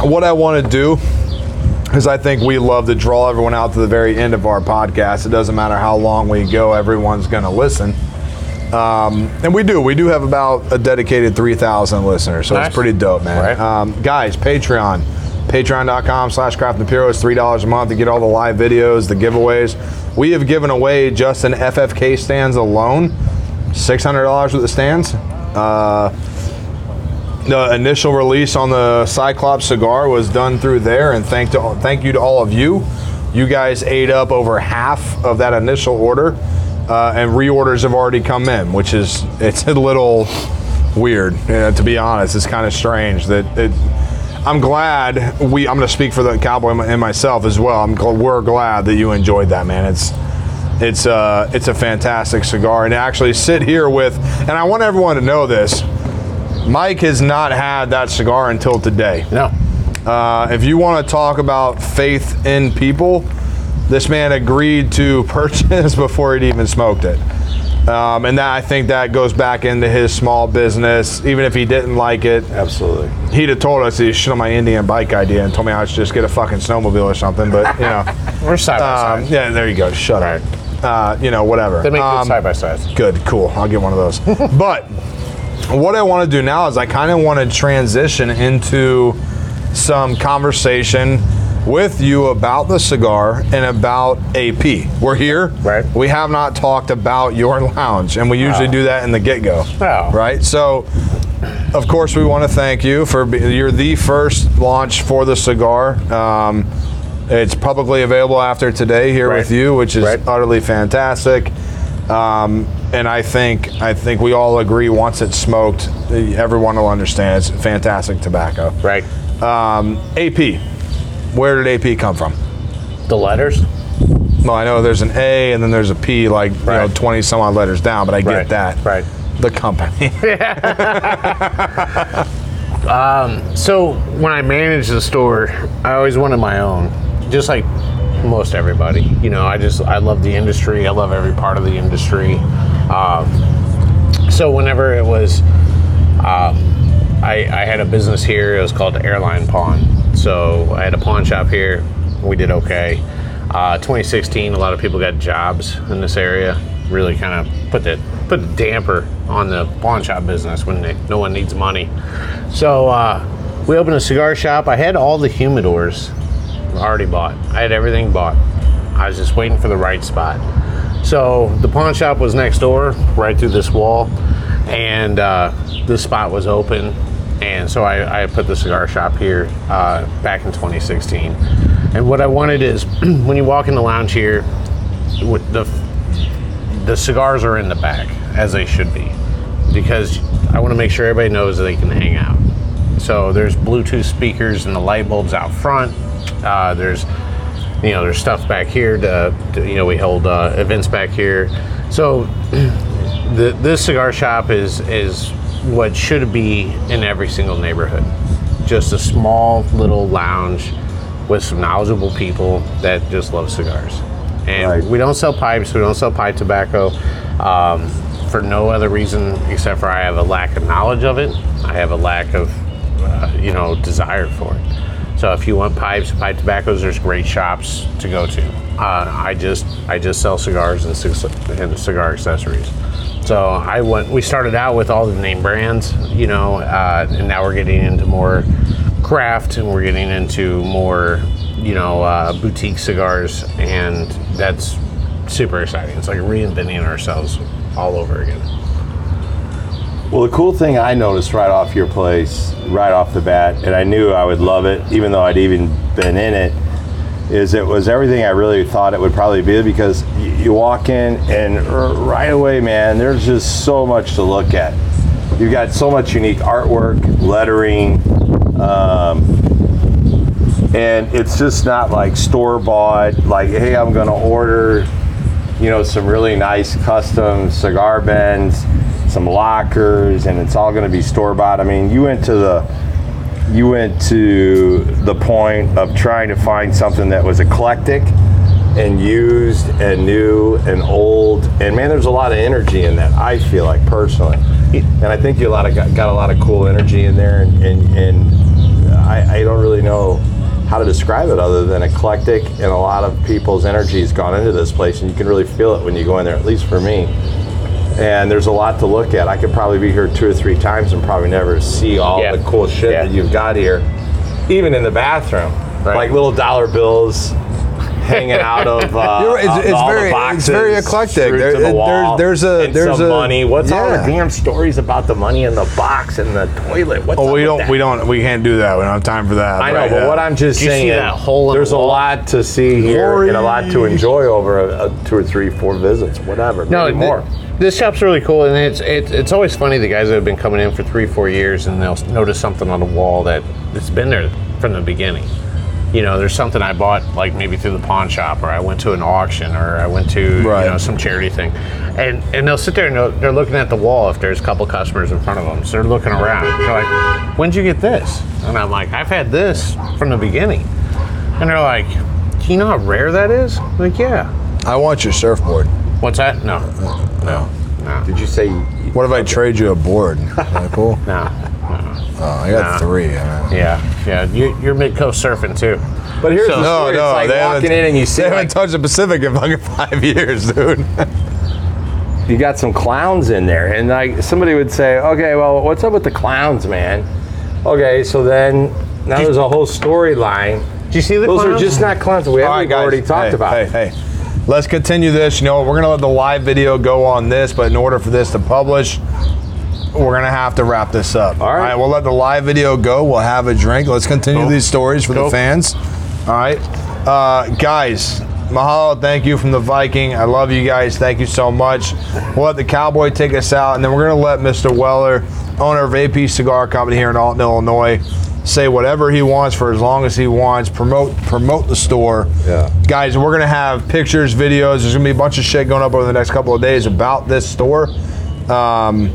What I want to do is I think we love to draw everyone out to the very end of our podcast. It doesn't matter how long we go, everyone's going to listen. Um, and we do. We do have about a dedicated 3,000 listeners. So it's Nice. pretty dope, man. Right. Um, guys, Patreon. Patreon.com slash craft imperial is $3 a month to get all the live videos, the giveaways. We have given away just in FFK stands alone $600 with the stands. Uh, the initial release on the Cyclops cigar was done through there, and thank to thank you to all of you. You guys ate up over half of that initial order, uh, and reorders have already come in, which is it's a little weird uh, to be honest. It's kind of strange that it. I'm glad we. I'm going to speak for the cowboy and my- and myself as well. I'm gl- we're glad that you enjoyed that, man. It's it's a it's a fantastic cigar, and to actually sit here with. And I want everyone to know this: Mike has not had that cigar until today. No. Uh, if you want to talk about faith in people, this man agreed to purchase before he'd even smoked it. Um, and that I think that goes back into his small business. Even if he didn't like it, Absolutely. he'd have told us he shit on my Indian bike idea and told me I should just get a fucking snowmobile or something. But you know, We're side by um, side. yeah, there you go. Shut up. Uh, you know, whatever. They make Um, good side by sides. Good, cool. I'll get one of those. but what I want to do now is I kind of want to transition into some conversation with you about the cigar and about AP. We're here. Right. We have not talked about your lounge, and we usually do that in the get go. Oh. Right? So, of course, we want to thank you for be- you're the first launch for the cigar. Um, it's publicly available after today here Right. with you, which is Right. utterly fantastic. Um, and I think I think we all agree once it's smoked, everyone will understand it's fantastic tobacco. Right. Um, AP, where did AP come from? The letters. Well, I know there's an A and then there's a P, like you know, Right. twenty some odd letters down, but I get Right, that. right. The company. So when I managed the store, I always wanted my own, just like most everybody. You know, I just I love the industry. I love every part of the industry. Um, so whenever it was, um, I, I had a business here. It was called Airline Pawn. So I had a pawn shop here. We did okay. Uh, 2016, a lot of people got jobs in this area. Really kind of put the put the damper on the pawn shop business when they, no one needs money. So uh, we opened a cigar shop. I had all the humidors already bought. I had everything bought. I was just waiting for the right spot. So the pawn shop was next door, right through this wall, and uh, this spot was open. And so I, I put the cigar shop here uh, back in 2016. And what I wanted is when you walk in the lounge here, with the the cigars are in the back as they should be because I want to make sure everybody knows that they can hang out. So there's Bluetooth speakers and the light bulbs out front. Uh, there's you know there's stuff back here to, to- you know we hold uh, events back here. So the, this cigar shop is is what should be in every single neighborhood. Just a small little lounge with some knowledgeable people that just love cigars. And Right. we don't sell pipes. We don't sell pipe tobacco um, for no other reason except for I have a lack of knowledge of it. I have a lack of, uh, you know, desire for it. So if you want pipes, pipe tobaccos, there's great shops to go to. Uh, I just I just sell cigars and, cig- and cigar accessories. So I went. We started out with all the name brands, you know, uh, and now we're getting into more craft and we're getting into more you know uh, boutique cigars and that's super exciting it's like reinventing ourselves all over again Well, the cool thing I noticed right off your place, right off the bat, and I knew I would love it, even though I'd even been in it, is it was everything I really thought it would probably be because you, you walk in and r- right away, man, there's just so much to look at. You've got so much unique artwork, lettering, um, and it's just not like store bought like hey i'm gonna order you know some really nice custom cigar bends some lockers and it's all gonna be store bought i mean you went to the you went to the point of trying to find something that was eclectic and used and new and old. And man, there's a lot of energy in that. I feel like personally, and I think you a lot of got, got a lot of cool energy in there. And and, and I, I don't really know how to describe it other than eclectic. And a lot of people's energy has gone into this place, and you can really feel it when you go in there. At least for me and there's a lot to look at. I could probably be here two or three times and probably never see all Yeah. the cool shit that you've got here, even in the bathroom, Right. like little dollar bills hanging out of uh, You're right, it's- out of it's all the very- it's boxes, very eclectic. screwed There- to the there- wall, there's a- and there's some a- money. What's all the yeah. damn stories about the money in the box and the toilet? What's Oh, up we with don't, that? we don't, we can't do that. We don't have time for that. I know, right but now. what I'm just Did you see saying, that hole in there's the a wall? lot to see here and a lot to Glory. enjoy over a, a two or three, four visits, whatever, No, maybe th- more. this shop's really cool, and it's, it's it's always funny the guys that have been coming in for three, four years, and they'll notice something on the wall that it's been there from the beginning. You know, there's something I bought like maybe through the pawn shop, or I went to an auction, or I went to Right. you know some charity thing, and and they'll sit there and they'll- they're looking at the wall if there's a couple customers in front of them, so they're looking around. They're like, "When'd you get this?" And I'm like, "I've had this from the beginning," and they're like, "Do you know how rare that is?" I'm like, "Yeah." I want your surfboard. What's that? No. No. Did you say What if I trade you a board? Is that cool? No. Oh, I got Nah. three. I don't know. Yeah, yeah. You, you're mid coast surfing too. But here's So- the No, story. no, it's they like haven't- walking in and you see They haven't like, touched the Pacific in fucking five years, dude. you got some clowns in there, and like somebody would say, "Okay, well, what's up with the clowns, man?" Okay, so then now there's a whole storyline. Do you see the Those clowns? are just not clowns. that We haven't already talked hey, about. Hey, hey, let's continue this. You know, we're gonna let the live video go on this, but in order for this to publish, we're gonna have to wrap this up. All right. we'll let the live video go. We'll have a drink. Let's continue these stories for the Cool. fans. All right, uh, guys. Mahalo, thank you from the Viking. I love you guys. Thank you so much. We'll let the cowboy take us out, and then we're gonna let Mr. Weller, owner of AP Cigar Company here in Alton, Illinois, say whatever he wants for as long as he wants. Promote promote the store. Yeah. Guys, we're gonna have pictures, videos. There's gonna be a bunch of shit going up over the next couple of days about this store. Um,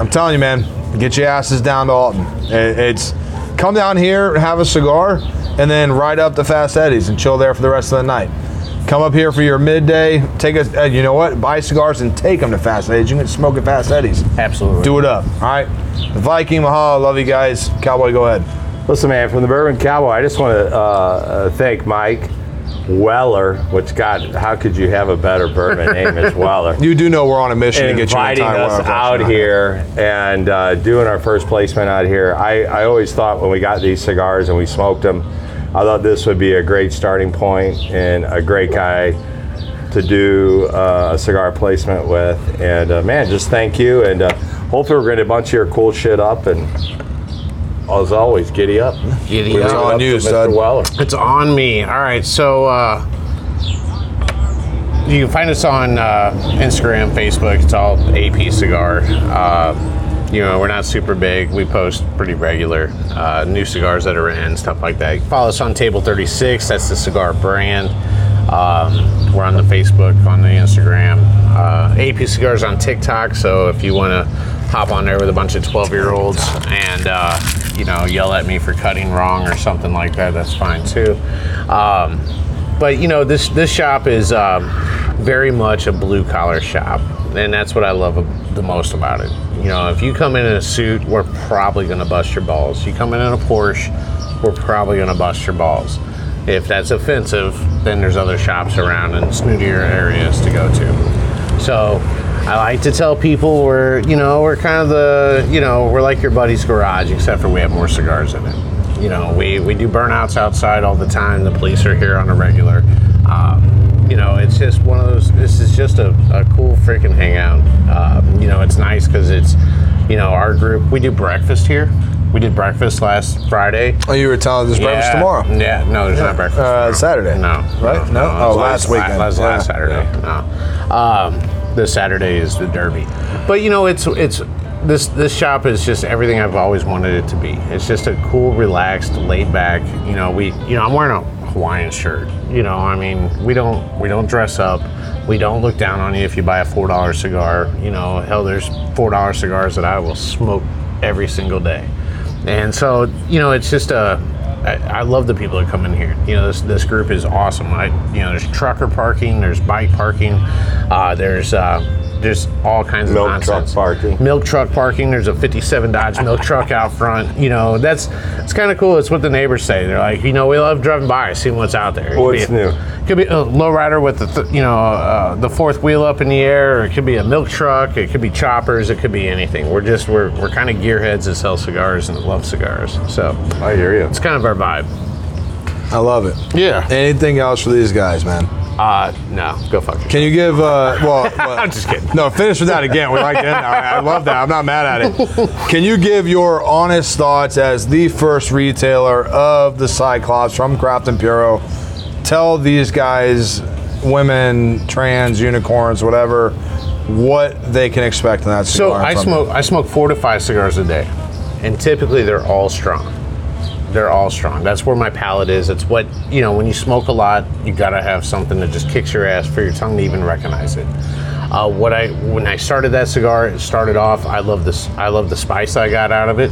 I'm telling you, man, get your asses down to Alton. It- it's come down here, have a cigar, and then ride up to Fast Eddie's and chill there for the rest of the night. Come up here for your midday. Take a, uh, you know what? Buy cigars and take them to Fast Eddie's. You can smoke at Fast Eddie's. Absolutely. Do it up. All right. The Viking Mahalo, love you guys. Cowboy, go ahead. Listen, man, from the Bourbon Cowboy, I just want to uh, uh, thank Mike Weller. Which God, how could you have a better bourbon name as Weller? You do know we're on a mission to get you in inviting time. us out here and uh, doing our first placement out here. I, I always thought when we got these cigars and we smoked them, I thought this would be a great starting point and a great guy to do uh, a cigar placement with. And uh, man, just thank you. And uh, hopefully, we're going to bunch your cool shit up. And as always, giddy up. Giddy We're gonna up. It's go on up to you, Mr. stud. Weller. It's on me. All right, so uh, you can find us on uh, Instagram, Facebook. It's all AP Cigar. Uh, you know, we're not super big. We post pretty regular uh, new cigars that are in, stuff like that. You can follow us on Table 36. That's the cigar brand. Um, we're on the Facebook, on the Instagram. Uh, AP Cigars on TikTok. So if you want to hop on there with a bunch of 12 year olds and, uh, you know, yell at me for cutting wrong or something like that, that's fine too. Um, but you know this this shop is um, very much a blue collar shop and that's what i love ab- the most about it you know if you come in in a suit we're probably going to bust your balls you come in in a porsche we're probably going to bust your balls if that's offensive then there's other shops around and snootier areas to go to so i like to tell people we're you know we're kind of the you know we're like your buddy's garage except for we have more cigars in it you know, we, we do burnouts outside all the time. The police are here on a regular. Um, you know, it's just one of those. This is just a, a cool freaking hangout. Um, you know, it's nice because it's, you know, our group. We do breakfast here. We did breakfast last Friday. Oh, you were telling us there's breakfast Yeah. tomorrow. Yeah, no, there's not breakfast. Uh, Saturday. No, Right? No? Oh, last weekend. Last, Yeah. last Saturday. No, um, this Saturday is the Derby, but you know it's it's this this shop is just everything I've always wanted it to be. It's just a cool, relaxed, laid back. You know, we you know I'm wearing a Hawaiian shirt. You know, I mean we don't we don't dress up. We don't look down on you if you buy a four dollar cigar. You know, hell, there's four dollar cigars that I will smoke every single day, and so you know it's just a I, I love the people that come in here. You know, this this group is awesome. I you know, there's trucker parking, there's bike parking, uh, there's uh, there's all kinds Milk of truck nonsense. parking. Milk truck parking. There's a '57 Dodge milk truck out front. You know, that's it's kind of cool. It's what the neighbors say. They're like, you know, we love driving by, seeing what's out there. It could What's be- new? Could be a lowrider with the th- you know uh, the fourth wheel up in the air, or it could be a milk truck, it could be choppers, it could be anything. We're just we're, we're kind of gearheads that sell cigars and love cigars, so I hear you. it's kind of our vibe. I love it. Yeah. Anything else for these guys, man? Uh, no, go fuck yourself. Can you give? Uh, well, I'm just kidding. No, finish with that again. We like that. I I love that. I'm not mad at it. Can you give your honest thoughts as the first retailer of the Cyclops from Craft and Puro? Tell these guys, women, trans, unicorns, whatever, what they can expect in that So cigar. I from you. smoke I smoke four to five cigars a day, and typically they're all strong. They're all strong. That's where my palate is. It's what you know. When you smoke a lot, you gotta have something that just kicks your ass for your tongue to even recognize it. Uh, what I when I started that cigar, it started off. I love this. I love the spice I got out of it,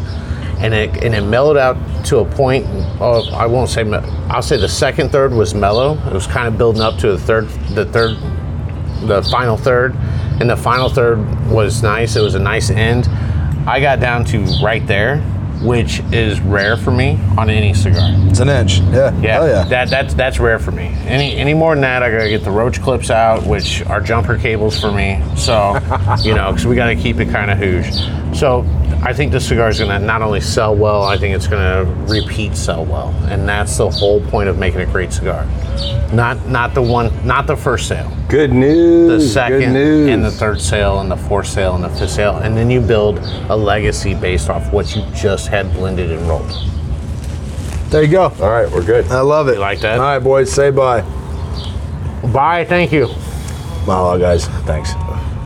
and it and it mellowed out to a point. Of, I won't say. me- I'll say the second third was mellow. It was kind of building up to the third. The third the final third, and the final third was nice. It was a nice end. I got down to right there, which is rare for me on any cigar. It's an inch. Yeah. Yeah, Hell Oh, yeah. that that's that's rare for me. Any any more than that, I gotta get the roach clips out, which are jumper cables for me. So, you know, because we gotta keep it kind of hoosh. So, I think this cigar is gonna not only sell well, I think it's gonna repeat sell well, and that's the whole point of making a great cigar. Not not the one, not the first sale Good news. the Good second news. and the third sale and the fourth sale and the fifth sale and then you build a legacy based off what you just had blended and rolled There you go. All right, we're good. I love it. You like that? All right, boys. Say bye. bye thank you Mahalo, guys. Thanks.